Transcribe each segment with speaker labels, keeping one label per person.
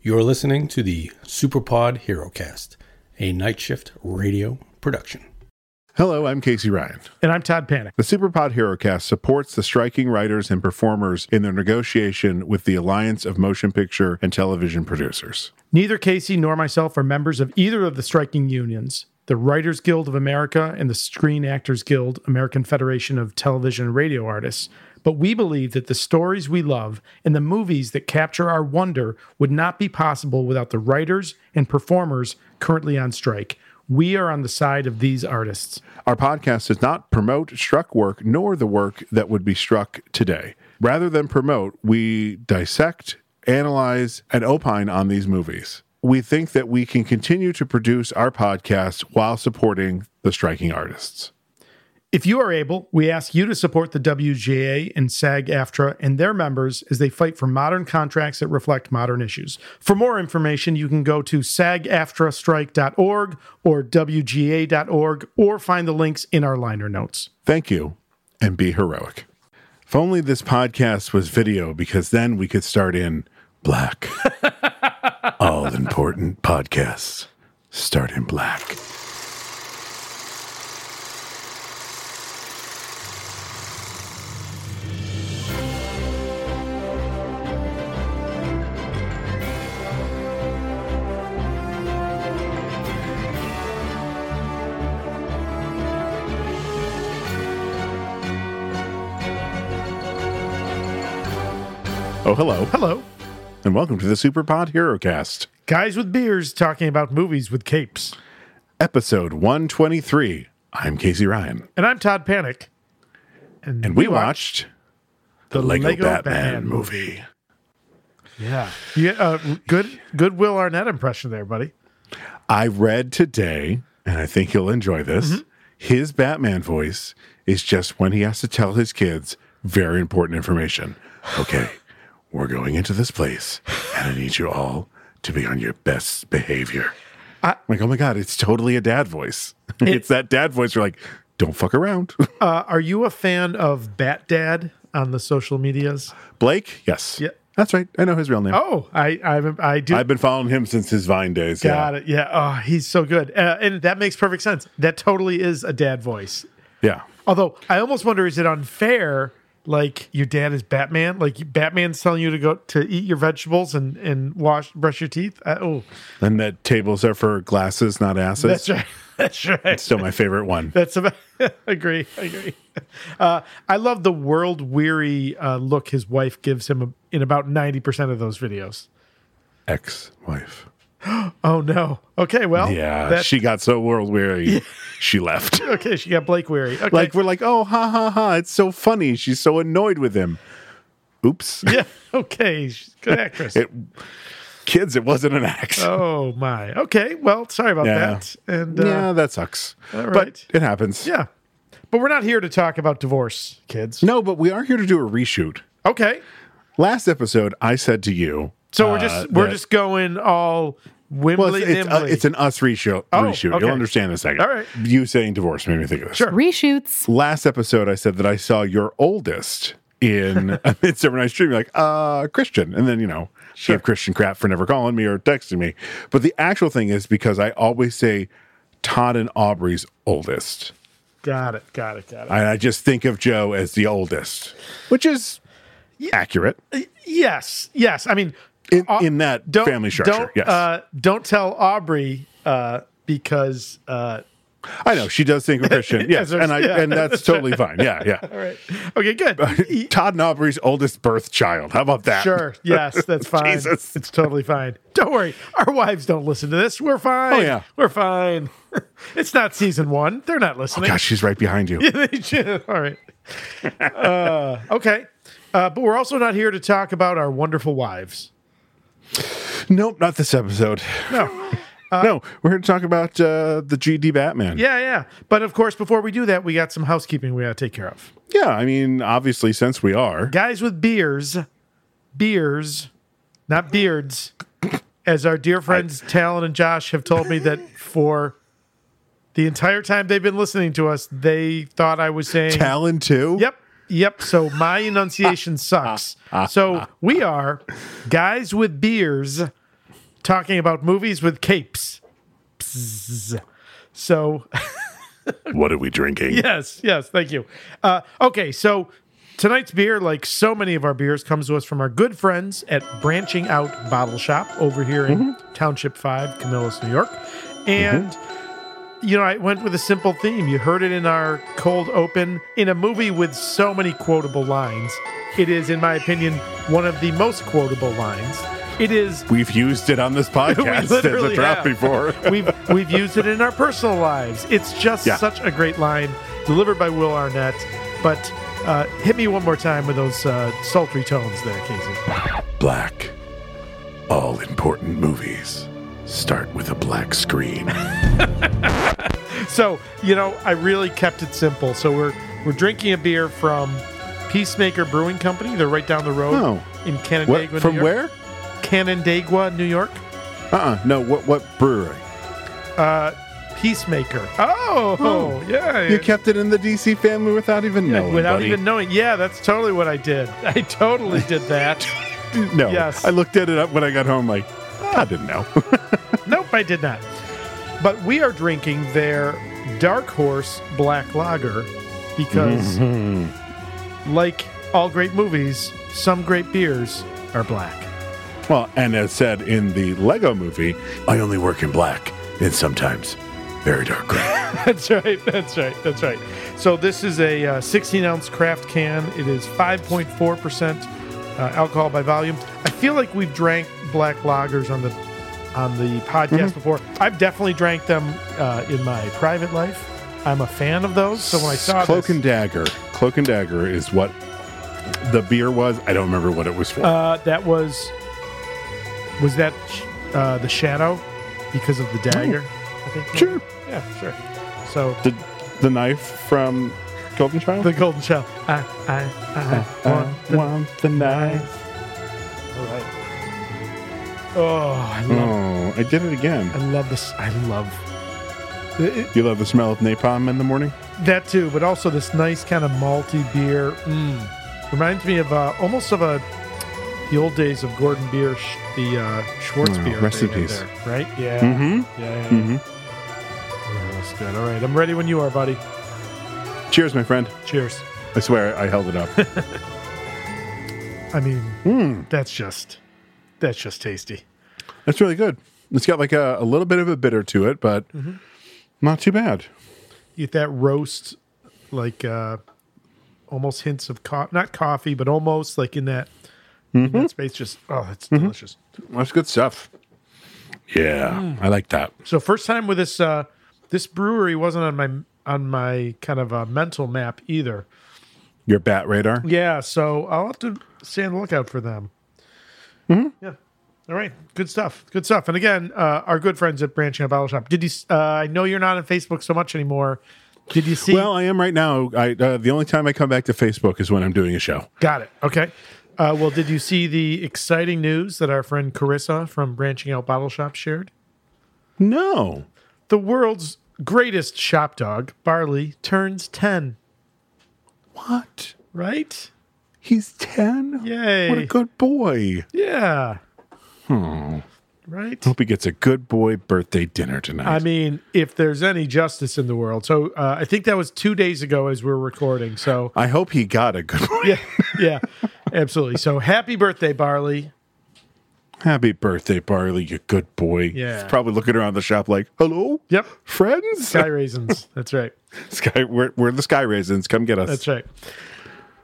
Speaker 1: You're listening to the Superpod HeroCast, a night shift radio production.
Speaker 2: Hello, I'm Casey Ryan.
Speaker 3: And I'm Todd Panic.
Speaker 2: The Superpod HeroCast supports the striking writers and performers in their negotiation with the Alliance of Motion Picture and Television Producers.
Speaker 3: Neither Casey nor myself are members of either of the striking unions, the Writers Guild of America and the Screen Actors Guild, American Federation of Television and Radio Artists. But we believe that the stories we love and the movies that capture our wonder would not be possible without the writers and performers currently on strike. We are on the side of these artists.
Speaker 2: Our podcast does not promote struck work nor the work that would be struck today. Rather than promote, we dissect, analyze, and opine on these movies. We think that we can continue to produce our podcast while supporting the striking artists.
Speaker 3: If you are able, we ask you to support the WGA and SAG AFTRA and their members as they fight for modern contracts that reflect modern issues. For more information, you can go to sagaftrastrike.org or WGA.org or find the links in our liner notes.
Speaker 2: Thank you and be heroic. If only this podcast was video, because then we could start in black. All important podcasts start in black. Oh, hello,
Speaker 3: Hello,
Speaker 2: and welcome to the Superpod HeroCast,
Speaker 3: guys with beers talking about movies with capes.
Speaker 2: episode 123. I'm Casey Ryan,
Speaker 3: And I'm Todd Panic.
Speaker 2: and we watched
Speaker 3: the
Speaker 2: Lego, Batman, movie.
Speaker 3: Yeah. yeah uh, good, good Will Arnett impression there, buddy.
Speaker 2: I read today, and I think you'll enjoy this. His Batman voice is just when he has to tell his kids very important information. Okay, we're going into this place, and I need you all to be on your best behavior.
Speaker 3: I-
Speaker 2: like, oh my God, it's totally a dad voice. it's that dad voice. You're like, don't fuck around.
Speaker 3: Uh, are you a fan of Bat Dad on the social medias?
Speaker 2: Blake, yes.
Speaker 3: Yeah.
Speaker 2: That's right. I know his real name.
Speaker 3: Oh, I I, I do.
Speaker 2: I've been following him since his Vine days.
Speaker 3: Got it. Yeah. Oh, he's so good. Uh, and that makes perfect sense. That totally is a dad voice.
Speaker 2: Yeah.
Speaker 3: Although I almost wonder is it unfair like your dad is Batman? Like Batman's telling you to go to eat your vegetables and and wash brush your teeth? Uh, oh,
Speaker 2: yeah. And that tables are for glasses, not asses.
Speaker 3: that's right. That's right.
Speaker 2: Still my favorite one.
Speaker 3: That's about agree. Agree. Uh, I love the world weary uh, look his wife gives him in about 90% of those videos.
Speaker 2: Ex wife.
Speaker 3: Oh no. Okay, well,
Speaker 2: Yeah,
Speaker 3: that's
Speaker 2: she got so world weary, she left.
Speaker 3: okay, she got Blake weary. Okay.
Speaker 2: Like we're like, oh ha ha ha! It's so funny. She's so annoyed with him. Oops,
Speaker 3: yeah, okay, she's a good actress.
Speaker 2: it, kids, it wasn't an act.
Speaker 3: Oh my. Okay. Well, sorry about
Speaker 2: Yeah.
Speaker 3: that. And uh,
Speaker 2: yeah, that sucks.
Speaker 3: all
Speaker 2: But
Speaker 3: right.
Speaker 2: it happens.
Speaker 3: yeah, but we're not here to talk about divorce, kids.
Speaker 2: No, but we are here to do a reshoot.
Speaker 3: Okay.
Speaker 2: Last episode, I said to you,
Speaker 3: So we're
Speaker 2: uh,
Speaker 3: just we're
Speaker 2: that-
Speaker 3: just going all wimbly
Speaker 2: Well, it's, it's, uh,
Speaker 3: nimbly.
Speaker 2: it's an us reshoot. reshoot.
Speaker 3: okay.
Speaker 2: You'll understand in a second.
Speaker 3: All right.
Speaker 2: You saying divorce made me think of this.
Speaker 3: Sure.
Speaker 4: reshoots.
Speaker 2: Last episode, I said that I saw your oldest in a Midsummer Night's Dream. You're like, uh, Christian. And then, you know, gave Christian crap for never calling me or texting me. But the actual thing is because I always say Todd and Aubrey's oldest.
Speaker 3: got it. Got it. Got it.
Speaker 2: And I just think of Joe as the oldest, which is accurate
Speaker 3: yes. Yes. I mean,
Speaker 2: in,
Speaker 3: Au-
Speaker 2: in that
Speaker 3: don't
Speaker 2: family structure.
Speaker 3: Don't,
Speaker 2: yes.
Speaker 3: Uh, don't tell Aubrey uh, because. Uh,
Speaker 2: I know. She does think of Christian. Yes.
Speaker 3: That's what-
Speaker 2: and, I,
Speaker 3: yeah.
Speaker 2: and that's totally fine. Yeah. Yeah.
Speaker 3: all right. Okay. Good. E-
Speaker 2: Todd and Aubrey's oldest birth child. How about that?
Speaker 3: Sure. Yes, that's fine.
Speaker 2: Jesus.
Speaker 3: It's totally fine. Don't worry. Our wives don't listen to this. We're fine.
Speaker 2: Oh, yeah. Oh,
Speaker 3: We're fine. it's not season one. They're not listening.
Speaker 2: Gosh, she's right behind you.
Speaker 3: They should- All right. Uh, okay. Uh, but we're also not here to talk about our wonderful wives.
Speaker 2: Nope, not this episode.
Speaker 3: No.
Speaker 2: no, we're here to talk about uh, the GD Batman.
Speaker 3: Yeah, yeah. But of course, before we do that, we got some housekeeping we got to take care of.
Speaker 2: Yeah, I mean, obviously, since we are.
Speaker 3: Guys with beers, beers, not beards, as our dear friends Talon and Josh have told me that for the entire time they've been listening to us, they thought I was saying
Speaker 2: Talon too.
Speaker 3: Yep. Yep. So my enunciation sucks. So we are guys with beers, talking about movies with capes. Psst. So,
Speaker 2: What are we drinking?
Speaker 3: yes, yes, thank you. Uh, okay, so tonight's beer, like so many of our beers, comes to us from our good friends at Branching Out Bottle Shop over here in Township 5, Camillus, New York. And. You know, I went with a simple theme. You heard it in our cold open in a movie with so many quotable lines. It is, in my opinion, one of the most quotable lines. It is
Speaker 2: We've used it on this podcast as a
Speaker 3: literally
Speaker 2: drop
Speaker 3: have.
Speaker 2: before.
Speaker 3: we've we've used it in our personal lives. It's just
Speaker 2: Yeah.
Speaker 3: such a great line delivered by Will Arnett. But uh, hit me one more time with those uh, sultry tones there, Casey.
Speaker 2: black. All important movies start with a black screen.
Speaker 3: So you know, I really kept it simple. So we're we're drinking a beer from Peacemaker Brewing Company. They're right down the road
Speaker 2: Oh.
Speaker 3: in Canandaigua.
Speaker 2: what, from
Speaker 3: New York.
Speaker 2: where?
Speaker 3: Canandaigua, New York.
Speaker 2: Uh uh No, what, what brewery?
Speaker 3: Peacemaker. Oh, yeah.
Speaker 2: You kept it in the DC family without even knowing.
Speaker 3: without
Speaker 2: buddy.
Speaker 3: even knowing. Yeah, that's totally what I did. I totally did that.
Speaker 2: No.
Speaker 3: Yes.
Speaker 2: I looked at it up when I got home, like, I didn't know.
Speaker 3: Nope, I did not. But we are drinking their Dark Horse Black Lager because,
Speaker 2: Mm-hmm.
Speaker 3: like all great movies, some great beers are black.
Speaker 2: well, and as said in the Lego movie, I only work in black and sometimes very dark gray.
Speaker 3: That's right. That's right. That's right. So this is a uh, 16 ounce craft can. It is 5.4 percent uh, alcohol by volume. I feel like we've drank black lagers on the on the podcast
Speaker 2: Mm-hmm.
Speaker 3: before. I've definitely drank them uh, in my private life. I'm a fan of those. So when I saw
Speaker 2: Cloak
Speaker 3: this,
Speaker 2: and Dagger. Cloak and Dagger is what the beer was. I don't remember what it was for.
Speaker 3: uh, that was was that uh, the shadow because of the dagger. I think.
Speaker 2: Oh. sure.
Speaker 3: Yeah. Sure. So
Speaker 2: The, the knife from Golden Child? Uh,
Speaker 3: the golden shell. I I I want
Speaker 2: the
Speaker 3: the knife. All right. Oh, I love,
Speaker 2: Oh, I did it again.
Speaker 3: I love this. I love it- it-
Speaker 2: You love the smell of napalm in the morning?
Speaker 3: that too, but also this nice kind of malty beer. Mm. Reminds me of uh, almost of a the old days of Gordon Beer, sh- the uh, Schwartz
Speaker 2: Oh,
Speaker 3: beer.
Speaker 2: rest
Speaker 3: they
Speaker 2: in
Speaker 3: had
Speaker 2: peace.
Speaker 3: there, right? Yeah.
Speaker 2: Mm
Speaker 3: Yeah. yeah, yeah.
Speaker 2: hmm. Mm
Speaker 3: Oh, that's good. All right, I'm ready when you are, buddy.
Speaker 2: hmm. Cheers, my friend.
Speaker 3: Cheers.
Speaker 2: I swear I held it up.
Speaker 3: I mean,
Speaker 2: Mm.
Speaker 3: that's just that's just tasty.
Speaker 2: That's really good. It's got like a, a little bit of a bitter to it, but
Speaker 3: Mm-hmm.
Speaker 2: not too bad.
Speaker 3: Eat that roast, like uh, almost hints of co- not coffee, but almost like in that, in that space. Just oh, it's delicious.
Speaker 2: That's good stuff. Yeah, I like that.
Speaker 3: So first time with this uh, this brewery wasn't on my on my kind of uh, mental map either.
Speaker 2: Your bat radar.
Speaker 3: Yeah, so I'll have to stay on the lookout for them. Yeah. All right, good stuff. Good stuff. And again, uh, our good friends at Branching Out Bottle Shop. Did you? s- Uh, I know you're not on Facebook so much anymore. Did you see?
Speaker 2: Well, I am right now. I uh, the only time I come back to Facebook is when I'm doing a show.
Speaker 3: Got it. Okay. Uh, well, did you see the exciting news that our friend Carissa from Branching Out Bottle Shop shared?
Speaker 2: No,
Speaker 3: The world's greatest shop dog, Barley, turns 10,
Speaker 2: what?
Speaker 3: right?
Speaker 2: He's ten.
Speaker 3: Yay.
Speaker 2: What a good boy.
Speaker 3: Yeah. Right?
Speaker 2: Hope he gets a good boy birthday dinner tonight.
Speaker 3: I mean, if there's any justice in the world. So uh, I think that was two days ago as we are recording. So,
Speaker 2: I hope he got a good boy.
Speaker 3: yeah, yeah, absolutely. So happy birthday, Barley.
Speaker 2: Happy birthday, Barley, you good boy.
Speaker 3: Yeah.
Speaker 2: He's probably looking around the shop like, hello?
Speaker 3: Yep.
Speaker 2: Friends?
Speaker 3: Sky Raisins. That's right.
Speaker 2: Sky, we're, we're the Sky Raisins. Come get us.
Speaker 3: That's right.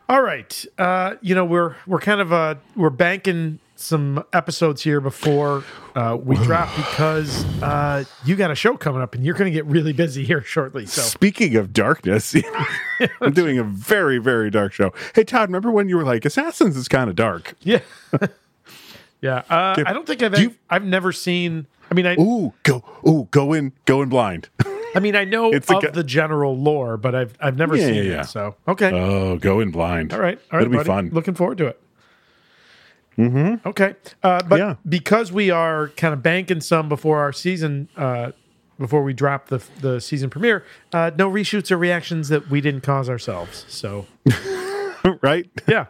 Speaker 3: All right. Uh, you know, we're we're kind of uh we're banking some episodes here before uh, we drop because uh, you got a show coming up and you're going to get really busy here shortly. So
Speaker 2: Speaking of darkness, I'm doing a very, very dark show. Hey, Todd, remember when you were like, Assassins is kind of dark?
Speaker 3: yeah, yeah. Uh, I don't think I've
Speaker 2: do you-
Speaker 3: I've never seen. I mean, I
Speaker 2: Ooh, go, ooh, go in, go in blind.
Speaker 3: I mean I know
Speaker 2: It's the
Speaker 3: of
Speaker 2: guy-
Speaker 3: the general lore, but I've I've never
Speaker 2: Yeah,
Speaker 3: seen
Speaker 2: yeah,
Speaker 3: it.
Speaker 2: yeah.
Speaker 3: So okay.
Speaker 2: oh, go in blind.
Speaker 3: All right. All right.
Speaker 2: It'll be
Speaker 3: buddy.
Speaker 2: fun.
Speaker 3: Looking forward to it. Mm-hmm. Okay. Uh, but
Speaker 2: Yeah.
Speaker 3: because we are kind of banking some before our season, uh, before we drop the the season premiere, uh, no reshoots or reactions that we didn't cause ourselves. So
Speaker 2: right?
Speaker 3: Yeah.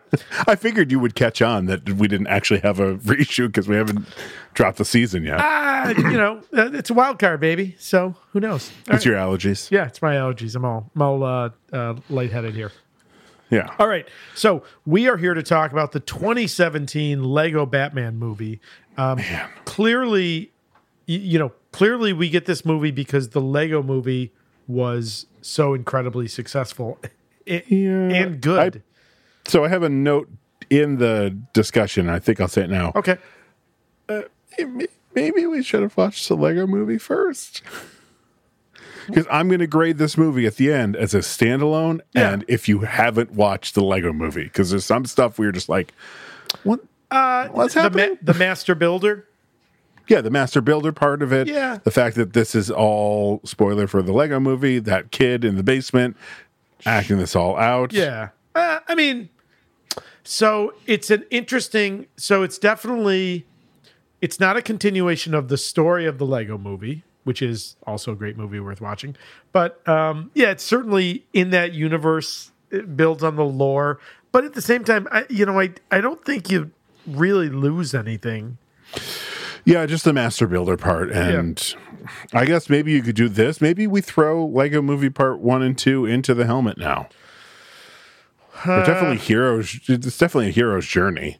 Speaker 2: I figured you would catch on that we didn't actually have a reissue because we haven't dropped the season yet.
Speaker 3: Uh, you know, uh, it's a wild card, baby. So who knows? All
Speaker 2: it's
Speaker 3: right.
Speaker 2: your allergies.
Speaker 3: yeah, it's my allergies. I'm all, I'm all uh, uh, lightheaded here.
Speaker 2: Yeah.
Speaker 3: All right. So we are here to talk about the 2017 Lego Batman movie. Um, clearly, y- you know, clearly we get this movie because the Lego movie was so incredibly successful i- and good.
Speaker 2: So I have a note in the discussion. I think I'll say it now.
Speaker 3: okay.
Speaker 2: Maybe we should have watched the Lego movie first. Because I'm going to grade this movie at the end as a standalone.
Speaker 3: Yeah.
Speaker 2: And if you haven't watched the Lego movie, because there's some stuff where you're just like, what? Uh, What's
Speaker 3: The,
Speaker 2: happening?
Speaker 3: ma- the Master Builder.
Speaker 2: yeah, the master builder part of it.
Speaker 3: Yeah.
Speaker 2: The fact that this is all spoiler for the Lego movie, that kid in the basement acting this all out.
Speaker 3: Yeah. Uh, I mean, so it's an interesting. So it's definitely, it's not a continuation of the story of the Lego movie, which is also a great movie worth watching. But um, yeah, it's certainly in that universe. It builds on the lore, but at the same time, I you know I I don't think you really lose anything.
Speaker 2: Yeah, just the master builder part. And I guess maybe you could do this. Maybe we throw Lego movie part one and two into the helmet now.
Speaker 3: Uh,
Speaker 2: We're definitely heroes. It's definitely a hero's journey.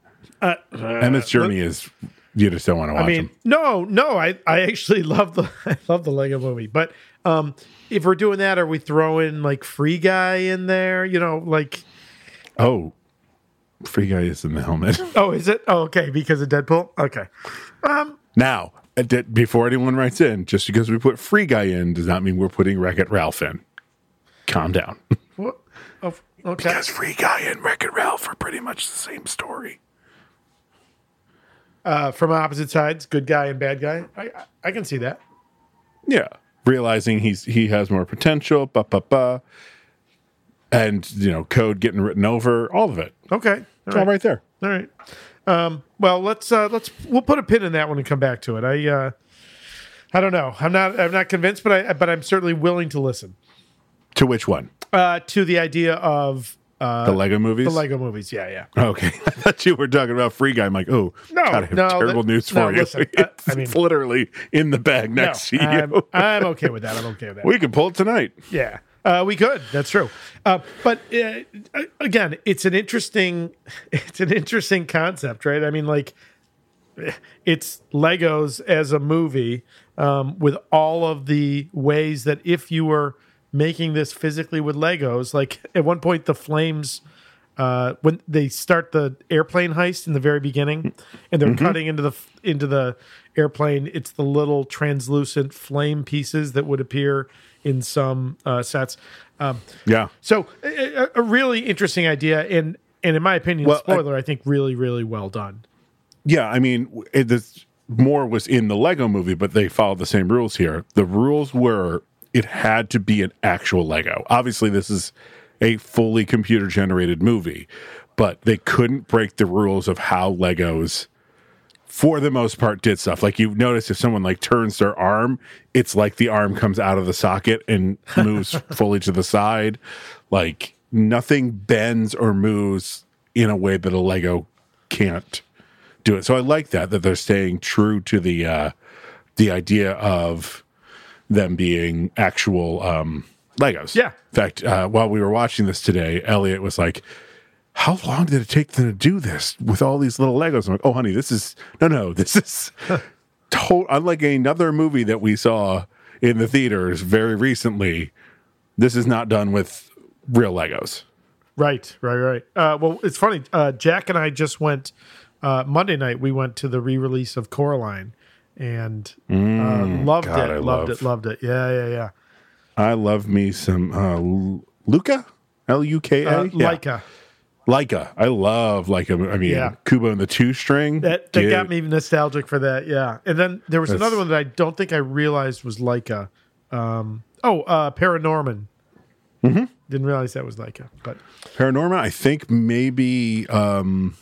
Speaker 2: Emmett's journey is you just don't want to watch
Speaker 3: Uh, I mean,
Speaker 2: him.
Speaker 3: no, no, I, I actually love the I love the Lego movie. But um if we're doing that, are we throwing like free guy in there? You know, like
Speaker 2: Oh, free guy is in the helmet.
Speaker 3: oh is it? Oh, okay, because of Deadpool? Okay.
Speaker 2: now, I did- before anyone writes in, just because we put free guy in does not mean we're putting Wreck It Ralph in. Calm down.
Speaker 3: What oh, okay.
Speaker 2: Because free guy and Wreck It Ralph are pretty much the same story.
Speaker 3: Uh, from opposite sides, good guy and bad guy. I I, I can see that.
Speaker 2: Yeah. Realizing he's he has more potential, ba ba ba. And you know, code getting written over, all of it.
Speaker 3: Okay.
Speaker 2: It's
Speaker 3: All
Speaker 2: all
Speaker 3: right.
Speaker 2: right there.
Speaker 3: All right. Um, well, let's uh, let's we'll put a pin in that one and come back to it. I uh, I don't know. I'm not I'm not convinced, but I but I'm certainly willing to listen
Speaker 2: To which one?
Speaker 3: uh, to the idea of uh,
Speaker 2: The Lego movies?
Speaker 3: the Lego movies. Yeah, yeah.
Speaker 2: okay. I thought you were talking about free guy. I'm like, oh
Speaker 3: No,
Speaker 2: God, I have
Speaker 3: no,
Speaker 2: terrible
Speaker 3: that-
Speaker 2: news
Speaker 3: no,
Speaker 2: for you.
Speaker 3: listen, I- I
Speaker 2: it's,
Speaker 3: mean-
Speaker 2: literally in the bag
Speaker 3: No,
Speaker 2: next to
Speaker 3: I'm,
Speaker 2: you.
Speaker 3: I'm okay with that. I'm okay with that.
Speaker 2: we can pull it tonight.
Speaker 3: yeah, uh, we could. That's true. Uh, but uh, again, it's an interesting, it's an interesting concept, right? I mean, like, it's Legos as a movie um, with all of the ways that if you were making this physically with Legos, like at one point the flames. Uh, when they start the airplane heist in the very beginning, and
Speaker 2: Mm-hmm.
Speaker 3: they're cutting into the into the airplane, it's the little translucent flame pieces that would appear in some uh, sets. Um,
Speaker 2: Yeah.
Speaker 3: so, a, a- a really interesting idea, and and in my opinion,
Speaker 2: Well, I-
Speaker 3: spoiler, I think really really well done.
Speaker 2: Yeah, I mean, w- it, this more was in the Lego movie, but they followed the same rules here. The rules were it had to be an actual Lego. Obviously, this is a fully computer generated movie, but they couldn't break the rules of how Legos for the most part did stuff. Like you notice if someone like turns their arm, it's like the arm comes out of the socket and moves fully to the side. Like nothing bends or moves in a way that a Lego can't do it. So I like that that they're staying true to the uh the idea of them being actual um Legos.
Speaker 3: Yeah.
Speaker 2: In fact, uh while we were watching this today, Elliot was like how long did it take them to do this with all these little Legos? I'm like, oh, honey, this is no, no, this is to- unlike another movie that we saw in the theaters very recently. This is not done with real Legos.
Speaker 3: Right, right, right. Uh, well, it's funny. Uh, Jack and I just went uh, Monday night. We went to the re-release of Coraline, and uh, loved
Speaker 2: Mm, God,
Speaker 3: it.
Speaker 2: I
Speaker 3: loved
Speaker 2: love-
Speaker 3: it. Loved it. Yeah, yeah, yeah.
Speaker 2: I love me some uh, L- Luca, L U K A,
Speaker 3: Uh,
Speaker 2: Yeah.
Speaker 3: Leica.
Speaker 2: Leica. I love Leica. I mean,
Speaker 3: Yeah.
Speaker 2: Kubo and the Two String.
Speaker 3: That that
Speaker 2: Dude,
Speaker 3: got me nostalgic for that. Yeah. And then there was
Speaker 2: That's-
Speaker 3: another one that I don't think I realized was Leica. Um, oh, uh, Paranorman. Mm-hmm. Didn't realize that was Leica, but
Speaker 2: Paranorma. I think maybe um,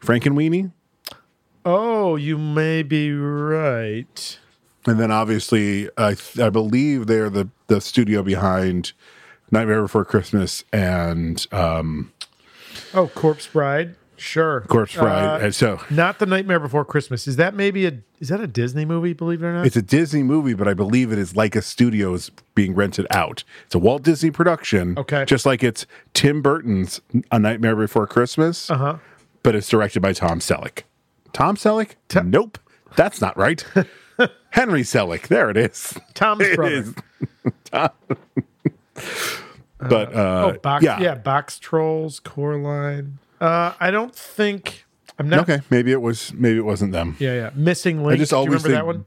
Speaker 2: Frankenweenie.
Speaker 3: oh, you may be right.
Speaker 2: and then obviously I th- I believe they're the the studio behind Nightmare Before Christmas and um,
Speaker 3: Oh, Corpse Bride. Sure.
Speaker 2: Corpse Bride.
Speaker 3: Uh,
Speaker 2: and so
Speaker 3: not the Nightmare Before Christmas. Is that maybe a is that a Disney movie? Believe it or not.
Speaker 2: it's a Disney movie, but I believe it is like a studios being rented out. It's a Walt Disney production.
Speaker 3: Okay.
Speaker 2: Just like it's Tim Burton's A Nightmare Before Christmas,
Speaker 3: huh.
Speaker 2: but it's directed by Tom Selleck. Tom Selleck? nope. That's not right. Henry Selleck. There it is.
Speaker 3: Tom's
Speaker 2: It
Speaker 3: brother.
Speaker 2: is. Tom. but uh,
Speaker 3: Oh, box,
Speaker 2: yeah.
Speaker 3: yeah. box trolls, Coraline. Uh, I don't think I'm not.
Speaker 2: Okay, maybe it was maybe it wasn't them.
Speaker 3: Yeah, yeah. Missing Link.
Speaker 2: just
Speaker 3: Do you
Speaker 2: always
Speaker 3: remember that
Speaker 2: think-
Speaker 3: one?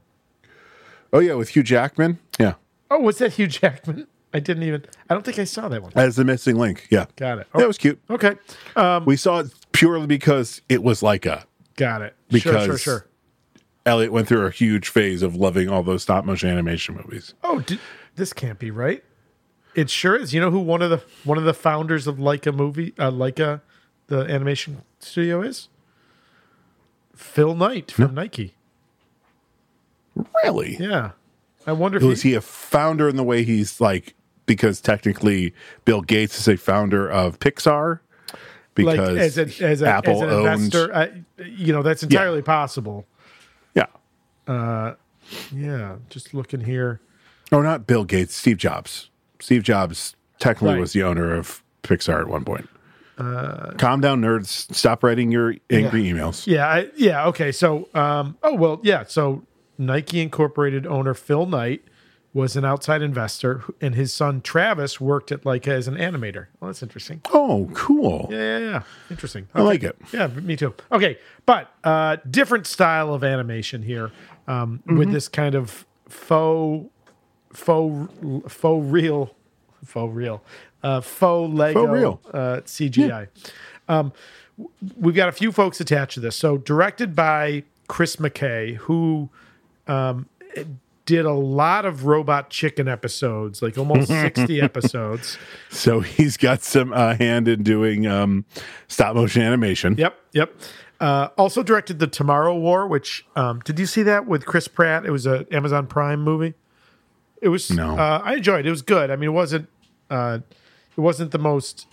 Speaker 2: Oh yeah, with Hugh Jackman. Yeah.
Speaker 3: Oh, was that Hugh Jackman? I didn't even. I don't think I saw that one.
Speaker 2: As the missing link. Yeah.
Speaker 3: Got it.
Speaker 2: That was cute.
Speaker 3: Okay. Um,
Speaker 2: We saw it purely because it was like a
Speaker 3: got it. sure, sure,
Speaker 2: Because-
Speaker 3: sure.
Speaker 2: Elliot went through a huge phase of loving all those stop motion animation movies.
Speaker 3: Oh, d this can't be right. It sure is. You know who one of the one of the founders of Leica movie uh, Leica, the animation studio is Phil Knight from Nike.
Speaker 2: Really?
Speaker 3: Yeah, I wonder if
Speaker 2: Was he a founder in the way he's like because technically Bill Gates is a founder of Pixar because
Speaker 3: like as an as, a, as an investor, I, you know that's entirely possible.
Speaker 2: Yeah.
Speaker 3: Yeah, just looking here.
Speaker 2: Or Oh, not Bill Gates, Steve Jobs. Steve Jobs technically
Speaker 3: Right. Uh,
Speaker 2: was the owner of Pixar at one point. Calm down, nerds. Stop writing your angry emails.
Speaker 3: Yeah, I, yeah, okay. So, um, oh well, yeah. So Nike Incorporated owner Phil Knight was an outside investor, who- and his son Travis worked at Leica as an animator. Well, that's interesting.
Speaker 2: Oh, cool.
Speaker 3: Yeah, yeah, yeah. interesting.
Speaker 2: I like it.
Speaker 3: Yeah, me too. Okay, but uh, different style of animation here um, with this kind of faux, faux, faux real, faux real, uh, faux Lego
Speaker 2: real.
Speaker 3: Uh, CGI. Um, w- we've got a few folks attached to this. So directed by Chris McKay, who um, did a lot of Robot Chicken episodes, like almost sixty episodes.
Speaker 2: So he's got some uh, hand in doing um, stop motion animation.
Speaker 3: Yep, yep. Uh, also directed the Tomorrow War, which um, did you see that with Chris Pratt? It was an Amazon Prime movie. It was.
Speaker 2: No.
Speaker 3: Uh, I enjoyed. It It was good. I mean, it wasn't. Uh, it wasn't the most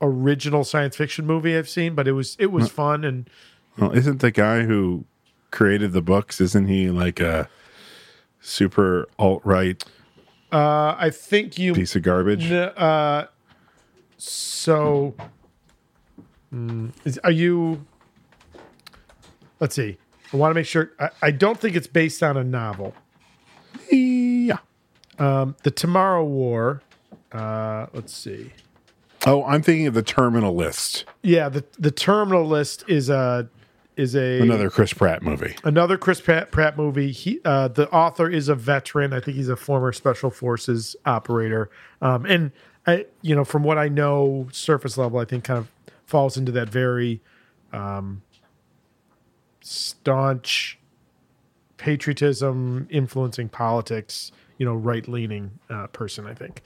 Speaker 3: original science fiction movie I've seen, but it was. It was fun and
Speaker 2: Well, isn't the guy who created the books? Isn't he like a super alt right
Speaker 3: uh, I think you.
Speaker 2: piece of garbage?
Speaker 3: Uh, so, mm, is, are you? Let's see. I want to make sure. I, I don't think it's based on a novel.
Speaker 2: Yeah.
Speaker 3: The Tomorrow War. Uh, let's see.
Speaker 2: Oh, I'm thinking of the Terminal List,
Speaker 3: Yeah, the the Terminal List is a is a
Speaker 2: another Chris Pratt movie.
Speaker 3: another Chris Pratt, Pratt movie. He uh, the author is a veteran. I think he's a former special forces operator. Um, and I, you know, from what I know, surface level, I think kind of falls into that very um, staunch patriotism influencing politics. You know, right leaning uh, person. I think.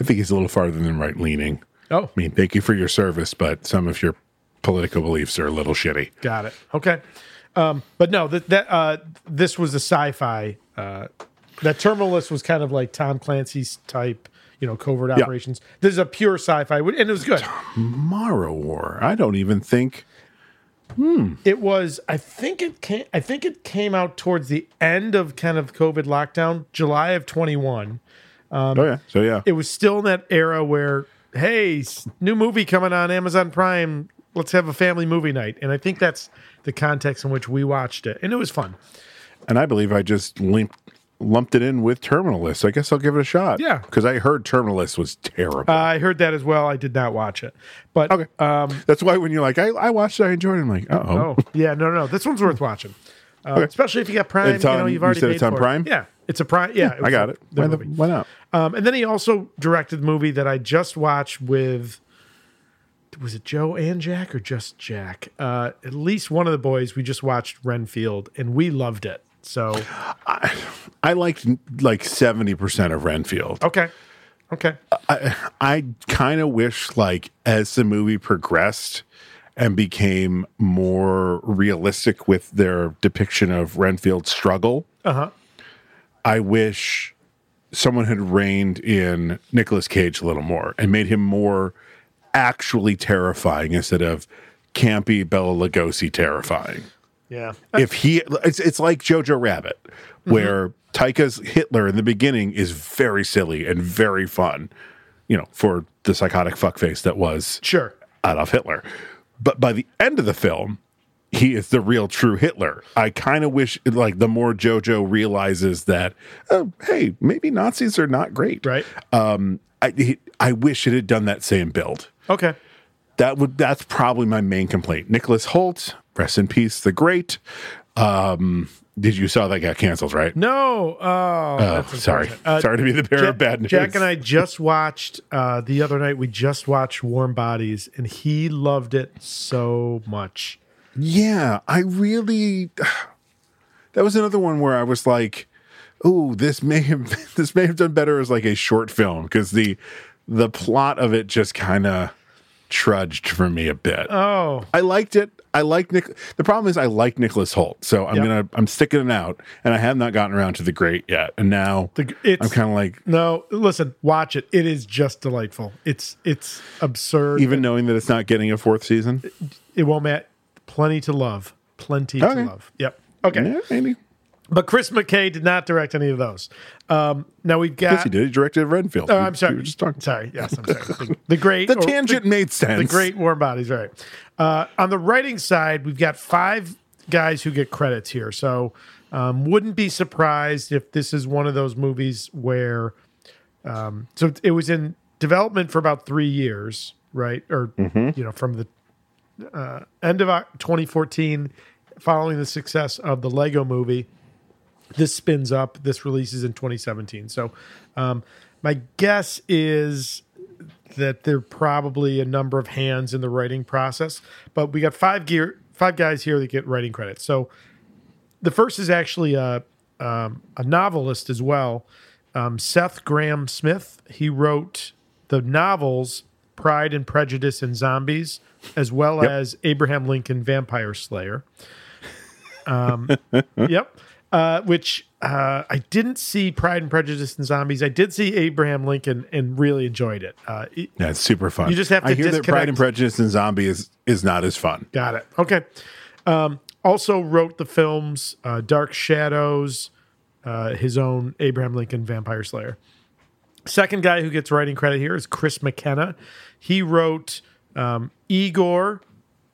Speaker 2: I think he's a little farther than right leaning.
Speaker 3: Oh,
Speaker 2: I mean, thank you for your service, but some of your political beliefs are a little shitty.
Speaker 3: Got it. Okay. Um, but no, that that uh, this was a sci-fi. Uh, that Terminalist was kind of like Tom Clancy's type, you know, covert operations. This is a pure sci-fi, and it was good.
Speaker 2: Tomorrow War. I don't even think.
Speaker 3: It was. I think it came. I think it came out towards the end of kind of COVID lockdown, July of twenty one.
Speaker 2: oh yeah. So yeah.
Speaker 3: It was still in that era where, hey, s- new movie coming on Amazon Prime. Let's have a family movie night, and I think that's the context in which we watched it, and it was fun.
Speaker 2: and I believe I just linked, lumped it in with Terminal List. I guess I'll give it a shot.
Speaker 3: Yeah.
Speaker 2: because I heard Terminal List was terrible.
Speaker 3: I heard that as well. I did not watch it, but
Speaker 2: Okay.
Speaker 3: um,
Speaker 2: That's why when you're like, I, I watched it, I enjoyed it. I'm like, uh oh.
Speaker 3: oh yeah, no, no, this one's worth watching, uh, especially if you got Prime.
Speaker 2: It's
Speaker 3: you know,
Speaker 2: on-
Speaker 3: you've
Speaker 2: you
Speaker 3: already
Speaker 2: said
Speaker 3: paid
Speaker 2: it's on
Speaker 3: for
Speaker 2: Prime?
Speaker 3: It. Yeah, it's a Prime. Yeah,
Speaker 2: I got it.
Speaker 3: the
Speaker 2: Why, the,
Speaker 3: movie.
Speaker 2: why not?
Speaker 3: Um, and then he also directed the movie that I just watched with. Was it Joe and Jack or just Jack? Uh, at least one of the boys. We just watched Renfield, and we loved it. So
Speaker 2: I liked like 70% of Renfield.
Speaker 3: okay, okay,
Speaker 2: I kind of wish, like, as the movie progressed and became more realistic with Uh-huh. their depiction of Renfield's struggle,
Speaker 3: uh huh.
Speaker 2: I wish someone had reined in Nicolas Cage a little more and made him more actually terrifying instead of campy Bella Lugosi terrifying.
Speaker 3: Yeah.
Speaker 2: If he, it's, it's like Jojo Rabbit, where Taika's Hitler in the beginning is very silly and very fun, you know, for the psychotic fuckface that was
Speaker 3: Sure.
Speaker 2: Adolf Hitler. But by the end of the film, he is the real true Hitler. I kind of wish, like, the more JoJo realizes that, oh, hey, maybe Nazis are not great.
Speaker 3: Right.
Speaker 2: Um, I, he, I wish it had done that same build.
Speaker 3: Okay.
Speaker 2: That would that's probably my main complaint. Nicholas Holt, rest in peace, the great. Um, did you saw that got canceled, right?
Speaker 3: No. Oh,
Speaker 2: Oh,
Speaker 3: that's
Speaker 2: sorry,
Speaker 3: unfortunate. Uh,
Speaker 2: sorry to be the bearer
Speaker 3: Ja-
Speaker 2: of bad news.
Speaker 3: Jack and I just watched uh, the other night. We just watched Warm Bodies, and he loved it so much.
Speaker 2: Yeah, I really. That was another one where I was like, "Oh, this may have this may have done better as like a short film because the the plot of it just kind of trudged for me a bit."
Speaker 3: Oh,
Speaker 2: I liked it. I like Nick. The problem is I like Nicholas Holt, so I'm
Speaker 3: Yep.
Speaker 2: gonna I'm sticking it out, and I have not gotten around to the great yet. And now
Speaker 3: the, it's
Speaker 2: I'm kind of like,
Speaker 3: no. Listen, watch it. It is just delightful. It's it's absurd.
Speaker 2: even knowing that it's not getting a fourth season.
Speaker 3: it won't matter. Plenty to love. Plenty
Speaker 2: Okay.
Speaker 3: to love. Yep. Okay.
Speaker 2: Yeah, maybe.
Speaker 3: But Chris McKay did not direct any of those. Um, now we've got.
Speaker 2: Yes, he did. He directed Renfield.
Speaker 3: Oh, I'm sorry.
Speaker 2: We were just talking. Oh,
Speaker 3: Sorry. Yes, I'm sorry. The, the great.
Speaker 2: The
Speaker 3: or-
Speaker 2: tangent made sense.
Speaker 3: The great warm bodies, right? Uh, on the writing side, we've got five guys who get credits here, so um, wouldn't be surprised if this is one of those movies where. Um, so it was in development for about three years, right? Or you know, from the uh, end of Oc- 2014, following the success of the Lego Movie, this spins up. This releases in 2017. So, um, my guess is that there are probably a number of hands in the writing process. But we got five gear, five guys here that get writing credits. So the first is actually a um, a novelist as well, um, Seth Graham Smith. He wrote the novels Pride and Prejudice and Zombies, as well as Abraham Lincoln Vampire Slayer. Um, yep. Uh, which uh, I didn't see Pride and Prejudice and Zombies. I did see Abraham Lincoln and really enjoyed it. Uh, it-
Speaker 2: Yeah, it's super fun.
Speaker 3: You just have
Speaker 2: I
Speaker 3: to
Speaker 2: hear that Pride
Speaker 3: disconnect.
Speaker 2: and Prejudice and Zombie is is not as fun.
Speaker 3: Got it. Okay. Um, also wrote the films uh, Dark Shadows, uh, his own Abraham Lincoln Vampire Slayer. Second guy who gets writing credit here is Chris McKenna. He wrote um, Igor,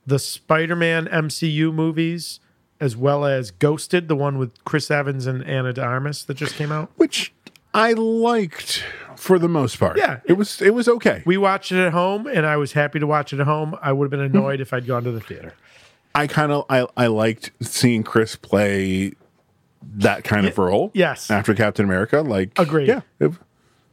Speaker 3: the Spider Man MCU movies, as well as Ghosted, the one with Chris Evans and Anna de Armas that just came out.
Speaker 2: which I liked for the most part.
Speaker 3: Yeah.
Speaker 2: it was it was okay.
Speaker 3: We watched it at home, and I was happy to watch it at home. I would have been annoyed if I'd gone to the theater.
Speaker 2: I kind of I I liked seeing Chris play that kind of role.
Speaker 3: yes.
Speaker 2: after Captain America, like
Speaker 3: Agreed.
Speaker 2: Yeah, it,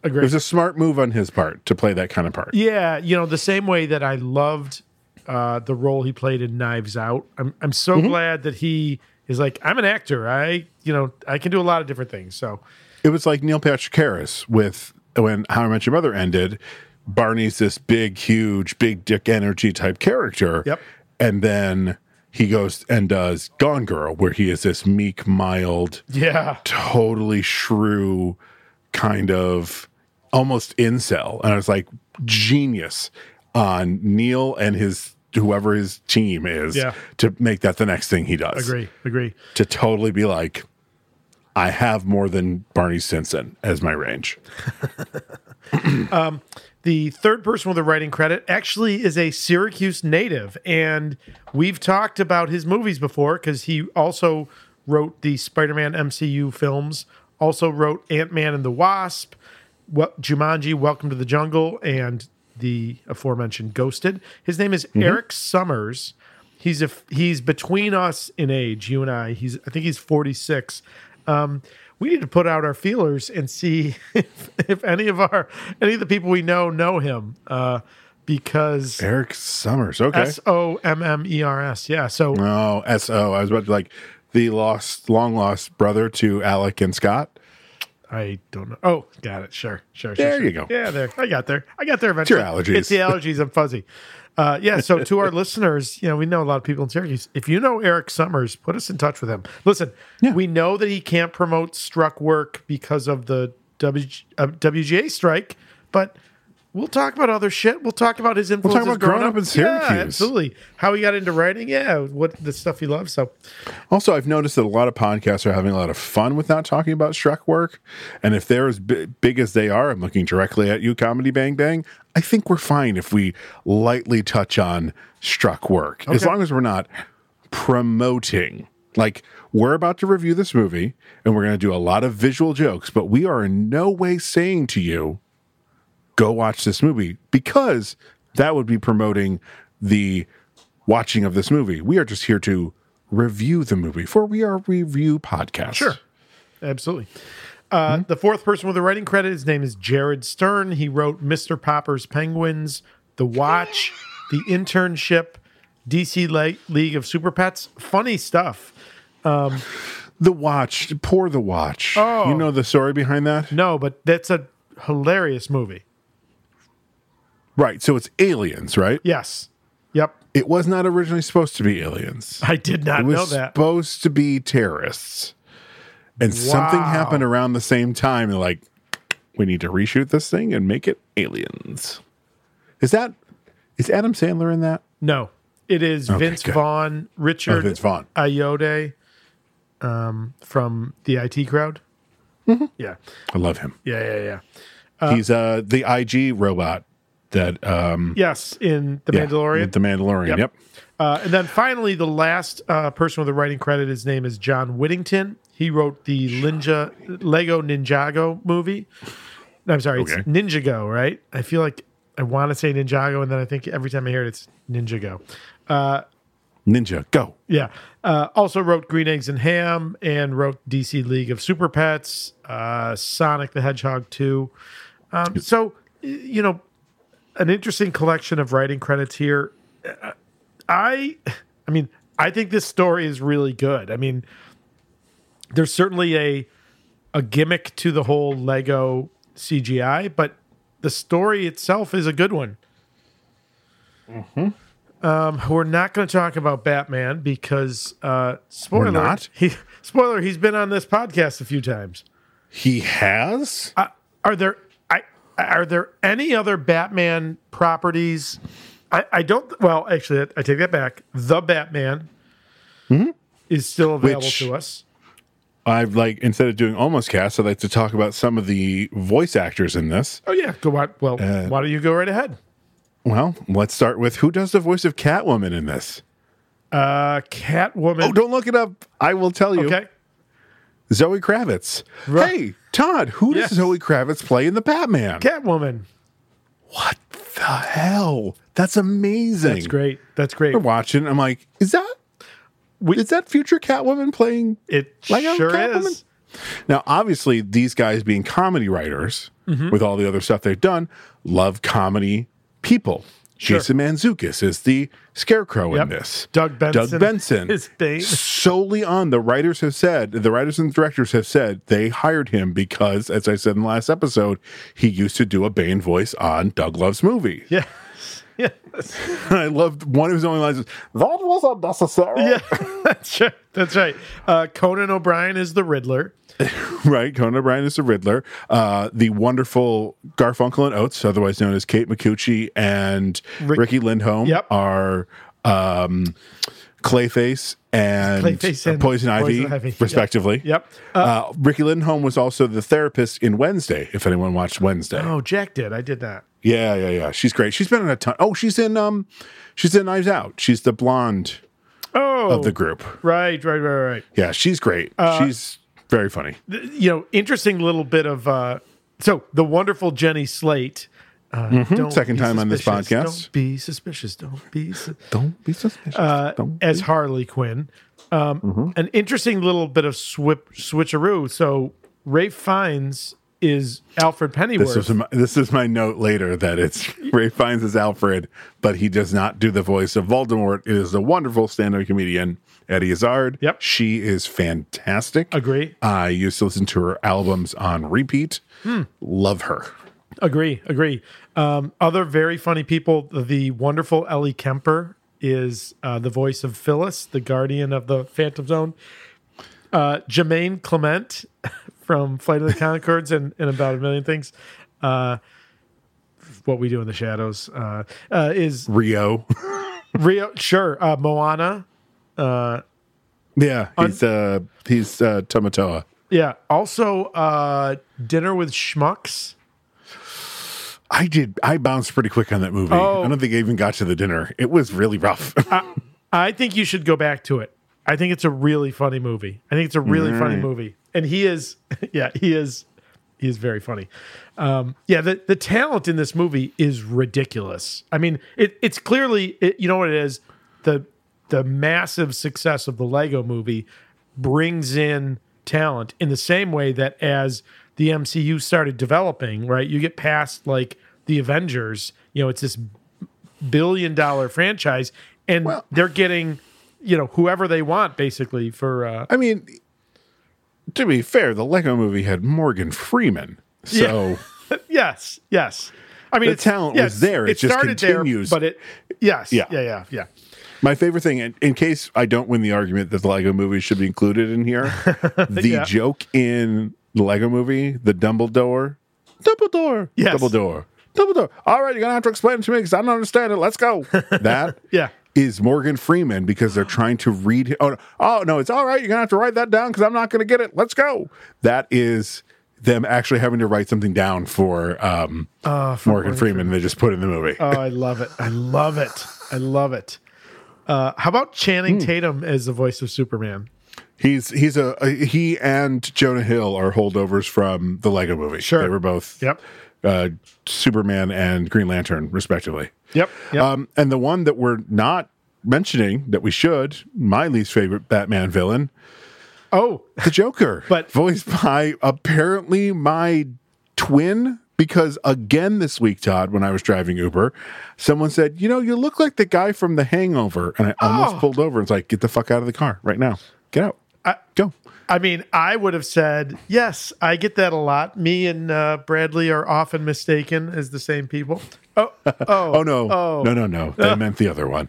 Speaker 2: it
Speaker 3: Agreed.
Speaker 2: was a smart move on his part to play that kind of part.
Speaker 3: Yeah, you know, the same way that I loved uh, the role he played in Knives Out. I'm I'm so glad that he is like I'm an actor. I you know I can do a lot of different things. So
Speaker 2: It was like Neil Patrick Harris with when How I Met Your Mother ended. Barney's this big, huge, big dick energy type character.
Speaker 3: Yep.
Speaker 2: and then he goes and does Gone Girl, where he is this meek, mild.
Speaker 3: yeah,
Speaker 2: totally shrew kind of almost incel. And I was like, genius on Neil and his whoever his team is
Speaker 3: Yeah.
Speaker 2: to make that the next thing he does.
Speaker 3: agree, agree.
Speaker 2: To totally be like, I have more than Barney Stinson as my range.
Speaker 3: The third person with a writing credit actually is a Syracuse native, and we've talked about his movies before because he also wrote the Spider-Man MCU films, also wrote Ant-Man and the Wasp, well, Jumanji, Welcome to the Jungle, and the aforementioned Ghosted. His name is Eric Summers. He's a f he's between us in age, you and I. He's I think he's 46. Um, we need to put out our feelers and see if, if any of our any of the people we know know him uh, because
Speaker 2: Eric Summers. Okay.
Speaker 3: S O M M E R S. Yeah. So
Speaker 2: oh, S O. I was about to like the lost long lost brother to Alec and Scott.
Speaker 3: I don't know. Oh, got it. Sure, sure.
Speaker 2: There
Speaker 3: sure,
Speaker 2: you
Speaker 3: sure.
Speaker 2: go.
Speaker 3: Yeah, there. I got there. I got there eventually.
Speaker 2: allergies.
Speaker 3: It's the allergies. I'm fuzzy. Uh, yeah. So to our listeners, you know, we know a lot of people in Syracuse. If you know Eric Summers, put us in touch with him. Listen, we know that he can't promote Struck Work because of the W- uh, WGA strike, but we'll talk about other shit. We'll talk about his influence.
Speaker 2: about growing up in Syracuse.
Speaker 3: absolutely. How he got into writing. Yeah, what the stuff he loves. So
Speaker 2: Also, I've noticed that a lot of podcasts are having a lot of fun with not talking about Shrek work. And if they're as bi- big as they are, I'm looking directly at you, Comedy Bang Bang. I think we're fine if we lightly touch on Shrek work, as long as we're not promoting. Like, we're about to review this movie and we're going to do a lot of visual jokes, but we are in no way saying to you, go watch this movie because that would be promoting the watching of this movie. We are just here to review the movie for we are review podcast. Sure.
Speaker 3: Absolutely. Uh,
Speaker 2: Hmm?
Speaker 3: The fourth person with a writing credit, his name is Jared Stern. He wrote Mr. Popper's Penguins, The Watch, The Internship, DC Le- League of Super Pets. Funny stuff.
Speaker 2: The Watch, Pour the Watch.
Speaker 3: Oh.
Speaker 2: You know the story behind that?
Speaker 3: No, but that's a hilarious movie.
Speaker 2: Right. So it's aliens, right?
Speaker 3: Yes. Yep.
Speaker 2: It was not originally supposed to be aliens.
Speaker 3: I did not
Speaker 2: It
Speaker 3: know
Speaker 2: was
Speaker 3: that.
Speaker 2: supposed to be terrorists. And something
Speaker 3: Wow.
Speaker 2: happened around the same time. They're like, we need to reshoot this thing and make it aliens. Is that is Adam Sandler in that?
Speaker 3: no, it is Vince
Speaker 2: good.
Speaker 3: Vaughn, Richard
Speaker 2: Oh, Vince Vaughn.
Speaker 3: Ayode um, from the IT crowd.
Speaker 2: Mm-hmm.
Speaker 3: Yeah.
Speaker 2: I love him.
Speaker 3: Yeah. Yeah. Yeah.
Speaker 2: He's uh the IG robot that um
Speaker 3: Yes. In The
Speaker 2: yeah,
Speaker 3: Mandalorian.
Speaker 2: with The Mandalorian. Yep.
Speaker 3: Uh, and then finally, the last uh, person with a writing credit, his name is John Whittington. He wrote the Ninja Lego Ninjago movie. No, I'm sorry, it's
Speaker 2: Okay.
Speaker 3: Ninjago, right? I feel like I want to say Ninjago, and then I think every time I hear it, it's Ninjago.
Speaker 2: Ninja, go.
Speaker 3: Yeah. Uh, also wrote Green Eggs and Ham and wrote DC League of Super Pets, uh, Sonic the Hedgehog 2. Um, so, y- you know, an interesting collection of writing credits here. Uh, I, I mean, I think this story is really good. I mean, there's certainly a a gimmick to the whole Lego CGI, but the story itself is a good one. Um, We're not going to talk about Batman because uh, spoiler.
Speaker 2: not?
Speaker 3: He, spoiler. He's been on this podcast a few times.
Speaker 2: He has?
Speaker 3: Uh, are there? I are there any other Batman properties? I, I don't. Well, actually, I take that back. The Batman is still available
Speaker 2: Mm-hmm. Which-
Speaker 3: to us.
Speaker 2: I've like instead of doing almost cast, I'd like to talk about some of the voice actors in this.
Speaker 3: Oh yeah, go on. Well,
Speaker 2: Uh,
Speaker 3: why don't you go right ahead?
Speaker 2: Well, let's start with who does the voice of Catwoman in this?
Speaker 3: Uh, Catwoman.
Speaker 2: Oh, don't look it up. I will tell you.
Speaker 3: okay.
Speaker 2: Zoe Kravitz. Hey, Todd, who
Speaker 3: Yes.
Speaker 2: does Zoe Kravitz play in the Batman?
Speaker 3: Catwoman.
Speaker 2: what the hell? That's amazing.
Speaker 3: That's great. That's great.
Speaker 2: We're watching. I'm like, is that
Speaker 3: We-
Speaker 2: is that future Catwoman playing
Speaker 3: It
Speaker 2: Like I'm
Speaker 3: sure
Speaker 2: Catwoman?
Speaker 3: is.
Speaker 2: Now, obviously, these guys being comedy writers
Speaker 3: Mm-hmm.
Speaker 2: with all the other stuff they've done, love comedy people. Jason Manzukis is the scarecrow
Speaker 3: Yep.
Speaker 2: in this.
Speaker 3: Doug Benson.
Speaker 2: Doug Benson
Speaker 3: His thing.
Speaker 2: solely on the writers have said the writers and directors have said they hired him because as i said in the last episode he used to do a bane voice on doug love's movie
Speaker 3: Yeah. Yeah.
Speaker 2: and i loved one of his only lines is, that was unnecessary
Speaker 3: Yeah, that's right. That's right. Uh, Conan O'Brien is the Riddler.
Speaker 2: right conan o'brien is the riddler uh, the wonderful garfunkel and oates otherwise known as kate mccucci and
Speaker 3: Rick-
Speaker 2: ricky lindholm
Speaker 3: Yep.
Speaker 2: are um, clayface and,
Speaker 3: Clayface and
Speaker 2: poison, ivy,
Speaker 3: Poison Ivy. Yep.
Speaker 2: respectively
Speaker 3: Yep. Uh,
Speaker 2: Uh, Ricky Lindholm was also the therapist in Wednesday. If anyone watched Wednesday,
Speaker 3: oh, Jack did. I did that.
Speaker 2: yeah, yeah, yeah, she's great. She's been in a ton. Oh, she's in um, she's in Knives Out. She's the blonde
Speaker 3: Oh,
Speaker 2: of the group.
Speaker 3: right, right, right, right.
Speaker 2: Yeah, she's great. she's very funny.
Speaker 3: Th- You know, interesting little bit of. Uh, so the wonderful Jenny Slate. Uh, don't
Speaker 2: Mm-hmm. Second
Speaker 3: be
Speaker 2: time on this
Speaker 3: suspicious.
Speaker 2: podcast.
Speaker 3: Don't be suspicious. Don't be. Su-
Speaker 2: Don't be Mm-hmm. suspicious.
Speaker 3: uh, as Harley Quinn. Um, An interesting little bit of swip, switcheroo. So Rafe Fiennes is Alfred Pennyworth.
Speaker 2: this is my, this is my note later that it's Ray Fiennes as Alfred, but he does not do the voice of Voldemort. It is the wonderful stand-up comedian Eddie Izzard.
Speaker 3: Yep.
Speaker 2: she is fantastic.
Speaker 3: Agree.
Speaker 2: I used to listen to her albums on repeat.
Speaker 3: Hmm.
Speaker 2: Love her.
Speaker 3: Agree, agree. Um, other very funny people. The wonderful Ellie Kemper is uh, the voice of Phyllis, the guardian of the Phantom Zone. Uh, Jermaine Clement from Flight of the Concords and, and about a million things. Uh, what we do in the shadows uh, uh, is
Speaker 2: Rio.
Speaker 3: Rio. Sure, uh, Moana.
Speaker 2: yeah, he's uh, he's uh, Tomatoa.
Speaker 3: Yeah. Also, uh, Dinner with Schmucks.
Speaker 2: I did. I bounced pretty quick on that movie.
Speaker 3: Oh.
Speaker 2: I don't think I even got to the dinner. It was really rough.
Speaker 3: I think you should go back to it. I think it's a really funny movie. I think it's a really funny movie. And he is, yeah, he is, he is very funny. Um, yeah, the, the talent in this movie is ridiculous. I mean, it, it's clearly, it, you know what it is? The, the massive success of the Lego movie brings in talent in the same way that as the MCU started developing, right? You get past like the Avengers, you know, it's this billion dollar franchise and
Speaker 2: Well-
Speaker 3: they're getting you know whoever they want basically for uh
Speaker 2: I mean, to be fair, the Lego movie had Morgan Freeman. So
Speaker 3: yes yes i mean
Speaker 2: The
Speaker 3: it's-
Speaker 2: talent was there, it just continues.
Speaker 3: there, but it yes yeah
Speaker 2: Yeah.
Speaker 3: yeah yeah yeah
Speaker 2: my favorite thing, in, in case I don't win the argument that the Lego movie should be included in here, the
Speaker 3: Yeah.
Speaker 2: joke in the Lego movie, the Dumbledore, Dumbledore,
Speaker 3: Yes.
Speaker 2: Dumbledore, Dumbledore. All right, you're gonna have to explain it to me because I don't understand it. Let's go. That
Speaker 3: Yeah.
Speaker 2: is Morgan Freeman because they're trying to read. Oh, no, oh no, it's all right. You're gonna have to write that down because I'm not gonna get it. Let's go. That is them actually having to write something down for um, Morgan, Freeman. They just put in the movie.
Speaker 3: oh i love it i love it i love it uh how about channing
Speaker 2: Hmm.
Speaker 3: tatum as the voice of superman
Speaker 2: He's he's a, a- he and Jonah Hill are holdovers from the Lego movie.
Speaker 3: Sure.
Speaker 2: they were both
Speaker 3: Yep.
Speaker 2: uh, Superman and Green Lantern, respectively.
Speaker 3: yep yep
Speaker 2: Um, and the one that we're not mentioning that we should, my least favorite Batman villain,
Speaker 3: oh
Speaker 2: the Joker,
Speaker 3: But-
Speaker 2: voiced by apparently my twin. Because again, this week, Todd, when I was driving Uber, someone said, "You know, you look like the guy from The Hangover," and I almost
Speaker 3: Oh.
Speaker 2: pulled over. and was like, "Get the fuck out of the car right now! Get out! Go!"
Speaker 3: I mean, I would have said, yes, I get that a lot. Me and uh, Bradley are often mistaken as the same people. Oh, oh,
Speaker 2: Oh no! No no no! They meant the other one.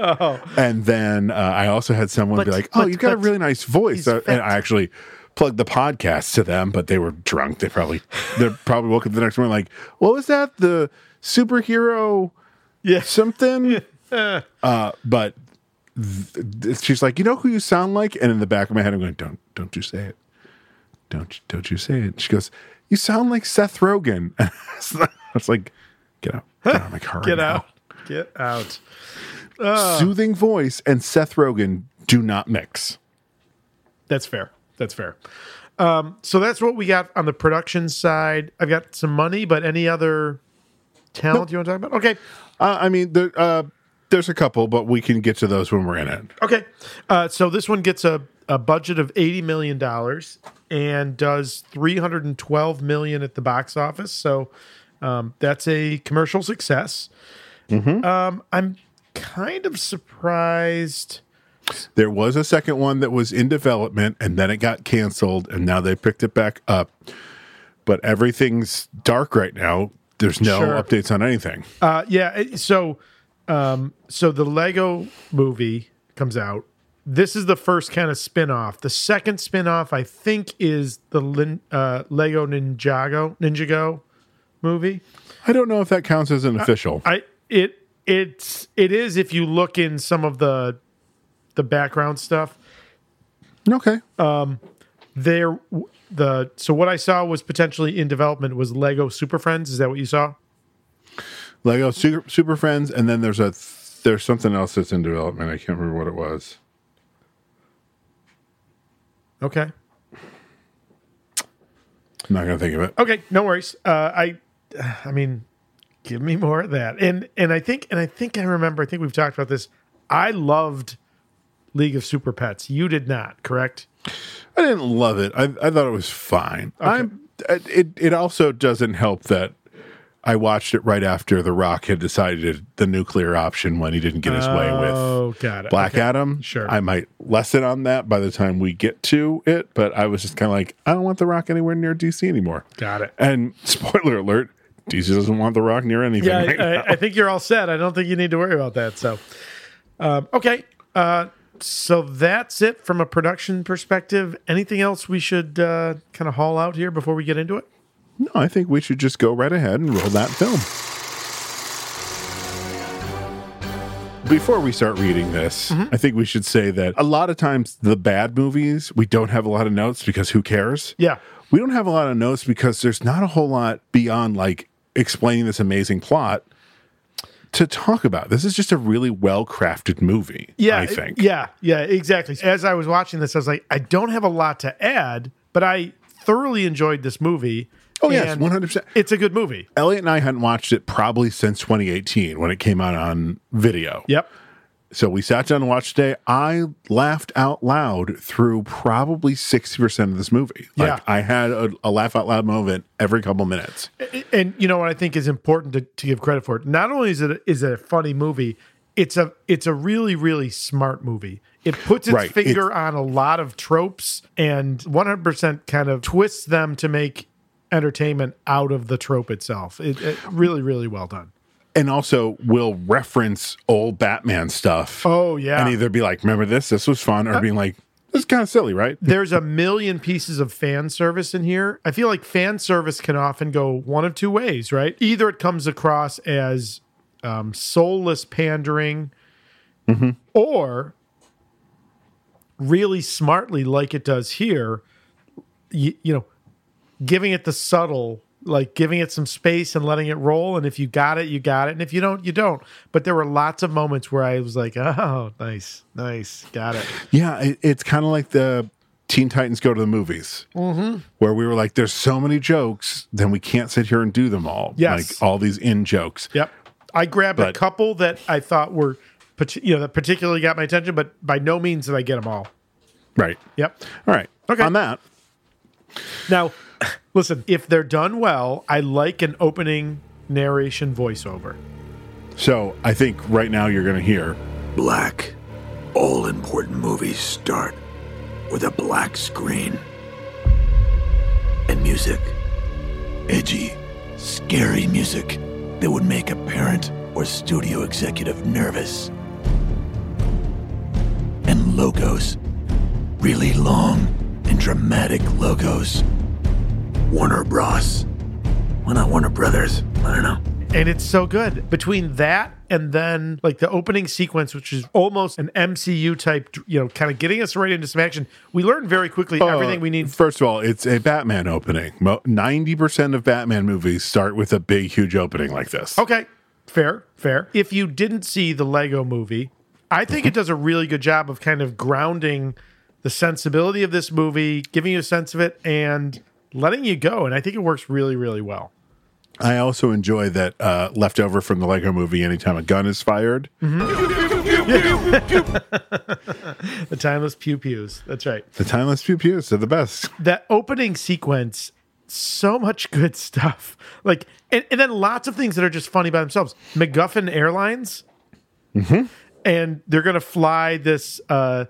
Speaker 2: And then uh, I also had someone be
Speaker 3: But-
Speaker 2: like, "Oh,
Speaker 3: but-
Speaker 2: you've got a
Speaker 3: but
Speaker 2: really nice voice,"
Speaker 3: he's
Speaker 2: Uh, and
Speaker 3: fat.
Speaker 2: I actually plugged the podcast to them, but they were drunk. They probably they probably woke up the next morning like, "What was that? The superhero
Speaker 3: yeah.
Speaker 2: something?" uh, but th- th- she's like, "You know who you sound like?" And in the back of my head, I'm going, "Don't don't you say it." Don't you- don't you say it? She goes, "You sound like Seth Rogen." I was like, "Get out! Get out of my car! right
Speaker 3: Get
Speaker 2: now."
Speaker 3: out. Get out.
Speaker 2: soothing voice and Seth Rogen do not mix.
Speaker 3: That's fair. That's fair. Um, so that's what we got on the production side. I've got some money, but any other talent you want to talk about? Okay.
Speaker 2: Uh, I mean, there, uh, there's a couple, but we can get to those when we're in it.
Speaker 3: Okay. Uh, so this one gets a, a budget of $80 million and does $312 million at the box office. So um, that's a commercial success. Um, I'm kind of surprised.
Speaker 2: There was a second one that was in development, and then it got canceled, and now they picked it back up. But everything's dark right now. There's no
Speaker 3: Sure.
Speaker 2: updates on anything.
Speaker 3: Uh, yeah. it- So, um, so the Lego movie comes out. This is the first kind of spin-off. The second spin-off, I think, is the Lin, uh, Lego Ninjago Ninjago movie.
Speaker 2: I don't know if that counts as an official.
Speaker 3: I it it's it is if you look in some of the the background stuff
Speaker 2: okay.
Speaker 3: there w- the so what I saw was potentially in development was Lego Super Friends. Is that what you saw?
Speaker 2: Lego Super, Super Friends, and then there's a th- there's something else that's in development. I can't remember what it was.
Speaker 3: Okay.
Speaker 2: I'm not gonna think of it.
Speaker 3: Okay, no worries. Uh, I, I mean, give me more of that. And and I think and I think I remember. I think we've talked about this. I loved League of Super Pets. You did not, correct?
Speaker 2: I didn't love it. I, I thought it was fine. I'm uh, it it also doesn't help that I watched it right after The Rock had decided the nuclear option when he didn't get his way with
Speaker 3: Oh, got it.
Speaker 2: Black
Speaker 3: Okay.
Speaker 2: Adam.
Speaker 3: Sure.
Speaker 2: I might lessen on that by the time we get to it, but I was just kind of like, I don't want The Rock anywhere near DC anymore.
Speaker 3: Got it.
Speaker 2: And spoiler alert, DC doesn't want The Rock near anything.
Speaker 3: Yeah, I,
Speaker 2: right now.
Speaker 3: I, I think you're all set. I don't think you need to worry about that. So, um, okay. Uh, so that's it from a production perspective. Anything else we should uh, kind of haul out here before we get into it?
Speaker 2: No, I think we should just go right ahead and roll that film. Before we start reading this,
Speaker 3: Mm-hmm.
Speaker 2: I think we should say that a lot of times the bad movies, we don't have a lot of notes because who cares?
Speaker 3: Yeah.
Speaker 2: We don't have a lot of notes because there's not a whole lot beyond like explaining this amazing plot to talk about. This is just a really well crafted movie,
Speaker 3: Yeah.
Speaker 2: I think.
Speaker 3: Yeah. Yeah. Exactly. As I was watching this, I was like, I don't have a lot to add, but I thoroughly enjoyed this movie.
Speaker 2: Oh, yes,
Speaker 3: and
Speaker 2: 100%.
Speaker 3: It's a good movie.
Speaker 2: Elliot and I hadn't watched it probably since 2018 when it came out on video.
Speaker 3: Yep.
Speaker 2: So we sat down and watched today. I laughed out loud through probably 60% of this movie.
Speaker 3: Yeah.
Speaker 2: Like I had a, a laugh out loud moment every couple minutes.
Speaker 3: and you know what I think is important to, to give credit for it. Not only is it is it a funny movie, it's a it's a really really smart movie. It puts its
Speaker 2: Right.
Speaker 3: finger on a lot of tropes and 100% kind of twists them to make entertainment out of the trope itself. It, it really really well done.
Speaker 2: And also will reference old Batman stuff
Speaker 3: Oh yeah.
Speaker 2: and either be like, remember this? This was fun. Or being like, this is kind of silly, right?
Speaker 3: there's a million pieces of fan service in here. I feel like fan service can often go one of two ways, right? Either it comes across as um, soulless pandering, or really smartly, like it does here, you, you know, giving it the subtle, like giving it some space and letting it roll. And if you got it, you got it. And if you don't, you don't. But there were lots of moments where I was like, oh, nice, nice, got it.
Speaker 2: Yeah. It, it's kind of like the Teen Titans go to the movies,
Speaker 3: Mm-hmm.
Speaker 2: where we were like, there's so many jokes, then we can't sit here and do them all. Like
Speaker 3: Yes.
Speaker 2: all these in jokes.
Speaker 3: Yep. I grabbed a
Speaker 2: But-
Speaker 3: couple that I thought were, parti- you know, that particularly got my attention, but by no means did I get them all.
Speaker 2: Right.
Speaker 3: Yep.
Speaker 2: All right.
Speaker 3: Okay.
Speaker 2: On that,
Speaker 3: Now, listen, if they're done well, I like an opening narration voiceover.
Speaker 2: so I think right now you're going to hear
Speaker 4: Black. All important movies start with a black screen. And music. Edgy, scary music that would make a parent or studio executive nervous. And logos. Really long and dramatic logos. Warner Bros. Well, not Warner Brothers. I don't know.
Speaker 3: And it's so good. Between that and then like the opening sequence, which is almost an MCU type, you know, kind of getting us right into some action, we learn very quickly
Speaker 2: Oh,
Speaker 3: everything we need.
Speaker 2: First of all, it's a Batman opening. Ninety percent of Batman movies start with a big, huge opening like this.
Speaker 3: Okay. Fair, fair. If you didn't see the Lego movie, I think it does a really good job of kind of grounding the sensibility of this movie, giving you a sense of it, and letting you go. And I think it works really, really well.
Speaker 2: I also enjoy that uh, leftover from the Lego Movie. Anytime a gun is fired,
Speaker 3: Mm. The timeless pew pews. That's right.
Speaker 2: the timeless pew pews are the best.
Speaker 3: That opening sequence, so much good stuff. Like, and, and then lots of things that are just funny by themselves. MacGuffin Airlines. and they're going to fly this uh,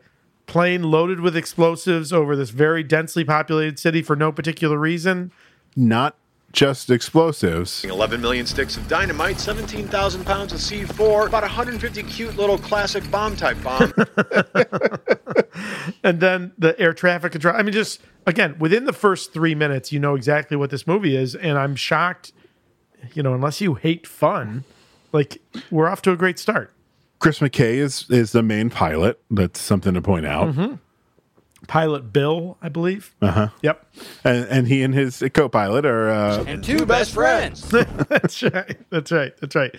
Speaker 3: plane loaded with explosives over this very densely populated city for no particular reason.
Speaker 2: Not just explosives.
Speaker 5: 11 million sticks of dynamite, 17,000 pounds of C4, about 150 cute little classic bomb type bomb.
Speaker 3: And then the air traffic control. I mean, just again, within the first three minutes, you know exactly what this movie is. And I'm shocked, you know, unless you hate fun, like we're off to a great start.
Speaker 2: Chris McKay is is the main pilot. That's something to point out.
Speaker 3: Mm-hmm. Pilot Bill, I believe. Uh
Speaker 2: Uh-huh.
Speaker 3: huh. Yep.
Speaker 2: And, and he and his co-pilot are uh,
Speaker 6: and two best friends.
Speaker 3: That's right. That's right. That's right.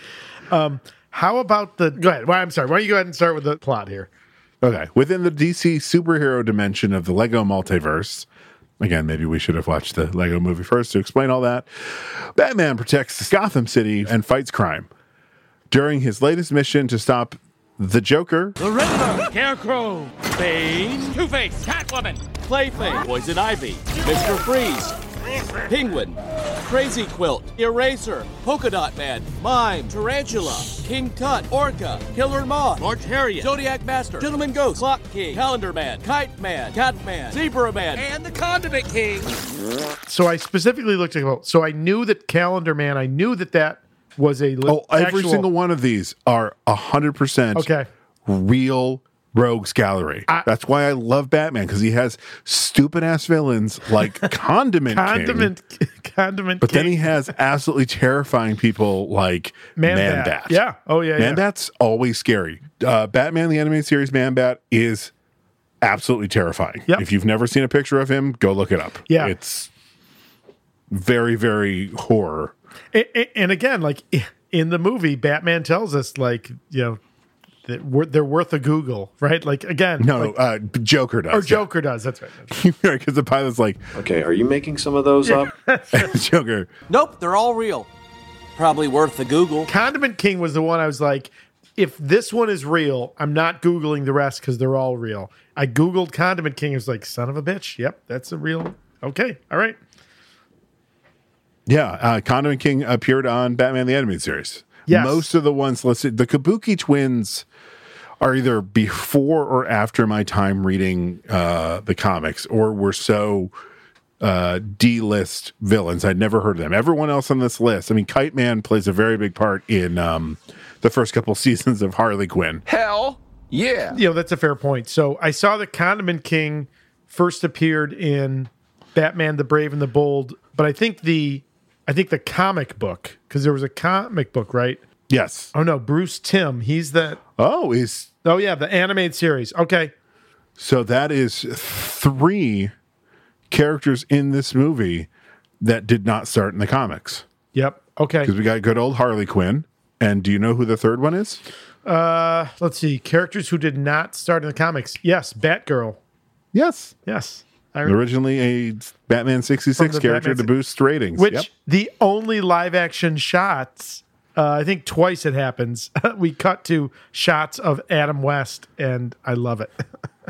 Speaker 3: Um, how about the. Go ahead. Well, I'm sorry. Why don't you go ahead and start with the plot here?
Speaker 2: Okay. Within the DC superhero dimension of the Lego multiverse, again, maybe we should have watched the Lego movie first to explain all that. Batman protects Gotham City and fights crime. During his latest mission to stop the Joker,
Speaker 7: The Riddler, Scarecrow, Bane, Two Face, Catwoman, Clayface, Poison Ivy, Mr. Freeze, Penguin, Crazy Quilt, Eraser, Polka Dot Man, Mime, Tarantula, King Tut, Orca, Killer Moth, March Harriet, Zodiac Master, Gentleman Ghost, Clock King, Calendar Man, Kite Man, Cat Man, Zebra Man, and the Condiment King.
Speaker 3: So I specifically looked at well, so I knew that Calendar Man. I knew that that was a li-
Speaker 2: oh, every
Speaker 3: actual-
Speaker 2: single one of these are 100%
Speaker 3: Okay.
Speaker 2: real Rogues Gallery. That's why I love Batman because he has stupid ass villains like Condiment, King,
Speaker 3: Condiment, condiment.
Speaker 2: but then
Speaker 3: king.
Speaker 2: he has absolutely terrifying people like Man,
Speaker 3: Man,
Speaker 2: Bat.
Speaker 3: bat. Yeah. Oh yeah.
Speaker 2: Man
Speaker 3: yeah.
Speaker 2: Bat's always scary. Uh, Batman the animated series Man Bat is absolutely terrifying.
Speaker 3: Yep.
Speaker 2: If you've never seen a picture of him, go look it up.
Speaker 3: Yeah.
Speaker 2: It's very very horror.
Speaker 3: A- a- and again, like in the movie, Batman tells us like you know that we're, they're worth a Google, right? Like again,
Speaker 2: No,
Speaker 3: like,
Speaker 2: uh, Joker does.
Speaker 3: or Joker does. That's right.
Speaker 2: because the pilot's like
Speaker 6: Okay, are you making some of those up?
Speaker 2: Joker.
Speaker 7: Nope, they're all real. Probably worth the Google.
Speaker 3: Condiment King was the one I was like, if this one is real, I'm not googling the rest because they're all real. I googled Condiment King. I was like, son of a bitch. Yep, that's a real. Okay, all right.
Speaker 2: Yeah, uh, Condiment King appeared on Batman the Animated Series.
Speaker 3: Yes.
Speaker 2: Most of the ones listed, the Kabuki twins are either before or after my time reading uh, the comics, or were so uh, D list villains. I'd never heard of them. Everyone else on this list, I mean, Kite Man plays a very big part in um, the first couple seasons of Harley Quinn.
Speaker 8: Hell yeah.
Speaker 3: You know that's a fair point. So I saw that Condiment King first appeared in Batman: The Brave and the Bold, but I think the I think the comic book because there was a comic book, right?
Speaker 2: Yes.
Speaker 3: Oh no, Bruce Tim. He's the
Speaker 2: Oh, is
Speaker 3: oh yeah, the animated series. Okay,
Speaker 2: So that is three characters in this movie that did not start in the comics.
Speaker 3: yep. Okay,
Speaker 2: Because we got good old Harley Quinn. And do you know who the third one is?
Speaker 3: let's see characters who did not start in the comics. Yes, Batgirl.
Speaker 2: Yes.
Speaker 3: Yes, I
Speaker 2: Originally a Batman 66
Speaker 3: From the
Speaker 2: character
Speaker 3: Batman
Speaker 2: to
Speaker 3: si-
Speaker 2: boost ratings.
Speaker 3: Which
Speaker 2: Yep.
Speaker 3: the only live action shots, uh, I think twice it happens. we cut to shots of Adam West, and I love it.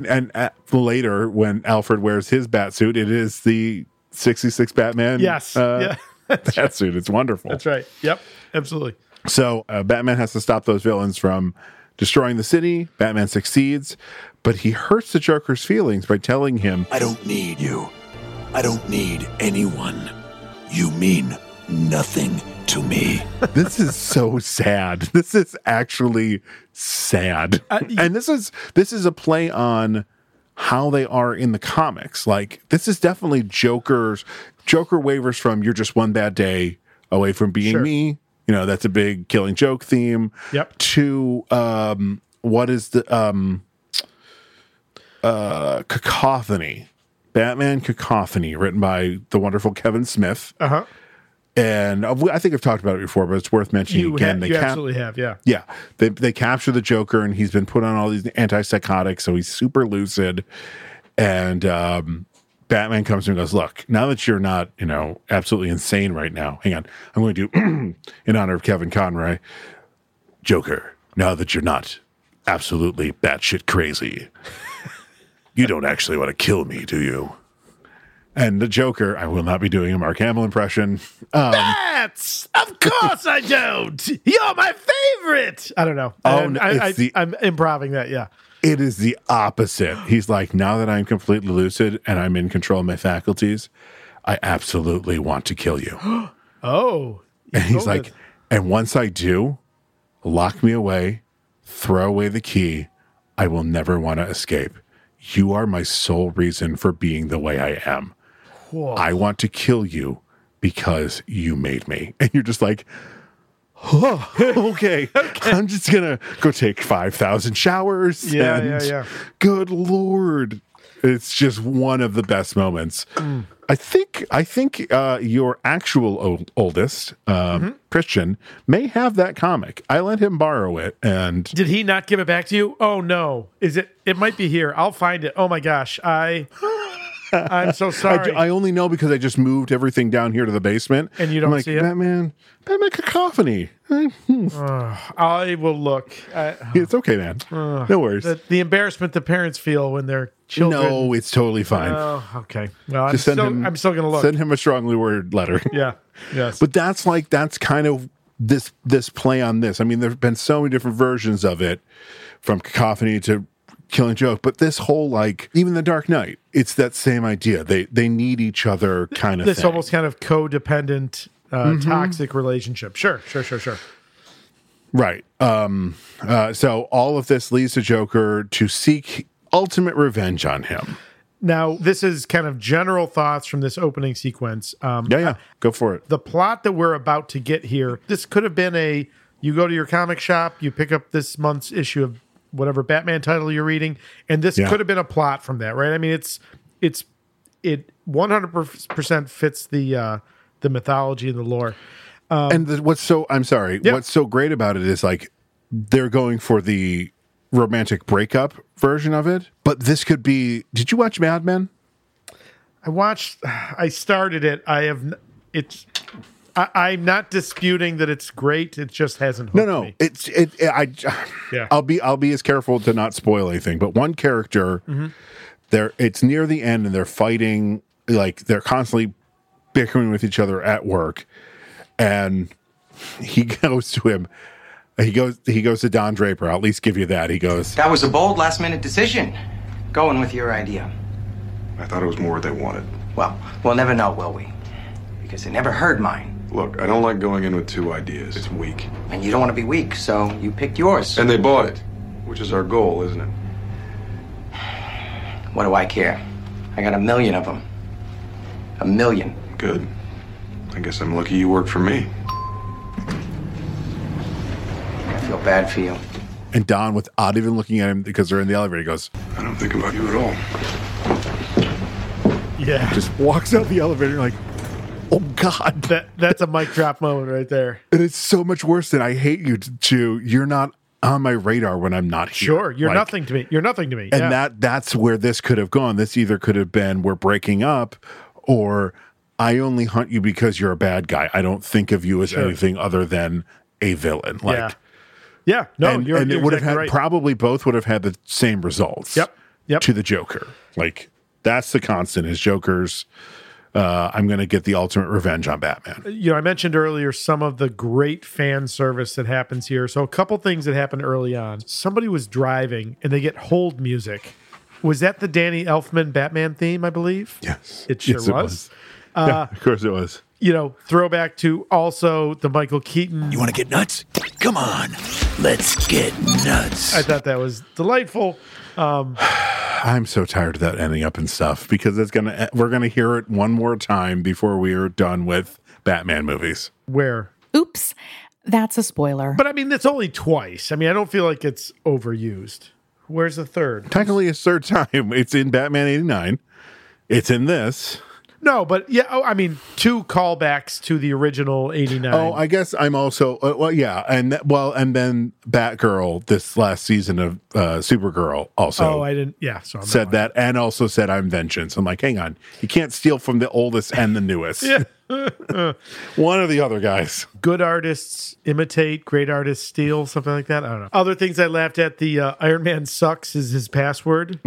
Speaker 2: And uh, later, when Alfred wears his Batsuit, it is the 66 Batman
Speaker 3: Yes.
Speaker 2: uh,
Speaker 3: yeah.
Speaker 2: Batsuit. It's wonderful.
Speaker 3: That's right. Yep. Absolutely.
Speaker 2: So uh, Batman has to stop those villains from destroying the city. Batman succeeds, but he hurts the Joker's feelings by telling him
Speaker 4: I don't need you. I don't need anyone. You mean nothing to me.
Speaker 2: this is so sad. This is actually sad.
Speaker 3: Uh,
Speaker 2: and this is this is a play on how they are in the comics. Like this is definitely Joker's Joker wavers from you're just one bad day away from being
Speaker 3: Sure.
Speaker 2: me. You know, that's a big killing joke theme.
Speaker 3: Yep.
Speaker 2: To um what is the um uh cacophony. Batman Cacophony, written by the wonderful Kevin Smith
Speaker 3: Uh huh.
Speaker 2: and uh, we- I think I've talked about it before, but it's worth mentioning
Speaker 3: You,
Speaker 2: again.
Speaker 3: ha-
Speaker 2: they
Speaker 3: you
Speaker 2: cap-
Speaker 3: absolutely have. Yeah.
Speaker 2: yeah, they they capture the Joker, and he's been put on all these antipsychotics, so he's super lucid. And um, Batman comes to him and goes, "Look, now that you're not, you know, absolutely insane right now, hang on, I'm going to do in honor of Kevin Conroy, Joker. Now that you're not absolutely batshit crazy, you don't actually want to kill me, do you?" And the Joker, I will not be doing a Mark Hamill impression. um,
Speaker 3: That's of course I don't. You're my favorite. I don't know.
Speaker 2: Oh,
Speaker 3: I,
Speaker 2: no,
Speaker 3: I,
Speaker 2: it's
Speaker 3: I,
Speaker 2: the-
Speaker 3: I'm improving that. Yeah.
Speaker 2: It is the opposite. He's like, now that I'm completely lucid and I'm in control of my faculties, I absolutely want to kill you.
Speaker 3: Oh.
Speaker 2: And he's
Speaker 3: golden.
Speaker 2: like, and once I do, lock me away, throw away the key. I will never want to escape. You are my sole reason for being the way I am. I
Speaker 3: Oh.
Speaker 2: want to kill you because you made me. And you're just like, oh, okay. I'm just going to go take 5,000 showers.
Speaker 3: Yeah,
Speaker 2: and
Speaker 3: yeah, yeah.
Speaker 2: Good Lord. It's just one of the best moments.
Speaker 3: Mm.
Speaker 2: I think I think uh, your actual old, oldest um,
Speaker 3: Mm-hmm.
Speaker 2: Christian may have that comic. I let him borrow it, and
Speaker 3: Did he not give it back to you? Oh no. Is it it might be here. I'll find it. Oh my gosh. I I'm so
Speaker 2: I,
Speaker 3: sorry.
Speaker 2: ju- I only know because I just moved everything down here to the basement.
Speaker 3: And you don't
Speaker 2: I'm like,
Speaker 3: see it?
Speaker 2: Batman, Batman cacophony.
Speaker 3: I, will look. I,
Speaker 2: It's okay, man. no worries.
Speaker 3: the, the embarrassment the parents feel when their children
Speaker 2: No, it's totally fine.
Speaker 3: Oh, okay. Well, I'm
Speaker 2: Just send
Speaker 3: still,
Speaker 2: him-
Speaker 3: I'm still going to look.
Speaker 2: Send him a strongly worded letter.
Speaker 3: yeah. Yes.
Speaker 2: but that's like that's kind of this this play on this i mean there have been so many different versions of it from cacophony to killing joke but this whole like even the dark knight it's that same idea they they need each other kind of
Speaker 3: this
Speaker 2: thing. Mm-hmm.
Speaker 3: almost kind of codependent, uh, toxic relationship. Sure, sure, sure, sure.
Speaker 2: Right. Um, uh, so all of this leads the Joker to seek ultimate revenge on him.
Speaker 3: Now, this is kind of general thoughts from this opening sequence. Um,
Speaker 2: Yeah, yeah. Go for it.
Speaker 3: the plot that we're about to get here, this could have been a you go to your comic shop, you pick up this month's issue of whatever Batman title you're reading, and this
Speaker 2: Yeah.
Speaker 3: could have been a plot from that, right? I mean, it's it's it 100% fits the uh the mythology and the lore.
Speaker 2: and the, what's so I'm sorry.
Speaker 3: Yeah.
Speaker 2: What's so great about it is like they're going for the romantic breakup version of it, but this could be. Did you watch Mad Men?
Speaker 3: I watched. I started it. I have. n- It's. I, I'm not disputing that it's great. It just hasn't.
Speaker 2: No,
Speaker 3: hooked
Speaker 2: no.
Speaker 3: me.
Speaker 2: It's it. it- I.
Speaker 3: Yeah.
Speaker 2: I'll be. I'll be as careful to not spoil anything. But one character,
Speaker 3: Mm-hmm.
Speaker 2: they're. It's near the end, and they're fighting. Like they're constantly bickering with each other at work, and he goes to him. He goes. He goes to Don Draper. I'll at least give you that. He goes.
Speaker 8: That was a bold last minute decision. Going with your idea.
Speaker 9: I thought it was more what they wanted.
Speaker 8: Well, we'll never know, will we? Because they never heard mine.
Speaker 9: Look, I don't like going in with two ideas. It's weak.
Speaker 8: And you don't want to be weak, so you picked yours.
Speaker 9: And they bought it, which is our goal, isn't it?
Speaker 8: what do I care? I got a million of them. A million.
Speaker 9: Good. I guess I'm lucky you work for me.
Speaker 8: I feel bad for you.
Speaker 2: And Don, without even looking at him, because they're in the elevator, he goes.
Speaker 9: I don't think about you at all.
Speaker 3: Yeah.
Speaker 2: Just walks out the elevator like, oh god.
Speaker 3: That that's a mic drop moment right there.
Speaker 2: And it's so much worse than I hate you to, to you're not on my radar when I'm not here.
Speaker 3: Sure. You're
Speaker 2: Like,
Speaker 3: nothing to me. You're nothing to me.
Speaker 2: And
Speaker 3: yeah.
Speaker 2: that that's where this could have gone. This either could have been we're breaking up or I only hunt you because you're a bad guy. I don't think of you as anything other than a villain. Like
Speaker 3: Yeah. Yeah. No.
Speaker 2: and,
Speaker 3: you're.
Speaker 2: and
Speaker 3: you're
Speaker 2: it would have had
Speaker 3: exactly right.
Speaker 2: probably both would have had the same results.
Speaker 3: Yep. Yep.
Speaker 2: To the Joker. Like that's the constant is Joker's uh, I'm gonna get the ultimate revenge on Batman.
Speaker 3: you know, I mentioned earlier some of the great fan service that happens here. So a couple things that happened early on. Somebody was driving and they get hold music. Was that the Danny Elfman Batman theme? I believe.
Speaker 2: Yes.
Speaker 3: It sure
Speaker 2: Yes,
Speaker 3: was. Uh,
Speaker 2: yeah, of course it was.
Speaker 3: You know, throwback to also the Michael Keaton
Speaker 4: You want to get nuts? Come on, let's get nuts.
Speaker 3: I thought that was delightful.
Speaker 2: I'm so tired of that ending up and stuff because it's gonna we're gonna hear it one more time before we are done with Batman movies.
Speaker 3: Where?
Speaker 10: Oops, that's a spoiler.
Speaker 3: But I mean, that's only twice. I mean, I don't feel like it's overused. Where's the third?
Speaker 2: Technically, it's third time. It's in Batman '89. It's in this.
Speaker 3: No, but yeah, oh, I mean, two callbacks to the original 89.
Speaker 2: Oh, I guess I'm also uh, well, yeah, and th- well, and then Batgirl this last season of uh, Supergirl also
Speaker 3: Oh, I didn't. Yeah, so I'm not
Speaker 2: said that, and also said I'm vengeance. I'm like, hang on, you can't steal from the oldest and the newest. yeah. one or the other, guys.
Speaker 3: good artists imitate, great artists steal, something like that. I don't know. Other things I laughed at the uh, Iron Man sucks is his password.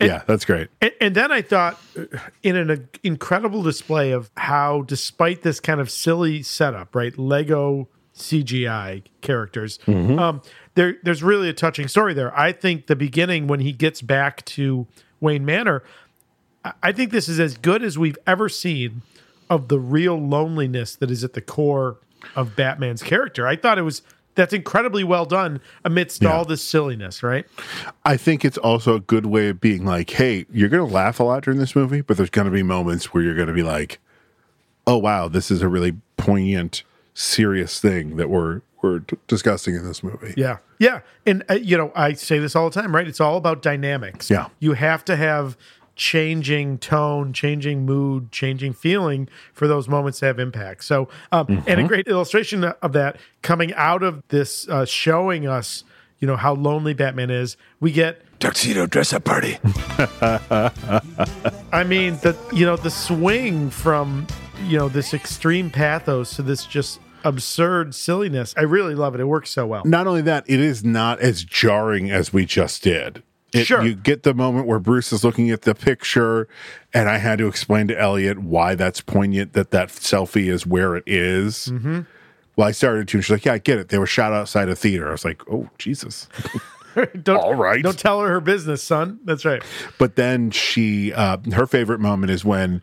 Speaker 2: yeah, that's great.
Speaker 3: and, and then I thought, uh, in an uh, incredible display of how, despite this kind of silly setup, right, Lego CGI characters, um, there there's really a touching story there. I think the beginning when he gets back to Wayne Manor, I- I think this is as good as we've ever seen of the real loneliness that is at the core of Batman's character. I thought it was that's incredibly well done amidst all this silliness, right?
Speaker 2: I think it's also a good way of being like, hey, you're going to laugh a lot during this movie, but there's going to be moments where you're going to be like, oh wow, this is a really poignant, serious thing that we're we're t- discussing in this movie.
Speaker 3: Yeah. Yeah. And, uh, you know, I say this all the time, right? It's all about dynamics.
Speaker 2: Yeah.
Speaker 3: You have to have changing tone, changing mood, changing feeling for those moments to have impact. So, um, and a
Speaker 2: Mm-hmm.
Speaker 3: great illustration of that coming out of this uh, showing us, you know, how lonely Batman is, we get.
Speaker 4: Tuxedo dress up party.
Speaker 3: I mean, the you know the swing from you know this extreme pathos to this just absurd silliness. I really love it. It works so well.
Speaker 2: Not only that, it is not as jarring as we just did. It-
Speaker 3: Sure.
Speaker 2: You get the moment where Bruce is looking at the picture, and I had to explain to Elliot why that's poignant that that selfie is where it is. Well, I started to, and she's like, "Yeah, I get it. They were shot outside a theater." I was like, "Oh, Jesus."
Speaker 3: Don't,
Speaker 2: all right.
Speaker 3: Don't tell her her business, son. That's right.
Speaker 2: But then she, uh, her favorite moment is when,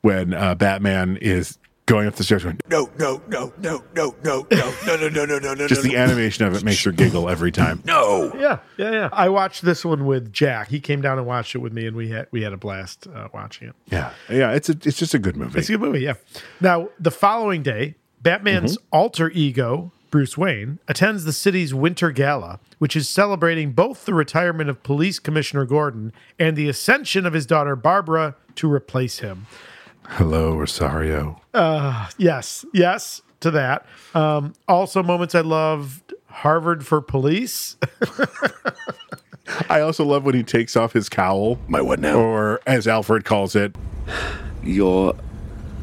Speaker 2: when uh, Batman is going up the stairs going,
Speaker 4: No, no, no, no, no, no, no, no, no, no, no, no, no.
Speaker 2: just
Speaker 4: no,
Speaker 2: the animation of it makes her giggle every time.
Speaker 4: No.
Speaker 3: Yeah, yeah, yeah. I watched this one with Jack. He came down and watched it with me, and we had we had a blast uh, watching it.
Speaker 2: Yeah. Yeah. It's a, it's just a good movie.
Speaker 3: It's a good movie, yeah. Now, the following day, Batman's alter ego, Bruce Wayne, attends the city's winter gala, which is celebrating both the retirement of Police Commissioner Gordon and the ascension of his daughter Barbara to replace him.
Speaker 2: Hello, Rosario.
Speaker 3: Yes, yes to that. Um, also, moments I loved Harvard for Police.
Speaker 2: I also love when he takes off his cowl.
Speaker 4: My what now?
Speaker 2: Or as Alfred calls it,
Speaker 11: Your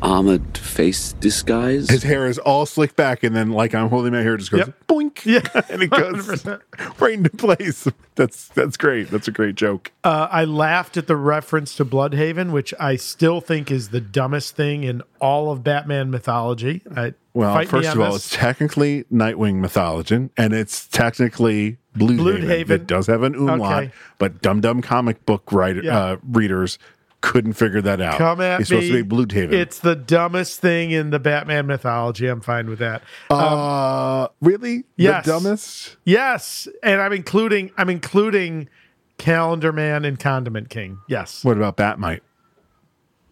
Speaker 11: armored face disguise?
Speaker 2: his hair is all slicked back, and then like I'm holding my hair, it just goes
Speaker 3: Yep.
Speaker 2: boink.
Speaker 3: Yeah.
Speaker 2: and it goes right into place. That's that's great. That's a great joke.
Speaker 3: Uh, I laughed at the reference to Bloodhaven, which I still think is the dumbest thing in all of Batman mythology. I,
Speaker 2: well,
Speaker 3: fight me
Speaker 2: first
Speaker 3: on
Speaker 2: of all,
Speaker 3: this.
Speaker 2: it's technically Nightwing mythologen, and it's technically Blue
Speaker 3: Blue
Speaker 2: Haven.
Speaker 3: Haven.
Speaker 2: It does have an umlaut,
Speaker 3: Okay.
Speaker 2: but dum dum comic book writer
Speaker 3: Yeah.
Speaker 2: uh, readers couldn't figure that out.
Speaker 3: Come at
Speaker 2: it's
Speaker 3: me.
Speaker 2: supposed to be Blue Haven.
Speaker 3: It's the dumbest thing in the Batman mythology. I'm fine with that.
Speaker 2: uh, really
Speaker 3: um, yes.
Speaker 2: the dumbest.
Speaker 3: Yes, and I'm including I'm including Calendar Man and Condiment King. Yes,
Speaker 2: What about Batmite?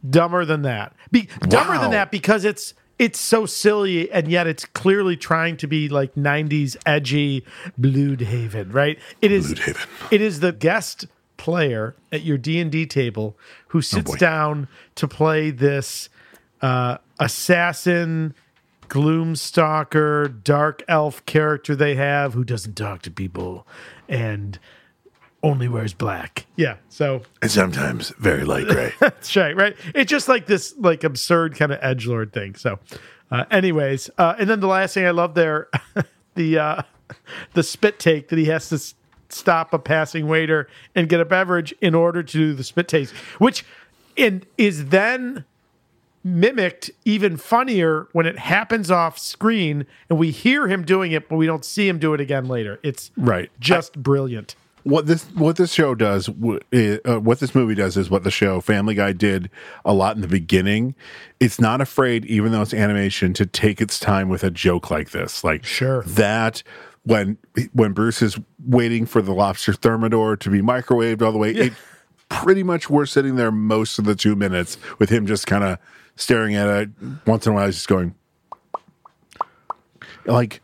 Speaker 3: dumber than that. Be, Dumber
Speaker 2: Wow.
Speaker 3: than that because it's it's so silly and yet it's clearly trying to be like 90s edgy Bloodhaven, right? It is
Speaker 2: Bloodhaven.
Speaker 3: it is the guest player at your D&D table who sits
Speaker 2: Oh, boy.
Speaker 3: down to play this uh, assassin gloomstalker dark elf character they have who doesn't talk to people and only wears black. Yeah, so
Speaker 4: And sometimes very light gray.
Speaker 3: that's right, right? It's just like this like absurd kind of edge lord thing. So, uh, anyways, uh, and then the last thing I love there, the uh, the spit take that he has to s- stop a passing waiter and get a beverage in order to do the spit take, which and is then mimicked even funnier when it happens off screen and we hear him doing it, but we don't see him do it again later. It's
Speaker 2: Right.
Speaker 3: just brilliant.
Speaker 2: what this what this show does w- i- uh, what this movie does is what the show family guy did a lot in the beginning it's not afraid even though it's animation to take its time with a joke like this like
Speaker 3: Sure.
Speaker 2: that when when bruce is waiting for the lobster thermidor to be microwaved all the way it pretty much we're sitting there most of the two minutes with him just kind of staring at it once in a while he's just going like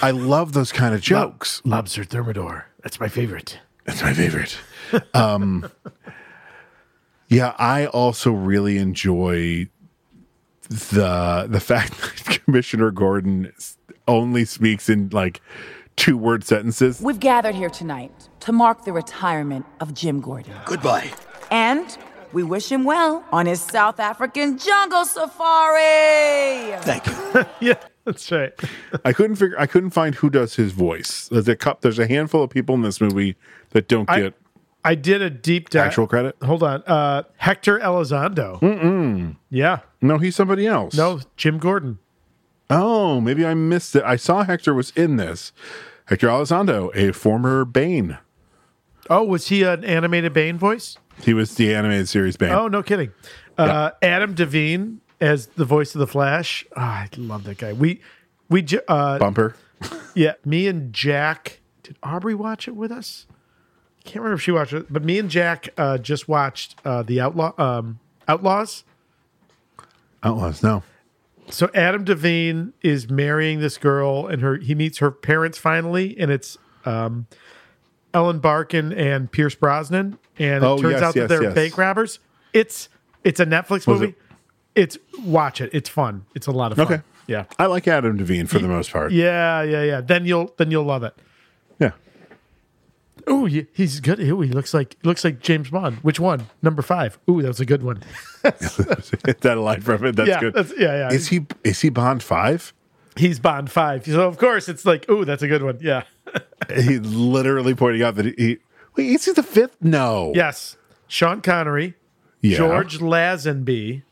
Speaker 2: i love those kind of jokes
Speaker 3: Lobster Thermidor. That's my favorite.
Speaker 2: that's my favorite. Um, yeah, I also really enjoy the the fact that Commissioner Gordon s- only speaks in like two word sentences.
Speaker 12: We've gathered here tonight to mark the retirement of Jim Gordon.
Speaker 4: Goodbye.
Speaker 12: And we wish him well on his South African jungle safari.
Speaker 4: Thank you.
Speaker 3: Yeah, that's right.
Speaker 2: I couldn't figure. I couldn't find who does his voice. There's a cup. There's a handful of people in this movie that don't
Speaker 3: I-
Speaker 2: get
Speaker 3: I did a deep dive.
Speaker 2: actual credit.
Speaker 3: Hold on. Uh, Hector Elizondo. Mm-mm. Yeah.
Speaker 2: No, he's somebody else.
Speaker 3: No, Jim Gordon.
Speaker 2: Oh, maybe I missed it. I saw Hector was in this. Hector Elizondo, a former Bane.
Speaker 3: Oh, was he an animated Bane voice?
Speaker 2: He was the animated series Bane.
Speaker 3: Oh, no kidding. Uh, Adam Devine as the voice of the Flash. Ah, I love that guy. We, we, ju- uh,
Speaker 2: Bumper.
Speaker 3: yeah, me and Jack. Did Aubrey watch it with us? Can't remember if she watched it, but me and Jack uh, just watched uh, the Outlaw um, Outlaws.
Speaker 2: Outlaws. Oh, No.
Speaker 3: So Adam Devine is marrying this girl, and her he meets her parents finally, and it's um, Ellen Barkin and Pierce Brosnan, and it
Speaker 2: Oh,
Speaker 3: turns
Speaker 2: yes,
Speaker 3: out
Speaker 2: yes,
Speaker 3: that they're
Speaker 2: yes.
Speaker 3: bank robbers. It's it's a Netflix
Speaker 2: Was
Speaker 3: movie.
Speaker 2: it-
Speaker 3: It's watch it. It's fun. It's a lot of fun.
Speaker 2: Okay.
Speaker 3: Yeah.
Speaker 2: I like Adam Devine for the most part.
Speaker 3: Yeah. Yeah. Yeah. Then you'll then you'll love it.
Speaker 2: Yeah.
Speaker 3: Ooh, he- he's good. Ooh, he looks like looks like James Bond. Which one? Number five. Ooh, that was a good one.
Speaker 2: that line from it. That's
Speaker 3: yeah,
Speaker 2: good.
Speaker 3: That's, yeah. Yeah.
Speaker 2: Is he is he Bond five?
Speaker 3: he's Bond five. So of course it's like, ooh, that's a good one. Yeah.
Speaker 2: He's literally pointing out that he, he- wait, is he the fifth? No.
Speaker 3: Yes. Sean Connery,
Speaker 2: Yeah. Uh,
Speaker 3: George Lazenby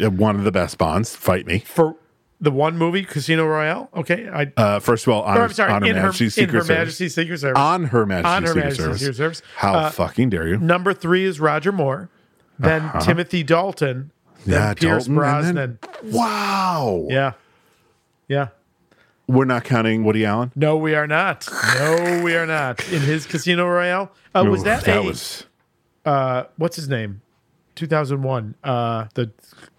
Speaker 2: One of the best Bonds. Fight me.
Speaker 3: for the one movie, Casino Royale. Okay. I,
Speaker 2: Uh, first of all,
Speaker 3: or
Speaker 2: honor,
Speaker 3: I'm sorry,
Speaker 2: honor
Speaker 3: in, her,
Speaker 2: Majesty's
Speaker 3: in
Speaker 2: Secret
Speaker 3: Her
Speaker 2: Service.
Speaker 3: Majesty's Secret Service.
Speaker 2: on her Majesty's,
Speaker 3: On Her
Speaker 2: Secret,
Speaker 3: Majesty's
Speaker 2: Service.
Speaker 3: Secret Service.
Speaker 2: How
Speaker 3: Uh,
Speaker 2: fucking dare you?
Speaker 3: Number three is Roger Moore, then Timothy Dalton, then
Speaker 2: Uh-huh. Yeah,
Speaker 3: Pierce
Speaker 2: Dalton, and
Speaker 3: Brosnan,
Speaker 2: then- Wow.
Speaker 3: Yeah. Yeah.
Speaker 2: We're not counting Woody Allen.
Speaker 3: No, we are not. No, we are not. In his Casino Royale, uh, was
Speaker 2: Ooh,
Speaker 3: that,
Speaker 2: that
Speaker 3: a,
Speaker 2: was-
Speaker 3: uh, what's his name? 2001. Uh, the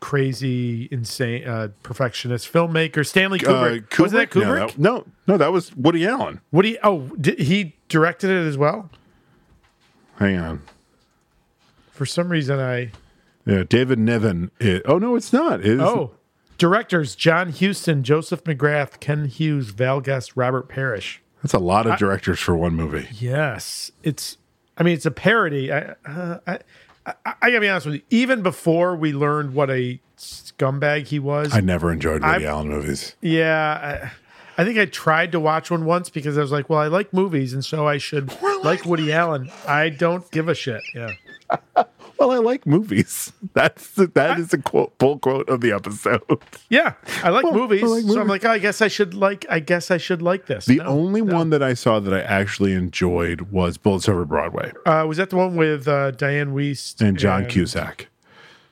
Speaker 3: crazy, insane, uh, perfectionist filmmaker Stanley Kubrick.
Speaker 2: Uh,
Speaker 3: Wasn't that
Speaker 2: Kubrick? No,
Speaker 3: Kubrick?
Speaker 2: that- No, no, that was Woody Allen.
Speaker 3: Woody. Oh, did, he directed it as well.
Speaker 2: Hang on.
Speaker 3: For some reason, I
Speaker 2: Yeah, David Niven. i- oh no, it's not. It's,
Speaker 3: oh directors John Huston, Joseph McGrath, Ken Hughes, Val Guest, Robert Parrish.
Speaker 2: that's a lot of
Speaker 3: I-
Speaker 2: directors for one movie.
Speaker 3: Yes, it's. I mean, it's a parody. I, uh, I, I, I gotta be honest with you. Even before we learned what a scumbag he was,
Speaker 2: I never enjoyed Woody
Speaker 3: I-
Speaker 2: Allen movies.
Speaker 3: Yeah, I, I think I tried to watch one once because I was like, well, I like movies, and so I should like Woody Allen. I don't give a shit. Yeah.
Speaker 2: Well, I like movies. That's the, that is the quote, full quote of the episode.
Speaker 3: Yeah, I like, movies,
Speaker 2: like
Speaker 3: so I'm like, oh, I guess I should like. I guess I should like this.
Speaker 2: The
Speaker 3: No.
Speaker 2: only one that I saw that I actually enjoyed was Bullets Over Broadway
Speaker 3: uh, was that the one with uh, Diane Weist
Speaker 2: and John Cusack.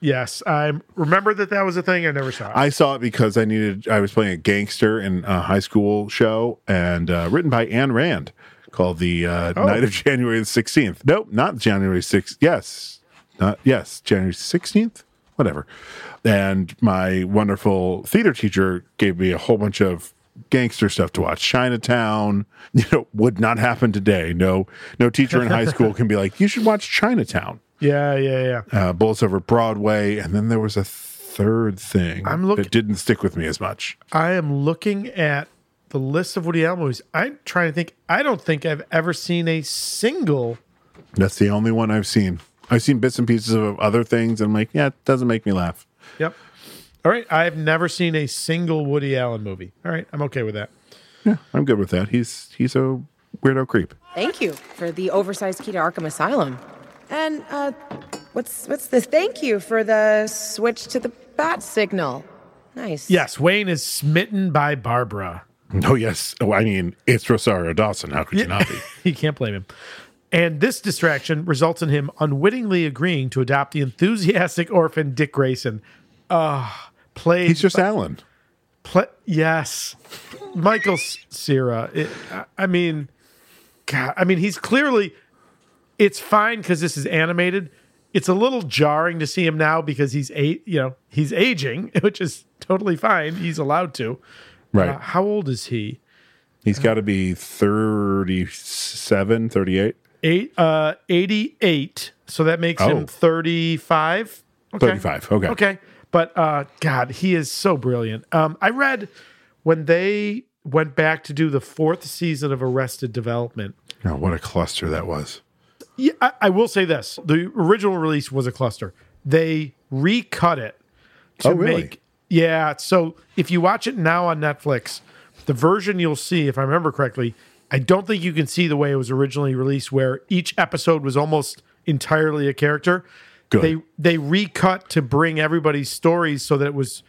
Speaker 3: Yes, I remember that that was a thing. I never saw. It.
Speaker 2: I saw it because I needed. I was playing a gangster in a high school show, and uh, written by Anne Rand, called "The uh,
Speaker 3: Oh.
Speaker 2: Night of January the Sixteenth. Nope, not January sixth. Yes, not yes, January sixteenth. Whatever. And my wonderful theater teacher gave me a whole bunch of gangster stuff to watch. Chinatown, you know, would not happen today. No, no teacher in high school can be like, you should watch Chinatown.
Speaker 3: yeah, yeah, yeah.
Speaker 2: Uh, Bullets over Broadway, and then there was a third thing
Speaker 3: I'm look-
Speaker 2: that didn't stick with me as much.
Speaker 3: I am looking at the list of Woody Allen movies. I'm trying to think. I don't think I've ever seen a single.
Speaker 2: That's the only one I've seen. I've seen bits and pieces of other things, and I'm like, yeah, it doesn't make me laugh.
Speaker 3: Yep. All right, I've never seen a single Woody Allen movie. All right, I'm okay with that.
Speaker 2: I'm good with that. He's he's a weirdo creep.
Speaker 13: Thank you for the oversized key to Arkham Asylum. And uh what's what's this? Thank you for the switch to the bat signal. Nice.
Speaker 3: Yes, Wayne is smitten by Barbara.
Speaker 2: Oh yes, oh, I mean it's Rosario Dawson. How could you not be?
Speaker 3: you can't blame him. And this distraction results in him unwittingly agreeing to adopt the enthusiastic orphan Dick Grayson. Ah, played.
Speaker 2: He's just
Speaker 3: by-
Speaker 2: Alan.
Speaker 3: Pla yes, Michael S- Cera. It, I- I mean, God, I mean, he's clearly. It's fine because this is animated. It's a little jarring to see him now because he's eight. You know, he's aging, which is totally fine. He's allowed to.
Speaker 2: Right.
Speaker 3: Uh, how old is he?
Speaker 2: He's got to be 37, 38,
Speaker 3: Eight, uh, 88. So that makes
Speaker 2: Oh.
Speaker 3: him 35.
Speaker 2: 35. Okay.
Speaker 3: Okay. But uh, God, he is so brilliant. Um, I read when they went back to do the fourth season of Arrested Development.
Speaker 2: Oh, what a cluster that was.
Speaker 3: Yeah, I, I will say this: the original release was a cluster. They recut it to
Speaker 2: Oh, really?
Speaker 3: make yeah. So if you watch it now on Netflix, the version you'll see, if I remember correctly, I don't think you can see the way it was originally released, where each episode was almost entirely a character.
Speaker 2: Good.
Speaker 3: They they recut to bring everybody's stories so that it was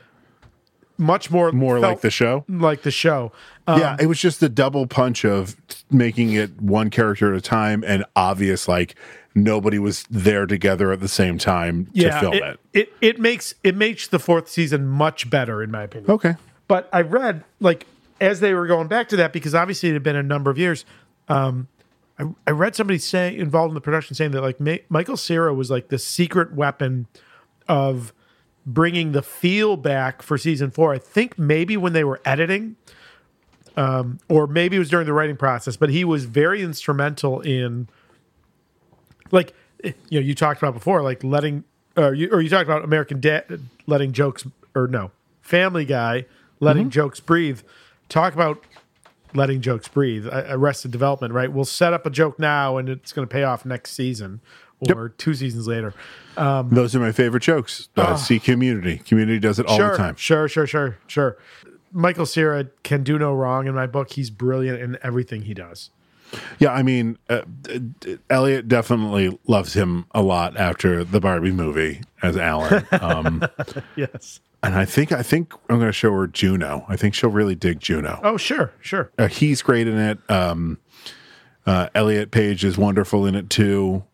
Speaker 3: much more
Speaker 2: More
Speaker 3: felt
Speaker 2: like the show.
Speaker 3: like the show.
Speaker 2: yeah, it was just the double punch of making it one character at a time and obvious like nobody was there together at the same time to film it.
Speaker 3: it, it it makes it makes the fourth season much better in my opinion.
Speaker 2: Okay.
Speaker 3: But I read like as they were going back to that because obviously it had been a number of years. Um, I, I read somebody say involved in the production saying that like Ma- Michael Cera was like the secret weapon of bringing the feel back for season four. I think maybe when they were editing, um, or maybe it was during the writing process, but he was very instrumental in like eh, you know you talked about before like letting or you, or you talked about american dad letting jokes or no family guy letting
Speaker 2: Mm-hmm.
Speaker 3: jokes breathe talk about letting jokes breathe uh, arrested development right we'll set up a joke now and it's going to pay off next season or two seasons later um,
Speaker 2: Those are my favorite jokes. Uh, see Community. Community does it all
Speaker 3: sure,
Speaker 2: the time.
Speaker 3: sure sure sure sure michael Cera can do no wrong in my book he's brilliant in everything he does
Speaker 2: Yeah, I mean, uh, d- d- Elliot definitely loves him a lot after the Barbie movie as Alan. Um,
Speaker 3: yes
Speaker 2: and I think I think I'm going to show her Juno. I think she'll really dig Juno.
Speaker 3: oh sure sure
Speaker 2: Uh, he's great in it. Um, uh,
Speaker 3: Uh,
Speaker 2: Elliot Page is wonderful in it too.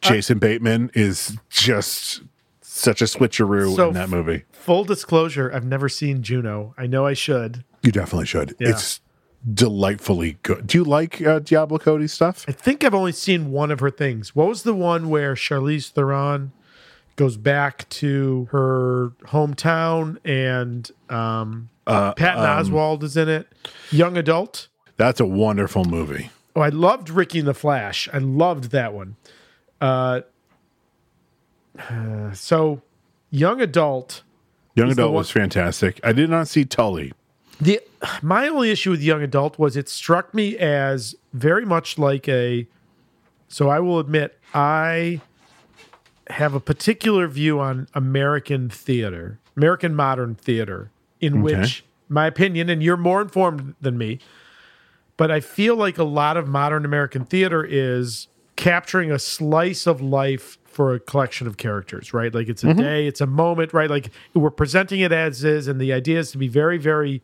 Speaker 2: Jason Bateman is just such a switcheroo
Speaker 3: So
Speaker 2: in that
Speaker 3: f-
Speaker 2: movie.
Speaker 3: Full disclosure, I've never seen Juno. I know I should.
Speaker 2: You definitely should.
Speaker 3: Yeah.
Speaker 2: It's delightfully good. Do you like uh, Diablo Cody stuff?
Speaker 3: I think I've only seen one of her things. What was the one where Charlize Theron goes back to her hometown and um,
Speaker 2: Uh,
Speaker 3: Patton
Speaker 2: um,
Speaker 3: Oswald is in it? Young adult.
Speaker 2: That's a wonderful movie.
Speaker 3: Oh, I loved Ricky and the Flash. I loved that one. Uh, uh, so, young adult.
Speaker 2: Young
Speaker 3: is the
Speaker 2: Adult
Speaker 3: one-
Speaker 2: was fantastic. I did not see Tully.
Speaker 3: The my only issue with Young Adult was it struck me as very much like a. So I will admit I have a particular view on American theater, American modern theater, in
Speaker 2: Okay.
Speaker 3: which my opinion, and you're more informed than me, but I feel like a lot of modern American theater is capturing a slice of life for a collection of characters, right? Like it's a
Speaker 2: Mm-hmm.
Speaker 14: Mhm.
Speaker 3: day, it's a moment, right? Like we're presenting it as is, and the idea is to be very, very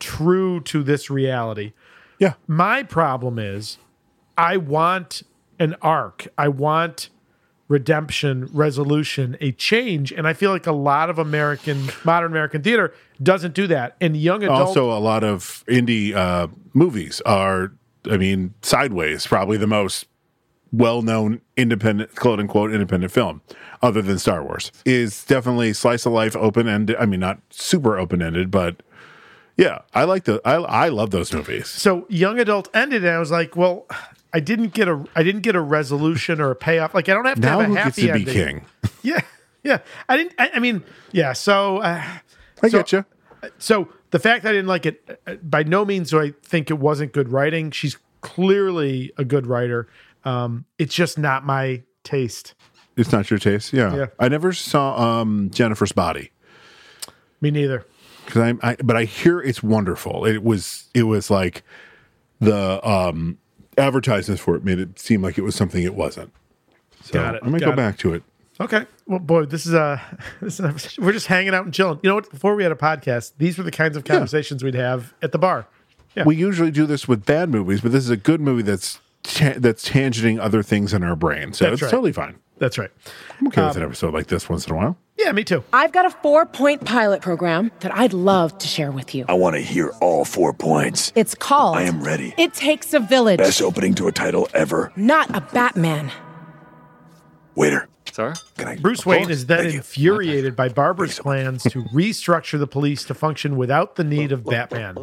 Speaker 3: true to this reality.
Speaker 2: Yeah.
Speaker 3: My problem is I want an arc. I want redemption, resolution, a change. And I feel like a lot of American, modern American theater doesn't do that. And young adult.
Speaker 2: Also, a lot of indie uh, movies are, I mean, Sideways, probably the most well known independent, quote unquote, independent film, other than Star Wars, is definitely slice of life, open ended. I mean, not super open ended, but yeah, I like the, I, I love those movies.
Speaker 3: so young adult ended and I was like, well, I didn't get a I didn't get a resolution or a payoff. Like I don't have to
Speaker 2: Now
Speaker 3: have
Speaker 2: who
Speaker 3: a
Speaker 2: gets
Speaker 3: happy
Speaker 2: to be
Speaker 3: ending.
Speaker 2: king?
Speaker 3: Yeah. Yeah. I didn't I, I mean, yeah, so uh,
Speaker 2: I get you.
Speaker 3: So the fact that I didn't like it uh, by no means do I think it wasn't good writing. She's clearly a good writer. Um it's just not my taste.
Speaker 2: It's not your taste. Yeah.
Speaker 3: Yeah.
Speaker 2: I never saw um, Jennifer's Body.
Speaker 3: Me neither.
Speaker 2: because I'm, I, but I hear it's wonderful. It was, it was like the um advertisements for it made it seem like it was something it wasn't. So
Speaker 3: Got it,
Speaker 2: I'm gonna
Speaker 3: got
Speaker 2: go
Speaker 3: it.
Speaker 2: back to it.
Speaker 3: Okay. Well, boy, this is uh this is, we're just hanging out and chilling. You know what? Before we had a podcast, these were the kinds of conversations we'd have at the bar. Yeah.
Speaker 2: We usually do this with bad movies, but this is a good movie that's ta- that's tangenting other things in our brain, so
Speaker 3: That's
Speaker 2: it's
Speaker 3: right. Um,
Speaker 2: totally fine.
Speaker 3: That's right.
Speaker 2: I'm okay with an episode like this once in a while.
Speaker 3: Yeah, me too.
Speaker 13: I've got a four point pilot program that I'd love to share with you.
Speaker 4: I want to hear all four points.
Speaker 13: It's called
Speaker 4: I am ready.
Speaker 13: It Takes a Village,
Speaker 4: Best opening to a title ever.
Speaker 13: not a Batman.
Speaker 4: Waiter.
Speaker 7: Sorry?
Speaker 4: Can I?
Speaker 3: Bruce
Speaker 4: Of
Speaker 3: Wayne
Speaker 4: course.
Speaker 3: is then infuriated by Barbara's plans to restructure the police to function without the need of Batman.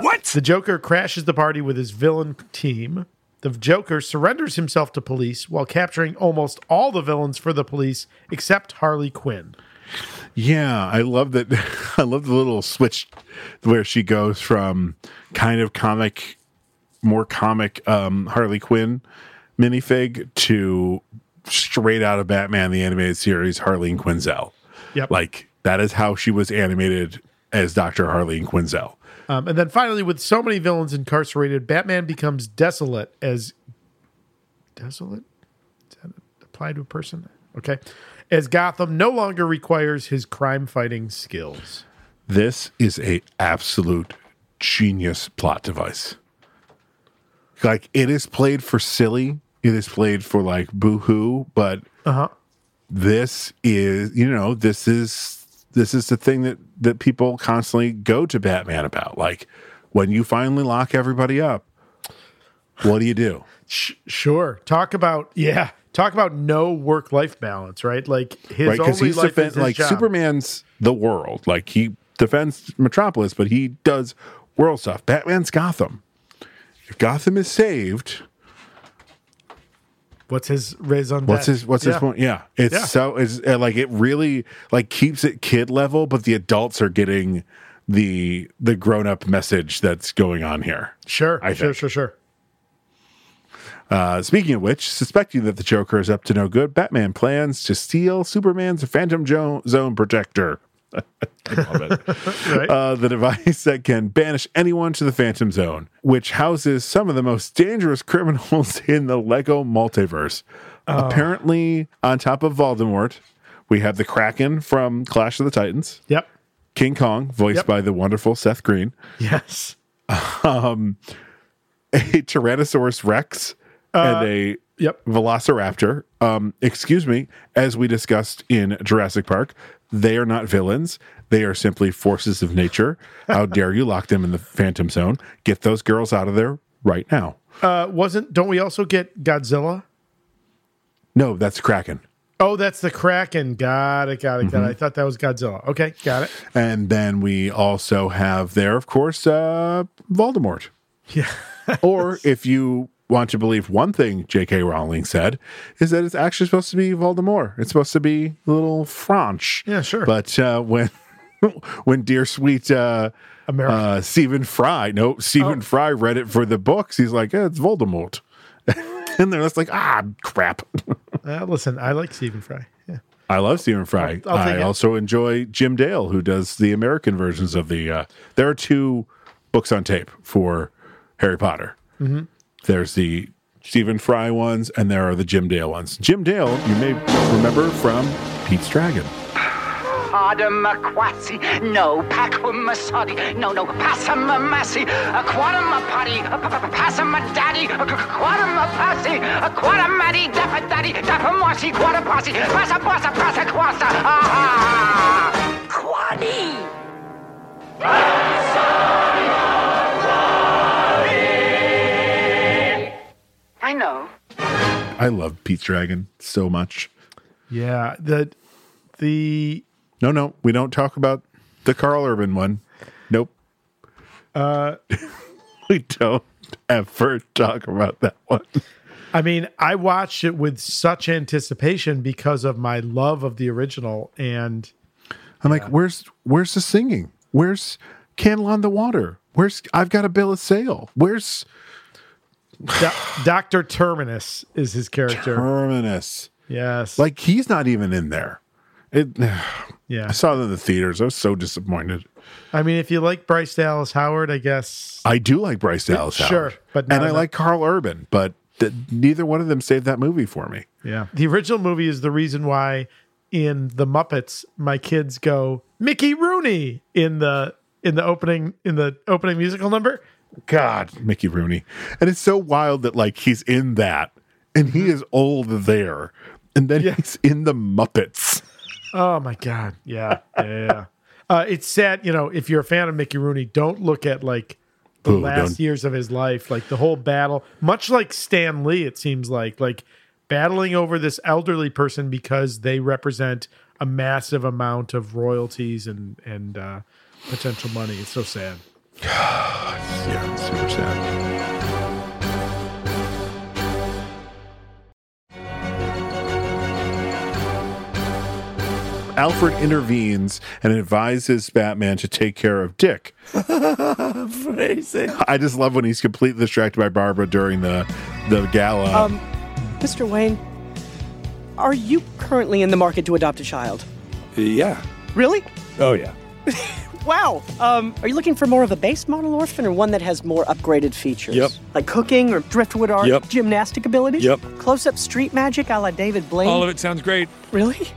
Speaker 4: what?
Speaker 3: The Joker crashes the party with his villain team. The Joker surrenders himself to police while capturing almost all the villains for the police except Harley Quinn.
Speaker 2: Yeah, I love that. I love the little switch where she goes from kind of comic, more comic um, Harley Quinn minifig to straight out of Batman the animated series Harleen Quinzel.
Speaker 3: Yep.
Speaker 2: Like that is how she was animated as Doctor Harleen Quinzel.
Speaker 3: Um, and then finally, with so many villains incarcerated, Batman becomes desolate as desolate. Does that apply to a person? Okay, as Gotham no longer requires his crime-fighting skills.
Speaker 2: This is a absolute genius plot device. Like it is played for silly. It is played for like boohoo, but
Speaker 3: Uh huh.
Speaker 2: this is you know this is this is the thing that that people constantly go to batman about like when you finally lock everybody up what do you do
Speaker 3: Sh- sure. Talk about yeah. Talk about no work-life balance, right? Like his
Speaker 2: right
Speaker 3: only
Speaker 2: he's
Speaker 3: life
Speaker 2: defen-
Speaker 3: is his
Speaker 2: like
Speaker 3: job.
Speaker 2: superman's the world like he defends metropolis but he does world stuff batman's gotham if gotham is saved
Speaker 3: What's his raison?
Speaker 2: What's
Speaker 3: d'etre?
Speaker 2: his What's his point? Yeah, it's
Speaker 3: Yeah.
Speaker 2: so it's uh, like it really like keeps it kid level, but the adults are getting the the grown up message that's going on here.
Speaker 3: Sure.
Speaker 2: I
Speaker 3: sure.
Speaker 2: think.
Speaker 3: Sure. Sure.
Speaker 2: Uh, speaking of which, suspecting that the Joker is up to no good, Batman plans to steal Superman's Phantom jo- Zone protector. I love it. uh, the device that can banish anyone to the Phantom Zone, which houses some of the most dangerous criminals in the Lego multiverse. Apparently, on top of Voldemort, we have the Kraken from Clash of the Titans.
Speaker 3: Yep.
Speaker 2: King Kong, voiced
Speaker 3: Yep.
Speaker 2: by the wonderful Seth Green.
Speaker 3: Yes.
Speaker 2: Um, a Tyrannosaurus Rex and a
Speaker 3: Yep.
Speaker 2: Velociraptor. Um, excuse me, as we discussed in Jurassic Park, they are not villains. They are simply forces of nature. How dare you lock them in the Phantom Zone? Get those girls out of there right now.
Speaker 3: Uh, wasn't? Don't we also get Godzilla?
Speaker 2: No, that's Kraken.
Speaker 3: Oh, that's the Kraken. Got it. Got it. Got it. I thought that was Godzilla. Okay, got it.
Speaker 2: And then we also have there, of course, uh, Voldemort. Yeah. or if you want to believe one thing J.K. Rowling said, is that it's actually supposed to be Voldemort. It's supposed to be little Franch.
Speaker 3: Yeah, sure.
Speaker 2: But uh, when when dear sweet uh,
Speaker 3: America.
Speaker 2: uh, Stephen Fry, no, Stephen
Speaker 3: Oh.
Speaker 2: Fry read it for the books, he's like, eh, it's Voldemort. and they're just like, ah, crap.
Speaker 3: Uh, listen, I like Stephen Fry. Yeah.
Speaker 2: I love Stephen Fry.
Speaker 3: I'll- I'll
Speaker 2: I
Speaker 3: take it.
Speaker 2: also enjoy Jim Dale, who does the American versions of the. Uh, there are two books on tape for Harry Potter.
Speaker 3: Mhm.
Speaker 2: There's the Stephen Fry ones, and there are the Jim Dale ones. Jim Dale, you may remember from Pete's Dragon.
Speaker 14: Adam Akwasi, no, Pakwam Masadi, no, no, Passam Massi, Aquatum Apati, Passam Daddy, Aquatum Apasi, Aquatum Madi, Dappa Daddy, Dappa Marsi, Quata Posse, Passa Passa Passa Quasa, Aha! Quadi! I know.
Speaker 2: I love Pete's Dragon so much.
Speaker 3: Yeah. The the
Speaker 2: No, no, we don't talk about the Carl Urban one. Nope.
Speaker 3: uh,
Speaker 2: We don't ever talk about that one.
Speaker 3: I mean, I watched it with such anticipation because of my love of the original, and
Speaker 2: I'm like, where's where's the singing? Where's Candle on the Water? Where's I've got a bill of sale? Where's
Speaker 3: Doctor Terminus is his character.
Speaker 2: Terminus?
Speaker 3: Yes,
Speaker 2: Like he's not even in there. It,
Speaker 3: Yeah.
Speaker 2: I saw it in the theaters. I was so disappointed.
Speaker 3: I mean, if you like Bryce Dallas Howard, I guess
Speaker 2: I do like Bryce Dallas,
Speaker 3: Sure,
Speaker 2: Howard.
Speaker 3: but not
Speaker 2: and I
Speaker 3: enough.
Speaker 2: like Carl Urban, but th- neither one of them saved that movie for me.
Speaker 3: Yeah. The original movie is the reason why in The Muppets my kids go Mickey Rooney in the in the opening in the opening musical number.
Speaker 2: God, Mickey Rooney. And it's so wild that like he's in that and
Speaker 3: Mm-hmm.
Speaker 2: he is old there. And then he's in the Muppets.
Speaker 3: Oh my god. Yeah. Yeah. yeah. uh, it's sad, you know, if you're a fan of Mickey Rooney, don't look at like the
Speaker 2: Ooh,
Speaker 3: last
Speaker 2: don't.
Speaker 3: years of his life, like the whole battle, much like Stan Lee it seems like, like battling over this elderly person because they represent a massive amount of royalties and and uh, potential money. It's so sad.
Speaker 2: Yeah, it's super sad. Alfred intervenes and advises Batman to take care of Dick. I just love when he's completely distracted by Barbara during the the gala.
Speaker 15: Um, Mr. Wayne, are you currently in the market to adopt a child?
Speaker 16: Yeah.
Speaker 15: Really?
Speaker 16: Oh, yeah.
Speaker 15: Wow. Um, are you looking for more of a base model orphan or one that has more upgraded features?
Speaker 16: Yep.
Speaker 15: Like cooking or driftwood art,
Speaker 16: Yep.
Speaker 15: gymnastic abilities?
Speaker 16: Yep.
Speaker 15: Close up street magic a la David Blaine?
Speaker 16: All of it sounds great.
Speaker 15: Really?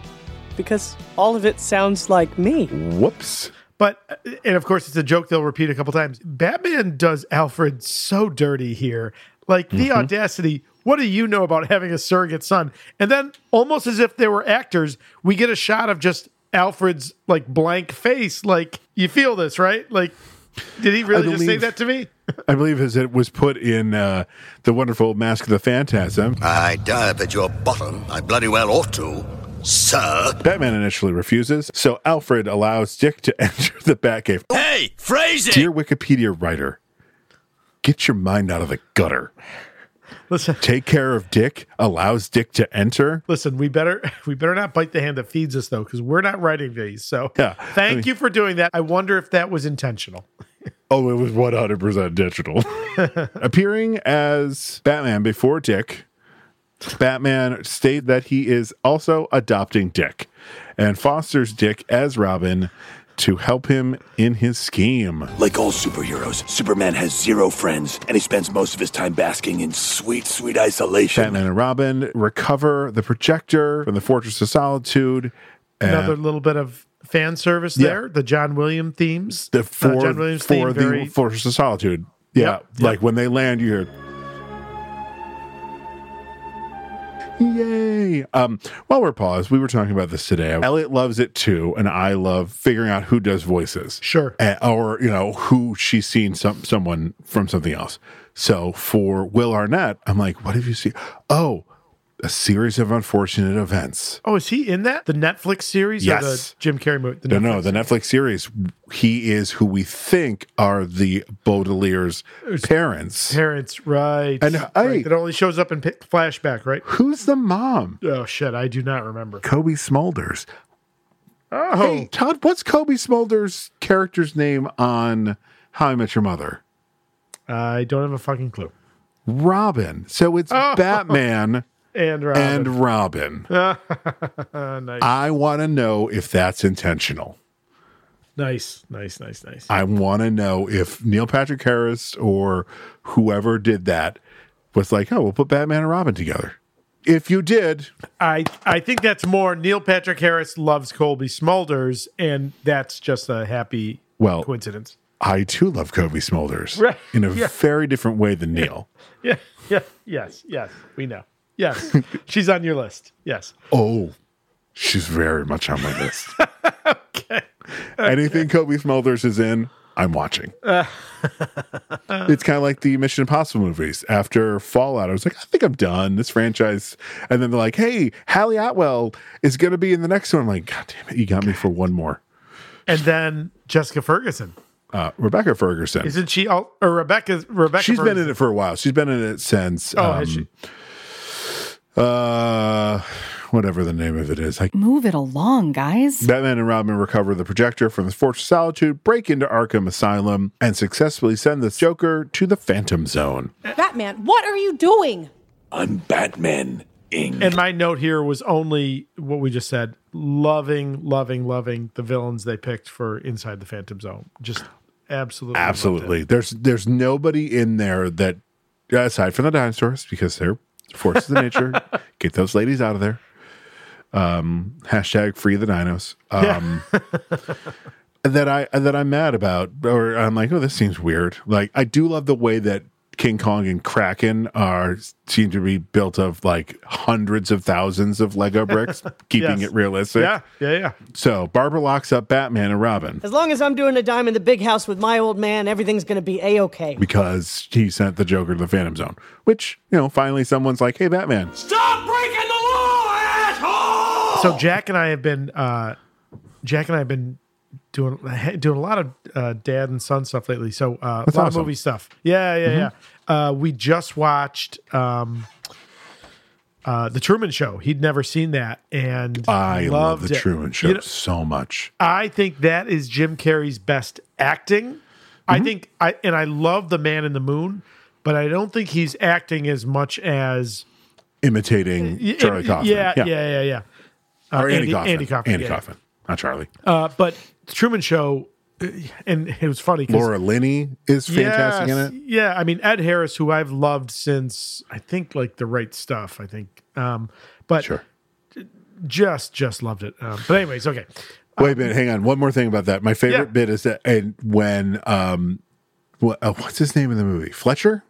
Speaker 15: Because all of it sounds like me.
Speaker 2: Whoops.
Speaker 3: But uh, and of course it's a joke they'll repeat a couple times. Batman does Alfred so dirty here. Like the
Speaker 2: Mm-hmm.
Speaker 3: audacity. What do you know about having a surrogate son? And then almost as if they were actors, we get a shot of just Alfred's like blank face. Like you feel this, right? Like did he really just say
Speaker 2: believe-
Speaker 3: that to me?
Speaker 2: I believe as it was put in uh, the wonderful Mask of the Phantasm.
Speaker 17: I dive at your bottom. I bloody well ought to, sir.
Speaker 2: Batman initially refuses, so Alfred allows Dick to enter the Batcave.
Speaker 17: Hey, phrase
Speaker 2: Dear Wikipedia writer, get your mind out of the gutter.
Speaker 3: Listen.
Speaker 2: Take care of Dick allows Dick to enter.
Speaker 3: Listen, we better we better not bite the hand that feeds us though, because we're not writing these. So
Speaker 2: Yeah.
Speaker 3: thank
Speaker 2: I mean-
Speaker 3: you for doing that. I wonder if that was intentional.
Speaker 2: Oh, it was 100% digital. Appearing as Batman before Dick, Batman stated that he is also adopting Dick and fosters Dick as Robin to help him in his scheme.
Speaker 4: Like all superheroes, Superman has zero friends, and he spends most of his time basking in sweet, sweet isolation.
Speaker 2: Batman and Robin recover the projector from the Fortress of Solitude. and-
Speaker 3: another little bit of fan service
Speaker 2: Yeah.
Speaker 3: there. The John William themes.
Speaker 2: the
Speaker 3: Uh,
Speaker 2: for,
Speaker 3: John Williams
Speaker 2: for
Speaker 3: theme.
Speaker 2: the
Speaker 3: very,
Speaker 2: Fortress of Solitude. Yeah,
Speaker 3: Yep, yep.
Speaker 2: like when they land, you hear Yay! Um, while we're paused, we were talking about this today. Elliot loves it too, and I love figuring out who does voices.
Speaker 3: Sure.
Speaker 2: Uh, or, you know, who she's seen some someone from something else. So for Will Arnett, I'm like, what have you seen? Oh, a series of unfortunate events.
Speaker 3: Oh, is he in that? The Netflix series or the
Speaker 2: Yes.
Speaker 3: Jim Carrey movie? The
Speaker 2: No,
Speaker 3: Netflix-
Speaker 2: no, the Netflix series. He is who we think are the Baudelaire's parents.
Speaker 3: Parents, right. And right. It only shows up in pi flashback, right?
Speaker 2: Who's the mom?
Speaker 3: Oh, shit. I do not remember.
Speaker 2: Kobe Smolders.
Speaker 3: Oh.
Speaker 2: Hey, Todd, what's Kobe Smolders' character's name on How I Met Your Mother?
Speaker 3: I don't have a fucking clue.
Speaker 2: Robin. So it's
Speaker 3: Oh.
Speaker 2: Batman
Speaker 3: And uh, Robin.
Speaker 2: and Robin.
Speaker 3: nice.
Speaker 2: I want to know if that's intentional.
Speaker 3: nice. Nice, nice, nice.
Speaker 2: I want to know if Neil Patrick Harris or whoever did that was like, oh, we'll put Batman and Robin together. If you did,
Speaker 3: I, I think that's more Neil Patrick Harris loves Colby Smulders, and that's just a happy
Speaker 2: Well-
Speaker 3: coincidence.
Speaker 2: I too love Kobe Smolders
Speaker 3: Right.
Speaker 2: in a
Speaker 3: Yeah.
Speaker 2: very different way than Neil.
Speaker 3: Yeah, yeah, yes, yes. We know. Yes, she's on your list. Yes.
Speaker 2: Oh, she's very much on my list. okay. Anything Kobe Smulders is in, I'm watching.
Speaker 3: Uh,
Speaker 2: it's kind of like the Mission Impossible movies. After Fallout, I was like, I think I'm done this franchise. And then they're like, Hey, Hallie Atwell is going to be in the next one. I'm like, God damn it, you got me for one more.
Speaker 3: and then Jessica Ferguson.
Speaker 2: Uh, Rebecca Ferguson.
Speaker 3: Isn't she? All, or Rebecca? Rebecca.
Speaker 2: She's
Speaker 3: Ferguson.
Speaker 2: been in it for a while. She's been in it since. um,
Speaker 3: Oh, has she?
Speaker 2: Uh, whatever the name of it is. I
Speaker 10: Move it along, guys.
Speaker 2: Batman and Robin recover the projector from the Fortress of Solitude, break into Arkham Asylum, and successfully send the Joker to the Phantom Zone.
Speaker 16: Batman, what are you doing?
Speaker 3: I'm Batman. Inc. And my note here was only what we just said: loving, loving, loving the villains they picked for Inside the Phantom Zone. Just absolutely, loved it.
Speaker 2: Absolutely. There's there's nobody in there that aside from the dinosaurs because they're forces of nature. Get those ladies out of there. Um, hashtag free the dinos. Um, that I that I'm mad about, or I'm like, oh, this seems weird. Like I do love the way that King Kong and Kraken are seem to be built of like hundreds of thousands of Lego bricks, keeping
Speaker 3: Yes.
Speaker 2: it realistic.
Speaker 3: Yeah, yeah, yeah.
Speaker 2: So Barbara locks up Batman and Robin.
Speaker 16: As long as I'm doing a dime in the big house with my old man, everything's going to be a okay.
Speaker 2: because he sent the Joker to the Phantom Zone, which, you know, finally someone's like, hey, Batman.
Speaker 14: Stop breaking the law, asshole!
Speaker 2: Oh.
Speaker 3: So Jack and I have been uh, Jack and I have been doing doing a lot of uh, dad and son stuff lately. So uh, a lot
Speaker 2: That's
Speaker 3: of
Speaker 2: awesome.
Speaker 3: movie stuff. Yeah, yeah,
Speaker 2: Mhm.
Speaker 3: yeah. Uh, we just watched um, uh, the Truman Show. He'd never seen that, and
Speaker 2: I love
Speaker 3: loved
Speaker 2: the
Speaker 3: it.
Speaker 2: Truman Show
Speaker 3: You know,
Speaker 2: so much.
Speaker 3: I think that is Jim Carrey's best acting. I
Speaker 2: Mm-hmm.
Speaker 3: think I and I love the Man in the Moon, but I don't think he's acting as much as
Speaker 2: Imitating Charlie Kaufman.
Speaker 3: Yeah, yeah, yeah, yeah. Uh,
Speaker 2: or Andy, Kaufman.
Speaker 3: Andy Kaufman.
Speaker 2: Andy
Speaker 3: yeah.
Speaker 2: Kaufman, not Charlie.
Speaker 3: Uh, but the Truman Show, uh, and it was funny. 'cause-
Speaker 2: Laura Linney is fantastic
Speaker 3: Yes,
Speaker 2: in it.
Speaker 3: Yeah, I mean Ed Harris, who I've loved since I think like the right stuff. I think, um, but j- just just loved it. Um, but anyways, okay.
Speaker 2: Wait a minute, hang on. One more thing about that. My favorite
Speaker 3: Yeah.
Speaker 2: bit is that, and when, um, what, uh, what's his name in the movie? Fletcher?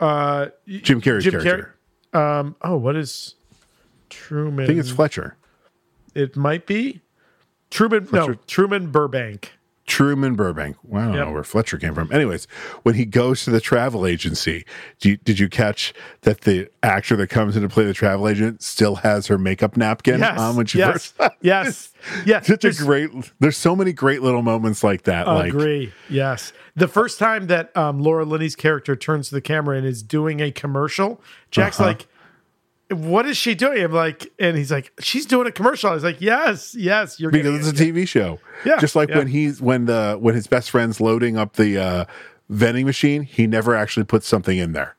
Speaker 3: Uh,
Speaker 2: Jim Carrey's character.
Speaker 3: Carrey. Um, oh, what is Truman?
Speaker 2: I think it's Fletcher.
Speaker 3: It might be Truman. No,
Speaker 2: Fletcher.
Speaker 3: Truman Burbank.
Speaker 2: Truman Burbank. Wow, I don't
Speaker 3: Yep.
Speaker 2: know where Fletcher came from. Anyways, when he goes to the travel agency, do you, did you catch that the actor that comes in to play the travel agent still has her makeup napkin
Speaker 3: Yes,
Speaker 2: on when she
Speaker 3: yes,
Speaker 2: first?
Speaker 3: yes, yes.
Speaker 2: Such a
Speaker 3: There's-
Speaker 2: great. There's so many great little moments like that. Like
Speaker 3: Agree. yes. The first time that um, Laura Linney's character turns to the camera and is doing a commercial, Jack's
Speaker 2: Uh-huh.
Speaker 3: like, "What is she doing?" I'm like, and he's like, "She's doing a commercial." I was like, "Yes, yes, you're
Speaker 2: because
Speaker 3: getting
Speaker 2: it's a
Speaker 3: it."
Speaker 2: TV show.
Speaker 3: Yeah,
Speaker 2: Just like
Speaker 3: yeah.
Speaker 2: when he's when the when his best friend's loading up the uh, vending machine, he never actually puts something in there.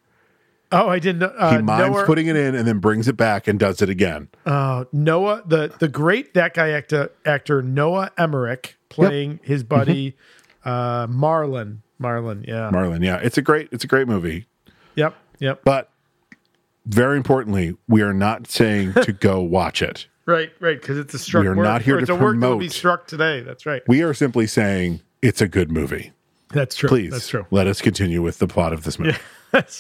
Speaker 3: Oh, I didn't. know- Uh,
Speaker 2: He mimes
Speaker 3: Noah,
Speaker 2: putting it in and then brings it back and does it again.
Speaker 3: uh, Noah the the great that guy actor actor Noah Emmerich playing his
Speaker 2: Mm-hmm.
Speaker 3: buddy uh, Marlon. Marlon, yeah,
Speaker 2: Marlin. Yeah, it's a great it's a great movie.
Speaker 3: yep, yep.
Speaker 2: But very importantly, we are not saying to go watch it.
Speaker 3: Right, right, because it's a struck.
Speaker 2: We are
Speaker 3: work,
Speaker 2: not here
Speaker 3: or
Speaker 2: to
Speaker 3: it's a work that would be
Speaker 2: promote.
Speaker 3: struck today. That's right.
Speaker 2: We are simply saying it's a good movie.
Speaker 3: That's true.
Speaker 2: Please,
Speaker 3: That's true.
Speaker 2: Let us continue with the plot of this movie.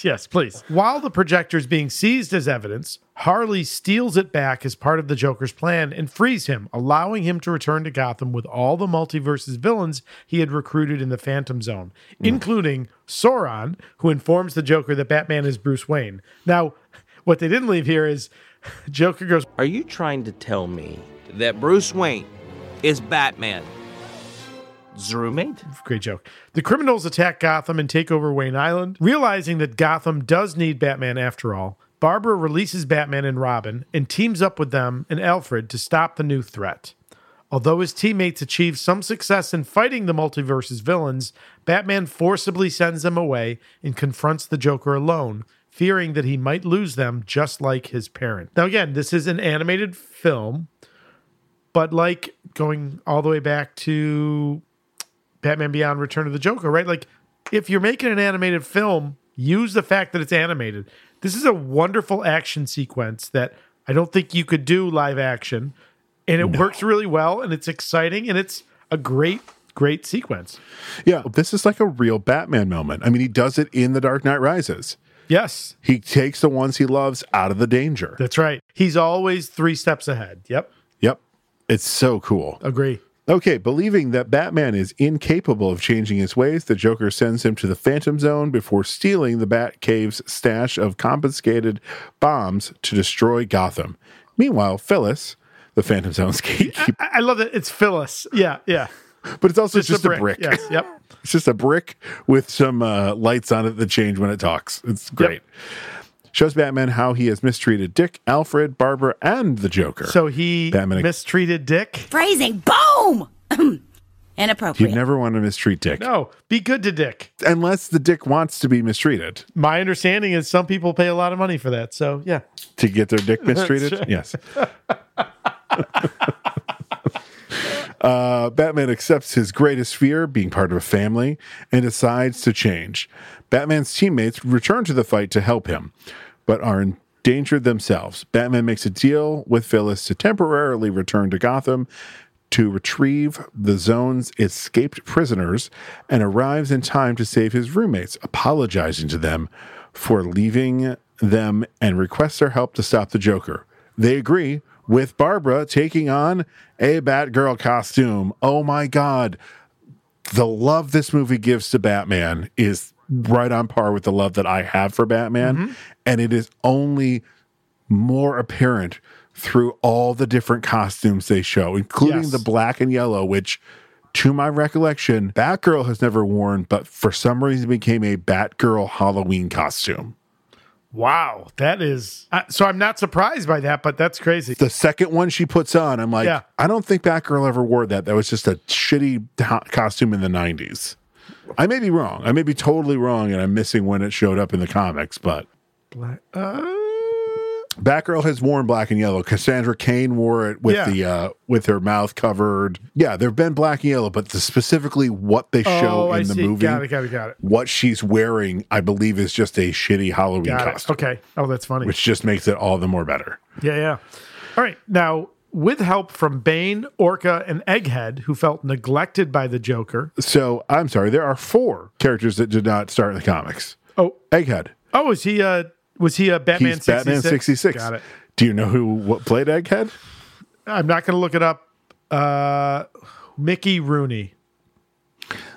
Speaker 3: yes, please. While the projector is being seized as evidence, Harley steals it back as part of the Joker's plan and frees him, allowing him to return to Gotham with all the multiverse's villains he had recruited in the Phantom Zone, including Sauron, who informs the Joker that Batman is Bruce Wayne. Now, what they didn't leave here is Joker goes,
Speaker 18: Are you trying to tell me that Bruce Wayne is Batman? Roommate?
Speaker 3: Great joke. The criminals attack Gotham and take over Wayne Island. Realizing that Gotham does need Batman after all, Barbara releases Batman and Robin and teams up with them and Alfred to stop the new threat. Although his teammates achieve some success in fighting the multiverse's villains, Batman forcibly sends them away and confronts the Joker alone, fearing that he might lose them just like his parent. Now, again, this is an animated film, but like going all the way back to Batman Beyond Return of the Joker, right? Like, if you're making an animated film, use the fact that it's animated. This is a wonderful action sequence that I don't think you could do live action. And it works really well and it's exciting and it's a great, great sequence.
Speaker 2: Yeah, this is like a real Batman moment. I mean, he does it in The Dark Knight Rises.
Speaker 3: Yes.
Speaker 2: He takes the ones he loves out of the danger.
Speaker 3: That's right. He's always three steps ahead. Yep.
Speaker 2: Yep. It's so cool.
Speaker 3: Agree.
Speaker 2: Okay, believing that Batman is incapable of changing his ways, the Joker sends him to the Phantom Zone before stealing the Batcave's stash of confiscated bombs to destroy Gotham. Meanwhile, Phyllis, the Phantom Zone's gatekeeper,
Speaker 3: I, I love that it's Phyllis. Yeah, yeah.
Speaker 2: but it's also Ah, just, a brick.
Speaker 3: Yes, yep.
Speaker 2: it's just a brick with some uh, lights on it that change when it talks. It's great. Shows Batman how he has mistreated Dick, Alfred, Barbara, and the Joker.
Speaker 3: So he
Speaker 2: Batman-
Speaker 3: mistreated Dick.
Speaker 19: Phrasing. Boom! Inappropriate.
Speaker 2: You'd never want to mistreat Dick.
Speaker 3: No, Oh, be good to Dick.
Speaker 2: Unless the Dick wants to be mistreated
Speaker 3: My understanding is some people pay a lot of money for that. So yeah.
Speaker 2: to get their dick
Speaker 3: That's
Speaker 2: mistreated.
Speaker 3: right.
Speaker 2: Yes. Uh, Batman accepts his greatest fear, being part of a family, and decides to change. Batman's teammates return to the fight to help him, but are endangered themselves. Batman makes a deal with Phyllis to temporarily return to Gotham to retrieve the zone's escaped prisoners and arrives in time to save his roommates, apologizing to them for leaving them and requests their help to stop the Joker. They agree with Barbara taking on a Batgirl costume. Oh my God. The love this movie gives to Batman is right on par with the love that I have for Batman. And it is only more apparent through all the different costumes they show, including
Speaker 3: Yes.
Speaker 2: the black and yellow, which to my recollection, Batgirl has never worn, but for some reason became a Batgirl Halloween costume.
Speaker 3: Wow, that is. Uh, so I'm not surprised by that, but that's crazy.
Speaker 2: the second one she puts on, I'm like,
Speaker 3: Yeah.
Speaker 2: I don't think Batgirl ever wore that. That was just a shitty to- costume in the 90s. I may be wrong. I may be totally wrong, and I'm missing when it showed up in the comics, but
Speaker 3: Black. Uh,
Speaker 2: Batgirl has worn black and yellow. Cassandra Kane wore it with
Speaker 3: Yeah.
Speaker 2: the uh, with her mouth covered. Yeah, there have been black and yellow, but the, specifically what they show
Speaker 3: oh,
Speaker 2: in
Speaker 3: I
Speaker 2: the
Speaker 3: see.
Speaker 2: movie,
Speaker 3: Got it. Got it. Got it.
Speaker 2: what she's wearing, I believe is just a shitty Halloween
Speaker 3: Got it.
Speaker 2: costume,
Speaker 3: Okay. Oh, that's funny.
Speaker 2: which just makes it all the more better.
Speaker 3: Yeah, yeah. All right. Now, with help from Bane, Orca, and Egghead, who felt neglected by the Joker.
Speaker 2: So I'm sorry, there are four characters that did not start in the comics.
Speaker 3: Oh,
Speaker 2: Egghead.
Speaker 3: oh, is he a was he a Batman?
Speaker 2: He's Batman 66.
Speaker 3: Got it.
Speaker 2: Do you know who what played Egghead?
Speaker 3: I'm not going to look it up. Uh, Mickey Rooney.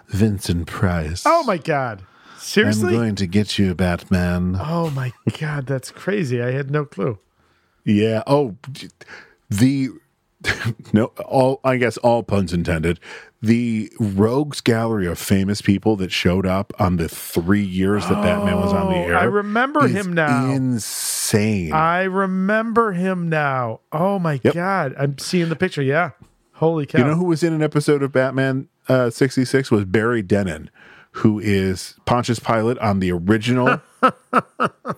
Speaker 2: Vincent Price.
Speaker 3: Oh my God! Seriously?
Speaker 2: to get you, Batman.
Speaker 3: oh my God! That's crazy. I had no clue.
Speaker 2: Yeah. Oh, the no. All I guess all puns intended. The rogues gallery of famous people that showed up on the three years that Batman was on the
Speaker 3: Oh,
Speaker 2: air.
Speaker 3: I remember
Speaker 2: is
Speaker 3: him now.
Speaker 2: Insane.
Speaker 3: I remember him now. Oh my God! I'm seeing the picture. Yeah. Holy cow!
Speaker 2: You know who was in an episode of Batman uh, 66 was Barry Denon, who is Pontius Pilate on the original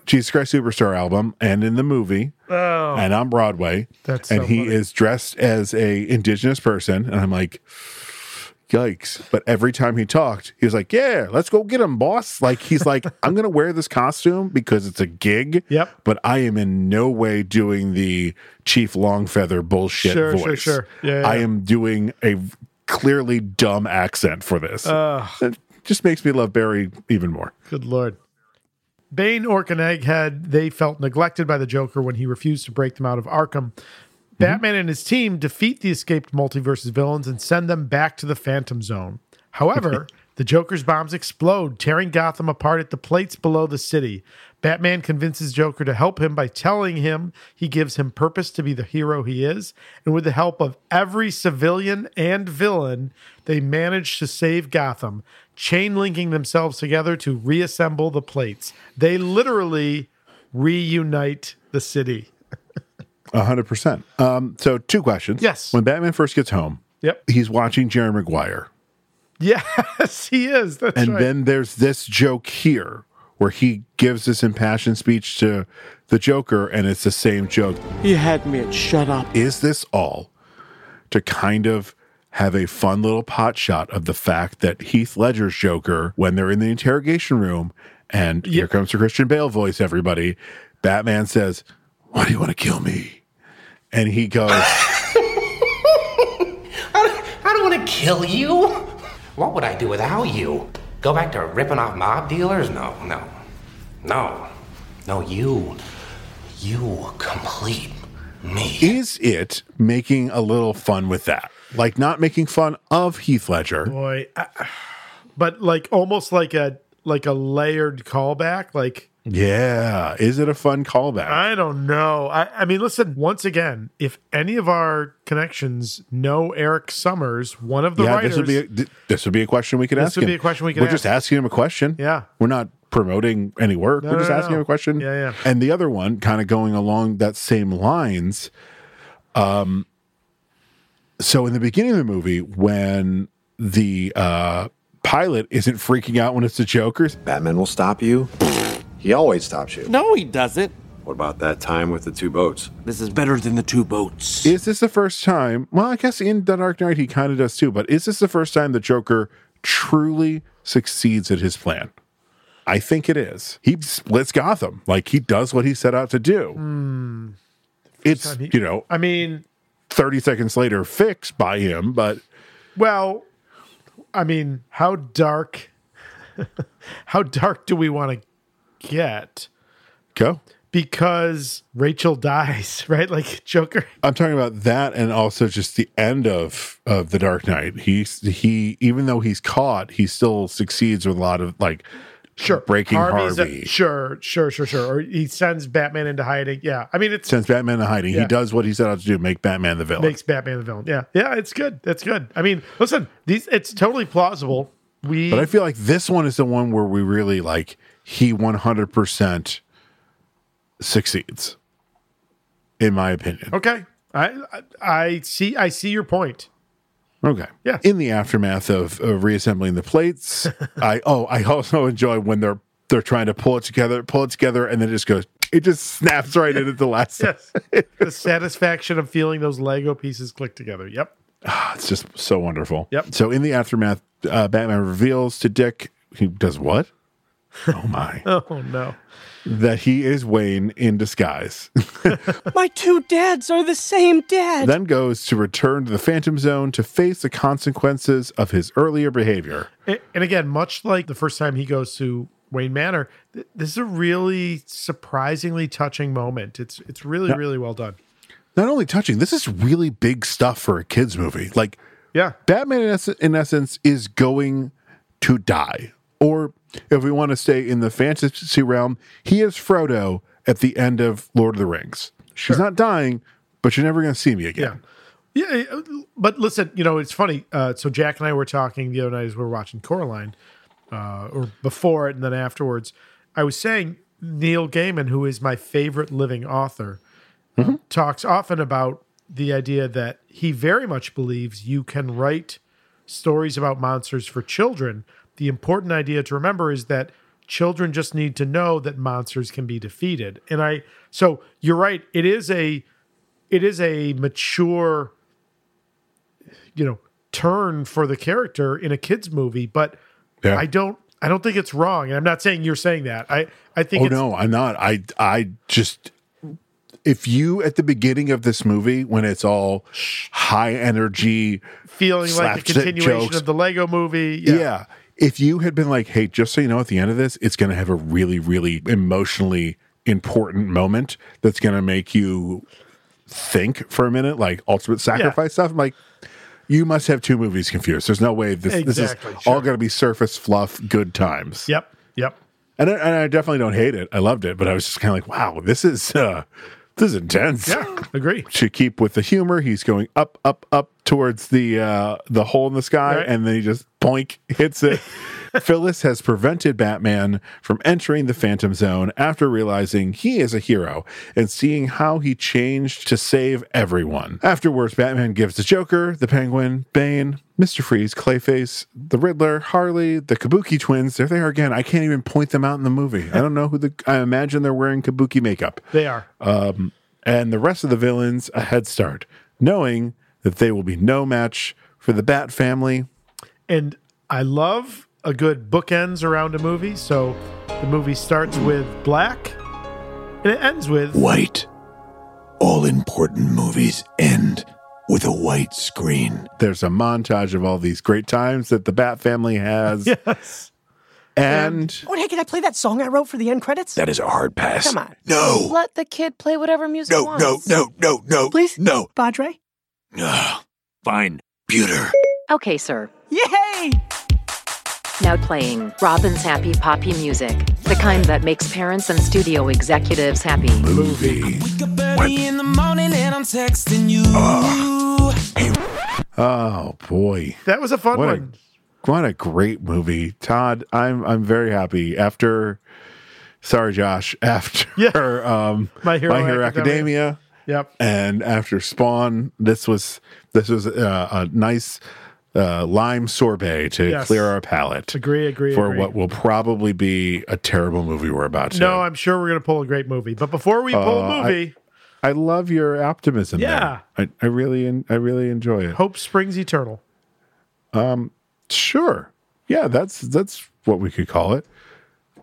Speaker 2: Jesus Christ Superstar album and in the movie
Speaker 3: Oh.
Speaker 2: and on Broadway.
Speaker 3: That's
Speaker 2: and
Speaker 3: so
Speaker 2: he
Speaker 3: funny.
Speaker 2: is dressed as a indigenous person. And I'm like, yikes. But every time he talked, he was like, yeah, let's go get him, boss. Like, he's like, I'm going to wear this costume because it's a gig.
Speaker 3: Yep.
Speaker 2: But I am in no way doing the Chief Longfeather bullshit
Speaker 3: Sure,
Speaker 2: voice.
Speaker 3: sure, sure. Yeah, yeah,
Speaker 2: I
Speaker 3: yeah.
Speaker 2: am doing a clearly dumb accent for this.
Speaker 3: Ugh.
Speaker 2: It just makes me love Barry even more.
Speaker 3: Good lord. Bane, Orc, and Egghead, they felt neglected by the Joker when he refused to break them out of Arkham. Mm-hmm. Batman and his team defeat the escaped multiverse's villains and send them back to the Phantom Zone. However, the Joker's bombs explode, tearing Gotham apart at the plates below the city. Batman convinces Joker to help him by telling him he gives him purpose to be the hero he is, and with the help of every civilian and villain, they manage to save Gotham, chain linking themselves together to reassemble the plates. They literally reunite the city.
Speaker 2: hundred percent. Um, so two questions.
Speaker 3: Yes.
Speaker 2: When Batman first gets home,
Speaker 3: Yep.
Speaker 2: he's watching Jerry Maguire.
Speaker 3: Yes, he is. That's
Speaker 2: and
Speaker 3: right.
Speaker 2: then there's this joke here where he gives this impassioned speech to the Joker, and it's the same joke.
Speaker 18: He had me at shut up.
Speaker 2: Is this all to kind of have a fun little pot shot of the fact that Heath Ledger's Joker, when they're in the interrogation room, and here comes the Christian Bale voice, everybody, Batman says, Why do you want to kill me? And he goes,
Speaker 20: I don't want to kill you. What would I do without you? Go back to ripping off mob dealers? No, no. No. No, you. You complete.
Speaker 2: Is it making a little fun with that? Like not making fun of Heath Ledger.
Speaker 3: boy I- but like almost like a like a layered callback like
Speaker 2: Yeah. Is it a fun callback?
Speaker 3: i don't know I, I mean listen once again if any of our connections know eric summers one of the
Speaker 2: yeah,
Speaker 3: writers
Speaker 2: this would be a, th- this would be a question we could
Speaker 3: This
Speaker 2: ask.
Speaker 3: would be
Speaker 2: him.
Speaker 3: a question we could
Speaker 2: We're just
Speaker 3: ask.
Speaker 2: asking him a question.
Speaker 3: Yeah.
Speaker 2: we're not promoting any work.
Speaker 3: No,
Speaker 2: we're just
Speaker 3: no, no,
Speaker 2: asking
Speaker 3: no.
Speaker 2: him a question.
Speaker 3: Yeah, yeah.
Speaker 2: And the other one, kind of going along that same lines. Um. So in the beginning of the movie, when the uh, pilot isn't freaking out when it's the Joker's,
Speaker 6: Batman will stop you. He always stops you.
Speaker 18: No, he doesn't.
Speaker 6: What about that time with the two boats?
Speaker 18: This is better than the two boats.
Speaker 2: Is this the first time? Well, I guess in The Dark Knight he kind of does too, but is this the first time the Joker truly succeeds at his plan? I think it is. He splits Gotham. Like he does what he set out to do.
Speaker 3: Hmm.
Speaker 2: It's,
Speaker 3: time he-
Speaker 2: you know,
Speaker 3: i mean
Speaker 2: 30 seconds later fixed by him, but
Speaker 3: well i mean how dark how dark do we want to get
Speaker 2: go.
Speaker 3: because rachel dies right like joker
Speaker 2: I'm talking about that and also just the end of of The Dark Knight. He's he even though he's caught, he still succeeds with a lot of like
Speaker 3: sure
Speaker 2: breaking
Speaker 3: Harvey's a-
Speaker 2: Harvey.
Speaker 3: sure, sure, sure, sure. Or he sends Batman into hiding. Yeah, I mean, it's
Speaker 2: Sends Batman to hiding.
Speaker 3: Yeah.
Speaker 2: He does what he set out to do, make Batman the villain.
Speaker 3: makes Batman the villain. Yeah, yeah, it's good. That's good. I mean, listen, these it's totally plausible. We
Speaker 2: But I feel like this one is the one where we really like he 100% succeeds, in my opinion.
Speaker 3: okay. I, I I see. I see your point.
Speaker 2: Okay. Yeah. In the aftermath of, of reassembling the plates, I oh I also enjoy when they're they're trying to pull it together, pull it together, and then it just goes. It just snaps right in at the last.
Speaker 3: Yes, the satisfaction of feeling those Lego pieces click together. Yep.
Speaker 2: It's just so wonderful.
Speaker 3: Yep.
Speaker 2: So in the aftermath, uh, Batman reveals to Dick he does what? Oh my!
Speaker 3: Oh no.
Speaker 2: that he is Wayne in disguise.
Speaker 15: My two dads are the same dad.
Speaker 2: then goes to return to the Phantom Zone to face the consequences of his earlier behavior.
Speaker 3: A- And again, much like the first time he goes to Wayne Manor, th- this is a really surprisingly touching moment. It's it's really
Speaker 2: Yeah.
Speaker 3: really well done.
Speaker 2: Not only touching, this is really big stuff for a kids movie. Like,
Speaker 3: yeah,
Speaker 2: Batman in, ess- in essence is going to die, or if we want to stay in the fantasy realm, he is Frodo at the end of Lord of the Rings. She's not dying, but you're never going to see me again.
Speaker 3: Yeah, yeah, but listen, you know, it's funny. Uh, so Jack and I were talking the other night as we were watching Coraline, uh, or before it and then afterwards. I was saying Neil Gaiman, who is my favorite living author, um, talks often about the idea that he very much believes you can write stories about monsters for children. The important idea to remember is that children just need to know that monsters can be defeated. And I, so you're right. It is a, it is a mature you know turn for the character in a kids movie but
Speaker 2: Yeah.
Speaker 3: i don't i don't think it's wrong and i'm not saying you're saying that i i think
Speaker 2: Oh
Speaker 3: it's
Speaker 2: no, I'm not. I I just if you at the beginning of this movie when it's all high energy
Speaker 3: feeling like a
Speaker 2: slapstick
Speaker 3: continuation
Speaker 2: jokes,
Speaker 3: of the lego movie
Speaker 2: yeah. If you had been like, hey, just so you know, at the end of this, it's going to have a really, really emotionally important moment that's going to make you think for a minute, like ultimate sacrifice stuff. I'm like, you must have two movies confused. There's no way this,
Speaker 3: Exactly,
Speaker 2: this is all going to be surface fluff, good times.
Speaker 3: Yep. Yep.
Speaker 2: And I, and I definitely don't hate it. I loved it, but I was just kind of like, wow, this is uh, this is intense.
Speaker 3: Yeah, agree.
Speaker 2: to keep with the humor, he's going up, up, up towards the uh, the hole in the sky,
Speaker 3: Right.
Speaker 2: and then he just boink hits it. Phyllis has prevented Batman from entering the Phantom Zone after realizing he is a hero and seeing how he changed to save everyone. Afterwards, Batman gives the Joker, the Penguin, Bane, Mr. Freeze, Clayface, the Riddler, Harley, the Kabuki twins. There they are again. I can't even point them out in the movie. I don't know who the. I imagine they're wearing Kabuki makeup
Speaker 3: They are.
Speaker 2: um, and the rest of the villains a head start, knowing that they will be no match for the Bat family.
Speaker 3: And I love a good bookends around a movie. So the movie starts with black and it ends with
Speaker 4: White. All important movies end with a white screen.
Speaker 2: There's a montage of all these great times that the Bat family has.
Speaker 3: yes.
Speaker 2: And
Speaker 15: Oh, hey, can I play that song I wrote for the end credits?
Speaker 4: That is a hard pass.
Speaker 15: Come on.
Speaker 4: No.
Speaker 13: Let the kid play whatever music
Speaker 4: No,
Speaker 13: wants.
Speaker 4: no, no, no, no.
Speaker 15: Please?
Speaker 4: No.
Speaker 15: Padre?
Speaker 4: Ugh. Fine. Pewter.
Speaker 21: Okay, sir.
Speaker 15: Yay!
Speaker 21: Now playing Robin's Happy Poppy music, the kind that makes parents and studio executives happy.
Speaker 4: Movie.
Speaker 22: Early in the morning and I'm texting you.
Speaker 2: oh boy,
Speaker 3: That was a fun
Speaker 2: what
Speaker 3: one.
Speaker 2: a what a great movie, Todd. I'm I'm very happy after. Sorry, Josh. After um,
Speaker 3: My Hero
Speaker 2: Academia.
Speaker 3: Academia. Yep.
Speaker 2: and after spawn this was this was uh, a nice uh, lime sorbet to
Speaker 3: Yes.
Speaker 2: clear our palate
Speaker 3: Agree, agree,
Speaker 2: for
Speaker 3: agree.
Speaker 2: what will probably be a terrible movie we're about to
Speaker 3: No, I'm sure we're going to pull a great movie. But before we pull
Speaker 2: Uh,
Speaker 3: a
Speaker 2: I-
Speaker 3: movie,
Speaker 2: I love your optimism.
Speaker 3: Yeah.
Speaker 2: there. I, I really, en- I really enjoy it.
Speaker 3: Hope Springs Eternal.
Speaker 2: Um, sure, yeah, that's that's what we could call it.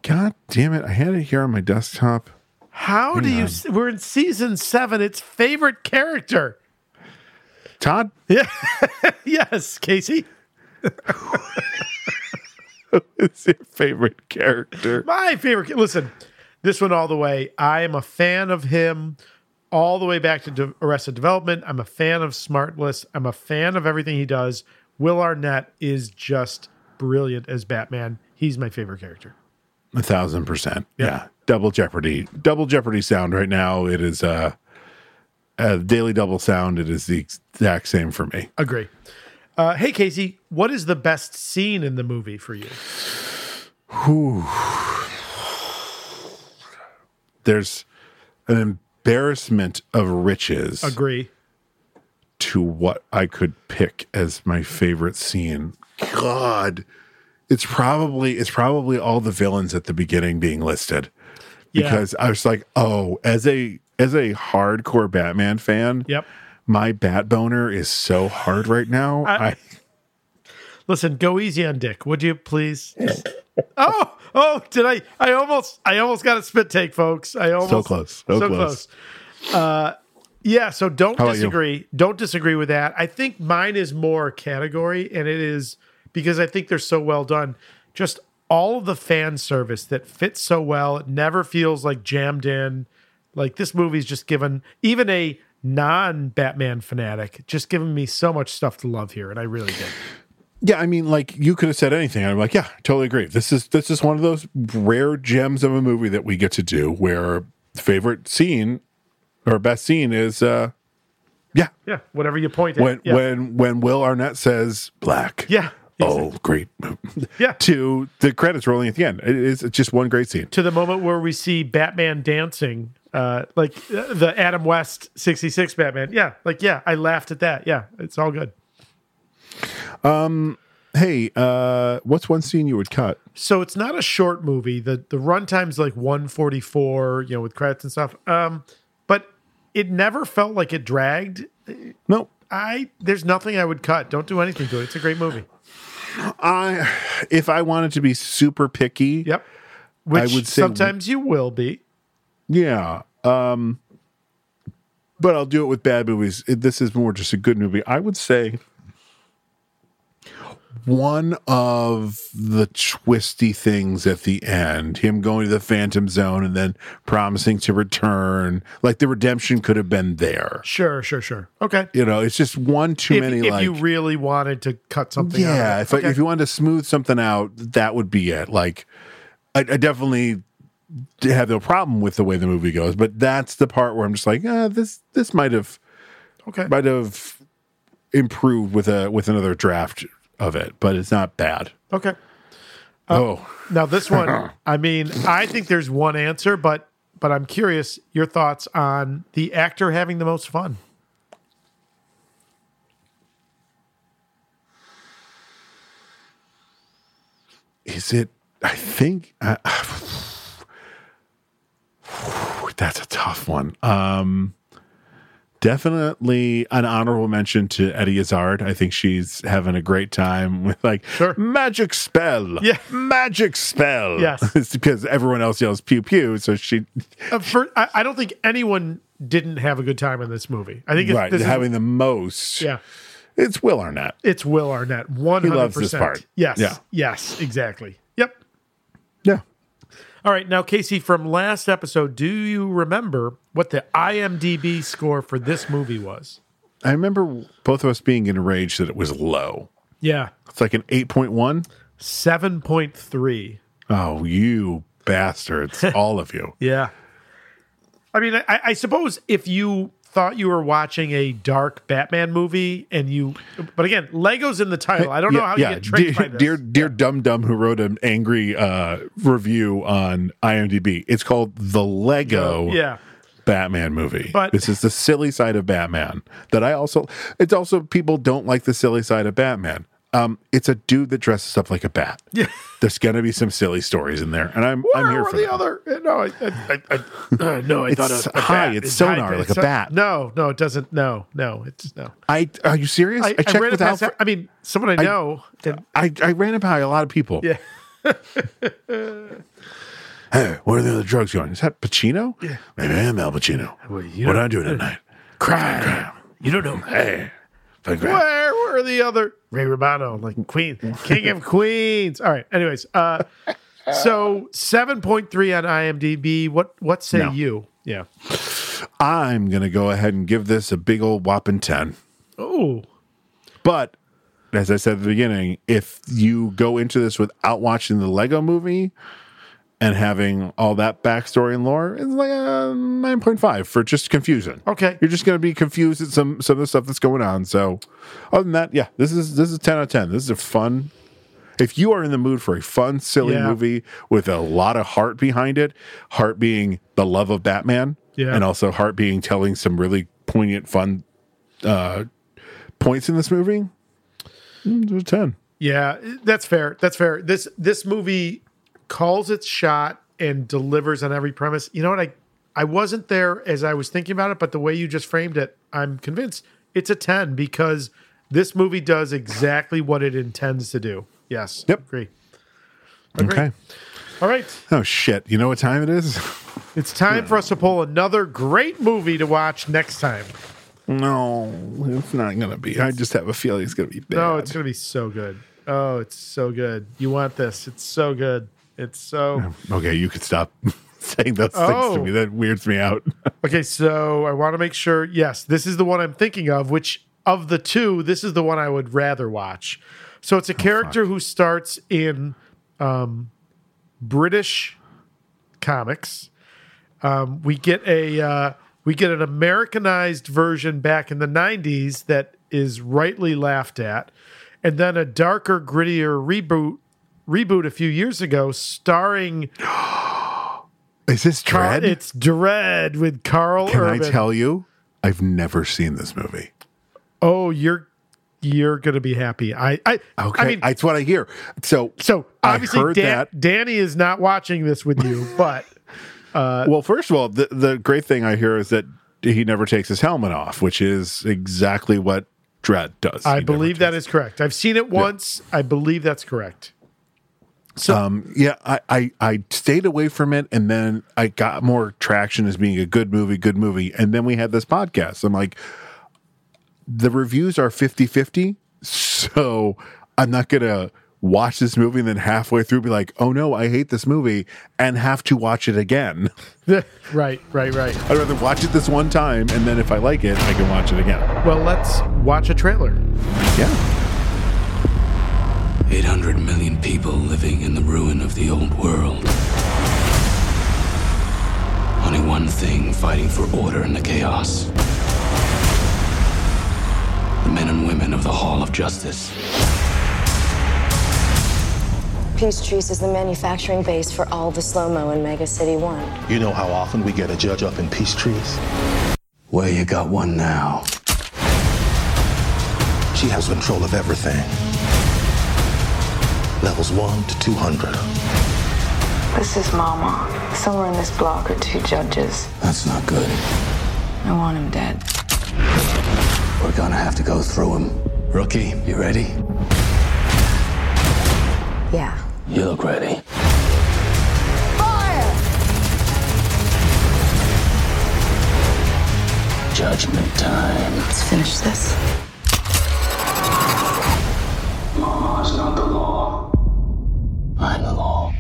Speaker 2: God damn it! I had it here on my desktop.
Speaker 3: How
Speaker 2: Hmm.
Speaker 3: do you? s- We're in season seven. It's favorite character.
Speaker 2: Todd,
Speaker 3: Yeah. yes, Casey.
Speaker 2: it's your favorite character.
Speaker 3: My favorite. ca- Listen, this one all the way. I am a fan of him all the way back to De- Arrested Development. I'm a fan of Smartless. I'm a fan of everything he does. Will Arnett is just brilliant as Batman. He's my favorite character.
Speaker 2: A thousand percent. Yeah. Double Jeopardy. Double Jeopardy sound right now. It is uh, a daily double sound. It is the exact same for me.
Speaker 3: Agree. Uh, hey, Casey, what is the best scene in the movie for you?
Speaker 2: Whew. There's an embarrassment of riches
Speaker 3: Agree.
Speaker 2: to what I could pick as my favorite scene. God. It's probably it's probably all the villains at the beginning being listed.
Speaker 3: Yeah.
Speaker 2: Because I was like, oh, as a as a hardcore Batman fan,
Speaker 3: Yep.
Speaker 2: my bat boner is so hard right now. I,
Speaker 3: Listen, go easy on Dick, would you please? oh, oh, did I? I almost, I almost got a spit take, folks. I almost
Speaker 2: close, so close.
Speaker 3: close. Uh, yeah, so don't
Speaker 2: How about you?
Speaker 3: disagree. Don't disagree with that. I think mine is more category, and it is because I think they're so well done. Just all of the fan service that fits so well. It never feels like jammed in. Like this movie's just given even a non-Batman fanatic, just given me so much stuff to love here, and I really did.
Speaker 2: yeah, I mean, like you could have said anything. and I'm like, yeah, totally agree. This is this is one of those rare gems of a movie that we get to do where favorite scene or best scene is uh yeah.
Speaker 3: Yeah, whatever you point at.
Speaker 2: When
Speaker 3: yeah.
Speaker 2: when when Will Arnett says black.
Speaker 3: yeah,
Speaker 2: Oh, great.
Speaker 3: Yeah.
Speaker 2: To the credits rolling at the end. It is it's just one great scene.
Speaker 3: to the moment where we see Batman dancing, uh, like uh, the Adam West '66 Batman. Yeah, like yeah, I laughed at that. Yeah, it's all good.
Speaker 2: Um hey, uh what's one scene you would cut?
Speaker 3: So it's not a short movie. the The runtime's like 144, you know, with credits and stuff. Um, but it never felt like it dragged.
Speaker 2: No.
Speaker 3: I there's nothing I would cut. Don't do anything to it. It's a great movie.
Speaker 2: I if I wanted to be super picky,
Speaker 3: yep. Which
Speaker 2: I would say
Speaker 3: sometimes you will be.
Speaker 2: Yeah. Um but I'll do it with bad movies. It- This is more just a good movie. I would say one of the twisty things at the end, him going to the Phantom Zone and then promising to return, like the redemption could have been there.
Speaker 3: Sure, sure, sure. Okay.
Speaker 2: You know, it's just one too
Speaker 3: if,
Speaker 2: many.
Speaker 3: if
Speaker 2: like,
Speaker 3: you really wanted to cut something out of
Speaker 2: yeah,
Speaker 3: it.
Speaker 2: if I-
Speaker 3: Okay.
Speaker 2: if you wanted to smooth something out, that would be it. Like, I, I definitely d- have no problem with the way the movie goes, but that's the part where I'm just like, ah, this this might have,
Speaker 3: okay,
Speaker 2: might have improved with a with another draft of it, but it's not bad.
Speaker 3: okay.
Speaker 2: oh,
Speaker 3: Now this
Speaker 2: Uh-huh.
Speaker 3: one, I mean, I think there's one answer, but but I'm curious your thoughts on the actor having the most fun.
Speaker 2: is it? I think uh, I that's a tough one. Um, definitely an honorable mention to Eddie Izzard. I think she's having a great time with like magic spell, yeah, magic spell.
Speaker 3: Yes.
Speaker 2: it's because everyone else yells pew pew, so she
Speaker 3: Uh, for, I, I don't think anyone didn't have a good time in this movie. I think it's,
Speaker 2: right
Speaker 3: this is-
Speaker 2: having the most.
Speaker 3: yeah,
Speaker 2: It's Will Arnett.
Speaker 3: it's Will Arnett. One hundred
Speaker 2: loves this
Speaker 3: percent.
Speaker 2: part.
Speaker 3: Yes.
Speaker 2: Yeah.
Speaker 3: Yes. Exactly. Yep.
Speaker 2: Yeah.
Speaker 3: All right. Now, Casey, from last episode, do you remember what the IMDb score for this movie was?
Speaker 2: I remember both of us being enraged that it was low.
Speaker 3: Yeah,
Speaker 2: It's like an eight point one.
Speaker 3: seven point three.
Speaker 2: Oh, you bastards, all of you.
Speaker 3: Yeah. I mean, I, I suppose if you thought you were watching a dark Batman movie and you, but again, Legos in the title. I don't know how you get tricked
Speaker 2: dear,
Speaker 3: by this.
Speaker 2: dear, dear dum dum who wrote an angry uh, review on IMDb. It's called the Lego
Speaker 3: Oh, Yeah.
Speaker 2: Batman movie.
Speaker 3: But-
Speaker 2: this is the silly side of Batman that I also. It's also people don't like the silly side of Batman. Um, it's a dude that dresses up like a bat.
Speaker 3: Yeah.
Speaker 2: There's gonna be some silly stories in there, and I'm
Speaker 3: Where
Speaker 2: I'm here
Speaker 3: were
Speaker 2: for
Speaker 3: the
Speaker 2: them.
Speaker 3: other? No, I, I, I, I, no, I
Speaker 2: It's
Speaker 3: thought it was a
Speaker 2: high,
Speaker 3: bat.
Speaker 2: it's
Speaker 3: high,
Speaker 2: sonar, like a
Speaker 3: so-
Speaker 2: bat.
Speaker 3: No, no, it doesn't. No, no, it's no.
Speaker 2: I are you serious?
Speaker 3: I, I
Speaker 2: checked
Speaker 3: ran it
Speaker 2: with
Speaker 3: past,
Speaker 2: Alfred-
Speaker 3: I mean, someone I
Speaker 2: I-
Speaker 3: know. and-
Speaker 2: I, I ran it by a lot of people.
Speaker 3: yeah.
Speaker 2: Hey, where are the other drugs going? Is that Pacino? Yeah. Maybe I am Al Pacino. what are I doing at night? Crime. You don't know. Hey. fuck crime.
Speaker 3: Where were the other Ray Romano, like Queen, King of Queens? All right. Anyways, uh, so seven point three on IMDb. What what say
Speaker 2: No.
Speaker 3: you? Yeah.
Speaker 2: I'm going to go ahead and give this a big old whopping 10.
Speaker 3: Oh,
Speaker 2: But as I said at the beginning, if you go into this without watching the Lego movie and having all that backstory and lore, it's like uh, a 9.5 for just confusion.
Speaker 3: Okay.
Speaker 2: You're just going to be confused at some some of the stuff that's going on. So other than that, yeah, this is this is 10 out of 10. This is a fun if you are in the mood for a fun, silly
Speaker 3: Yeah.
Speaker 2: movie with a lot of heart behind it, heart being the love of Batman,
Speaker 3: Yeah.
Speaker 2: and also heart being telling some really poignant, fun uh, points in this movie, mm, it's a 10.
Speaker 3: yeah. That's fair. That's fair. This this movie calls its shot and delivers on every premise. You know what? I I wasn't there as I was thinking about it, but the way you just framed it, I'm convinced it's a ten because this movie does exactly what it intends to do. Yes.
Speaker 2: Yep.
Speaker 3: Agree.
Speaker 2: Okay.
Speaker 3: All right.
Speaker 2: Oh, shit. You know what time it is?
Speaker 3: It's time for us to pull another great movie to watch next time.
Speaker 2: no, it's not going to be. I just have a feeling it's going to be bad.
Speaker 3: No, Oh, it's going to be so good. Oh, it's so good. You want this. It's so good. It's so.
Speaker 2: okay, you could stop saying those things
Speaker 3: Oh.
Speaker 2: to me. That weirds me out.
Speaker 3: Okay, so I want to make sure. Yes, this is the one I'm thinking of, which of the two, this is the one I would rather watch. So
Speaker 2: Oh,
Speaker 3: it's a character who starts in um, British comics. Um, we get a uh, we get an Americanized version back in the '90s that is rightly laughed at, and then a darker, grittier reboot reboot a few years ago, starring
Speaker 2: Is this dread?
Speaker 3: it's Dread with Carl.
Speaker 2: Can
Speaker 3: Urban.
Speaker 2: I tell you? I've never seen this movie.
Speaker 3: Oh, you're you're gonna be happy. I I
Speaker 2: Okay,
Speaker 3: I mean,
Speaker 2: that's what I hear. So,
Speaker 3: so
Speaker 2: Oh, I
Speaker 3: obviously
Speaker 2: heard
Speaker 3: Dan-
Speaker 2: that.
Speaker 3: Danny is not watching this with you, but
Speaker 2: uh, well, first of all, the, the great thing I hear is that he never takes his helmet off, which is exactly what Dread does.
Speaker 3: I
Speaker 2: He never
Speaker 3: believe that is correct. I've seen it once. I believe that's correct. So
Speaker 2: Um, yeah, I, I I stayed away from it, and then I got more traction as being a good movie, good movie, and then we had this podcast. I'm like, the reviews are 50-50, so I'm not gonna watch this movie and then halfway through be like, oh no, I hate this movie and have to watch it again.
Speaker 3: right, right, right.
Speaker 2: I'd rather watch it this one time and then if I like it, I can watch it again.
Speaker 3: Well, let's watch a trailer.
Speaker 2: Yeah.
Speaker 1: 800 million people living in the ruin of the old world. Only one thing fighting for order in the chaos. The men and women of the Hall of Justice.
Speaker 5: Peachtree's is the manufacturing base for all the slow mo in Mega City 1.
Speaker 23: You know how often we get a judge up in peace trees?
Speaker 1: Well, you got one now.
Speaker 23: She has control of everything. Levels 1 to 200.
Speaker 5: This is Mama. Somewhere in this block are two judges.
Speaker 1: That's not good.
Speaker 5: I want him dead.
Speaker 1: We're gonna have to go through him. Rookie, you ready?
Speaker 5: Yeah.
Speaker 1: You look ready. Judgment time.
Speaker 5: Let's finish this.
Speaker 1: Mama's not the law. I'm the law.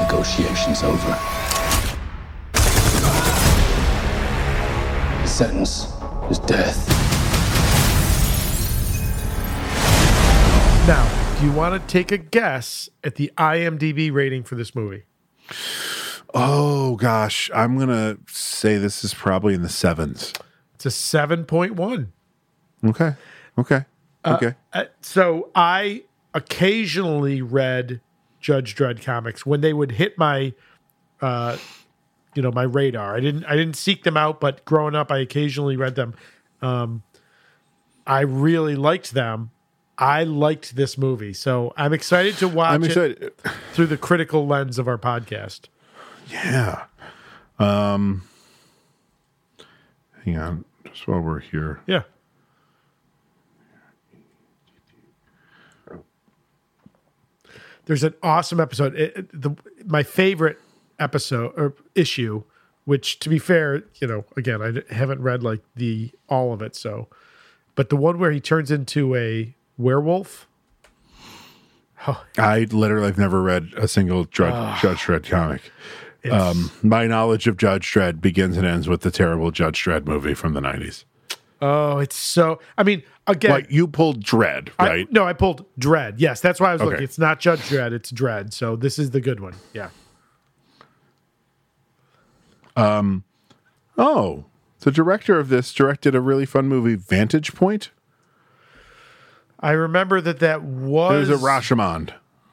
Speaker 1: Negotiations over. Sentence is death.
Speaker 3: Now, do you want to take a guess at the IMDb rating for this movie?
Speaker 2: Oh gosh, I'm gonna say this is probably in the sevens.
Speaker 3: It's a 7.1.
Speaker 2: Okay. Okay.
Speaker 3: Uh,
Speaker 2: okay.
Speaker 3: uh, so I occasionally read Judge Dredd comics when they would hit my, uh, you know, my radar. I didn't I didn't seek them out, but growing up, I occasionally read them. Um, I really liked them. I liked this movie, so I'm excited to watch
Speaker 2: I'm
Speaker 3: it
Speaker 2: excited.
Speaker 3: through the critical lens of our podcast.
Speaker 2: Yeah. Um hang on, just while we're here.
Speaker 3: Yeah. There's an awesome episode. It- it- the, my favorite episode or issue, which to be fair, you know, again, I d- haven't read like the all of it, so, but the one where he turns into a werewolf.
Speaker 2: I literally have never read a single Dredd, Judge Dredd comic. Um, my knowledge of Judge Dredd begins and ends with the terrible Judge Dredd movie from the 90s.
Speaker 3: Oh, it's so. I mean, again,
Speaker 2: Like you pulled Dredd,
Speaker 3: I-
Speaker 2: right?
Speaker 3: no, I pulled Dread. Yes, that's why I was
Speaker 2: Okay.
Speaker 3: looking. It's not Judge Dread. It's Dread. So this is the good one. Yeah.
Speaker 2: Um, oh, the director of this directed a really fun movie, Vantage Point.
Speaker 3: I remember that that was.
Speaker 2: It was a Rashomon.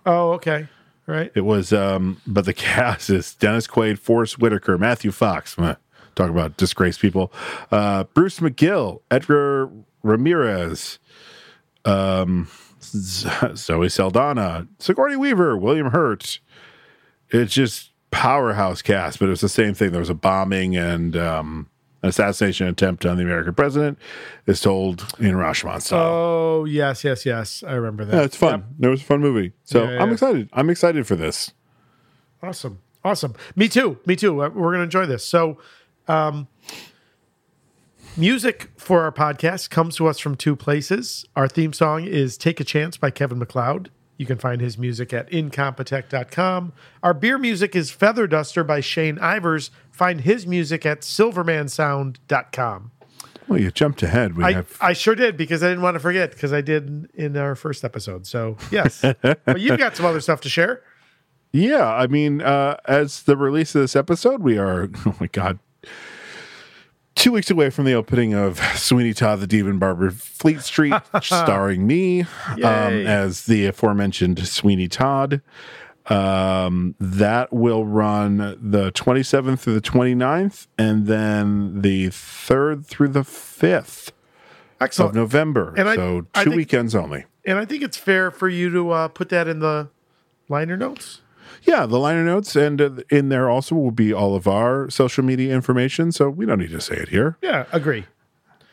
Speaker 3: Oh, okay. Right.
Speaker 2: It was, um, but the cast is Dennis Quaid, Forrest Whitaker, Matthew Fox. meh, Talk about disgraced people. Uh, Bruce McGill, Edgar Ramirez, um, Z- Zoe Saldana, Sigourney Weaver, William Hurt. It's just powerhouse cast, but it was the same thing. There was a bombing and um, an assassination attempt on the American president. It's told in Rashomon style.
Speaker 3: Oh, yes, yes, yes. I remember that.
Speaker 2: Yeah, it's fun. It was a fun movie. So
Speaker 3: Yeah, yeah,
Speaker 2: I'm
Speaker 3: yeah.
Speaker 2: excited. I'm excited for this.
Speaker 3: Awesome. Awesome. Me too. Me too. Uh, We're going to enjoy this. So, um, music for our podcast comes to us from two places. Our theme song is Take a Chance by Kevin McLeod. You can find his music at incompetech.com. Our beer music is Feather Duster by Shane Ivers. Find his music at silvermansound.com.
Speaker 2: Well, you jumped ahead. We
Speaker 3: I,
Speaker 2: have
Speaker 3: I sure did because I didn't want to forget because I did in- in our first episode. So, yes. but you've got some other stuff to share.
Speaker 2: yeah. I mean, uh, as the release of this episode, we are oh my god, two weeks away from the opening of Sweeney Todd the Demon Barber Fleet Street, starring me um,
Speaker 3: Yay.
Speaker 2: as the aforementioned Sweeney Todd. Um, that will run the 27th through the 29th, and then the 3rd through the 5th
Speaker 3: Excellent.
Speaker 2: of November.
Speaker 3: And I-
Speaker 2: so two
Speaker 3: I think-
Speaker 2: weekends only.
Speaker 3: And I think it's fair for you to uh, put that in the liner notes.
Speaker 2: Yeah, the liner notes, and uh, in there also will be all of our social media information. So we don't need to say it here.
Speaker 3: Yeah, agree.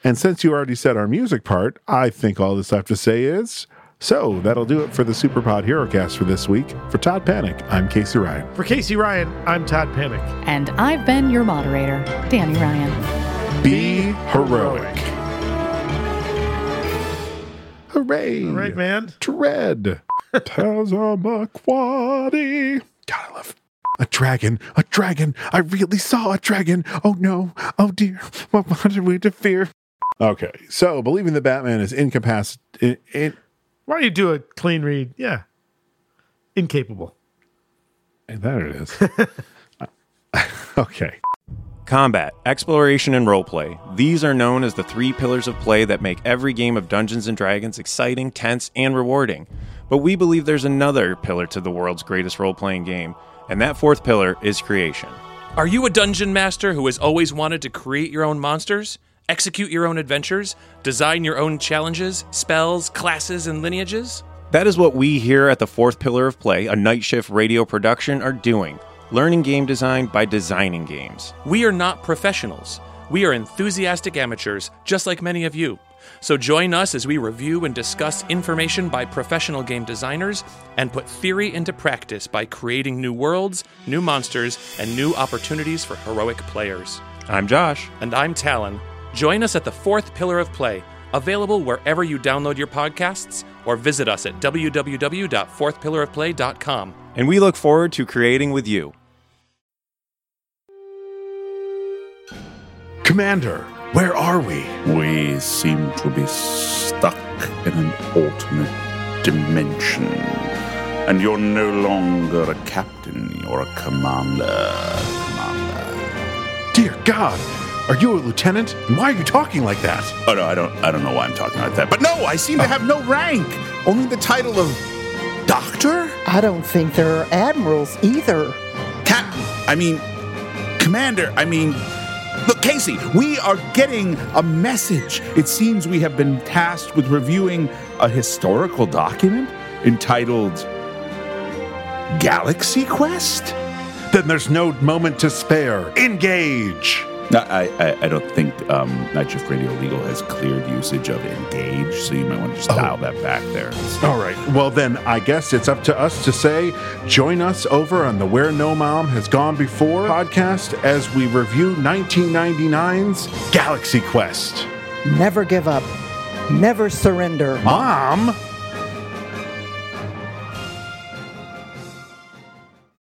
Speaker 2: And since you already said our music part, I think all that's left to say is so that'll do it for the Superpod HeroCast for this week. For Todd Panic, I'm Casey Ryan.
Speaker 3: For Casey Ryan, I'm Todd Panic.
Speaker 10: And I've been your moderator, Danny Ryan.
Speaker 2: Be heroic. Hooray.
Speaker 3: All right, man.
Speaker 2: Dread. Tazamaquadi. God, I love a dragon. A dragon. I really saw a dragon. Oh no. Oh dear. What what are we to fear? Okay. So believing that Batman is incapacit in, in,
Speaker 3: Why don't you do a clean read? Yeah. Incapable.
Speaker 2: and there it is. okay.
Speaker 8: Combat, exploration, and roleplay. These are known as the three pillars of play that make every game of Dungeons and Dragons exciting, tense, and rewarding. But we believe there's another pillar to the world's greatest role playing game, and that fourth pillar is creation.
Speaker 9: Are you a dungeon master who has always wanted to create your own monsters, execute your own adventures, design your own challenges, spells, classes, and lineages?
Speaker 8: That is what we here at the Fourth Pillar of Play, a night shift radio production, are doing learning game design by designing games.
Speaker 9: We are not professionals. We are enthusiastic amateurs, just like many of you. So join us as we review and discuss information by professional game designers and put theory into practice by creating new worlds, new monsters, and new opportunities for heroic players.
Speaker 8: I'm Josh.
Speaker 9: And I'm Talon. Join us at the fourth pillar of play, available wherever you download your podcasts or visit us at www.fourthpillarofplay.com.
Speaker 8: And we look forward to creating with you.
Speaker 2: Commander, where are we?
Speaker 11: We seem to be stuck in an alternate dimension. And you're no longer a captain, you're a commander.
Speaker 2: Dear God, are you a lieutenant? And Why are you talking like that? Oh.
Speaker 11: Oh no, I don't I don't know why I'm talking like that. But no, I seem to have no rank. Only the title of Doctor?
Speaker 24: I don't think there are admirals either.
Speaker 11: Captain, I mean Commander, I mean Look, Casey, we are getting a message. It seems we have been tasked with reviewing a historical document entitled Galaxy Quest?
Speaker 2: Then there's no moment to spare. Engage!
Speaker 11: No, I, I, I don't think um, Night Shift Radio Legal has cleared usage of engage, so you might want to just dial that back there.
Speaker 2: All right. Well, then I guess it's up to us to say join us over on the Where No Mom Has Gone Before podcast as we review 1999's Galaxy Quest.
Speaker 24: Never give up. Never surrender.
Speaker 2: Mom?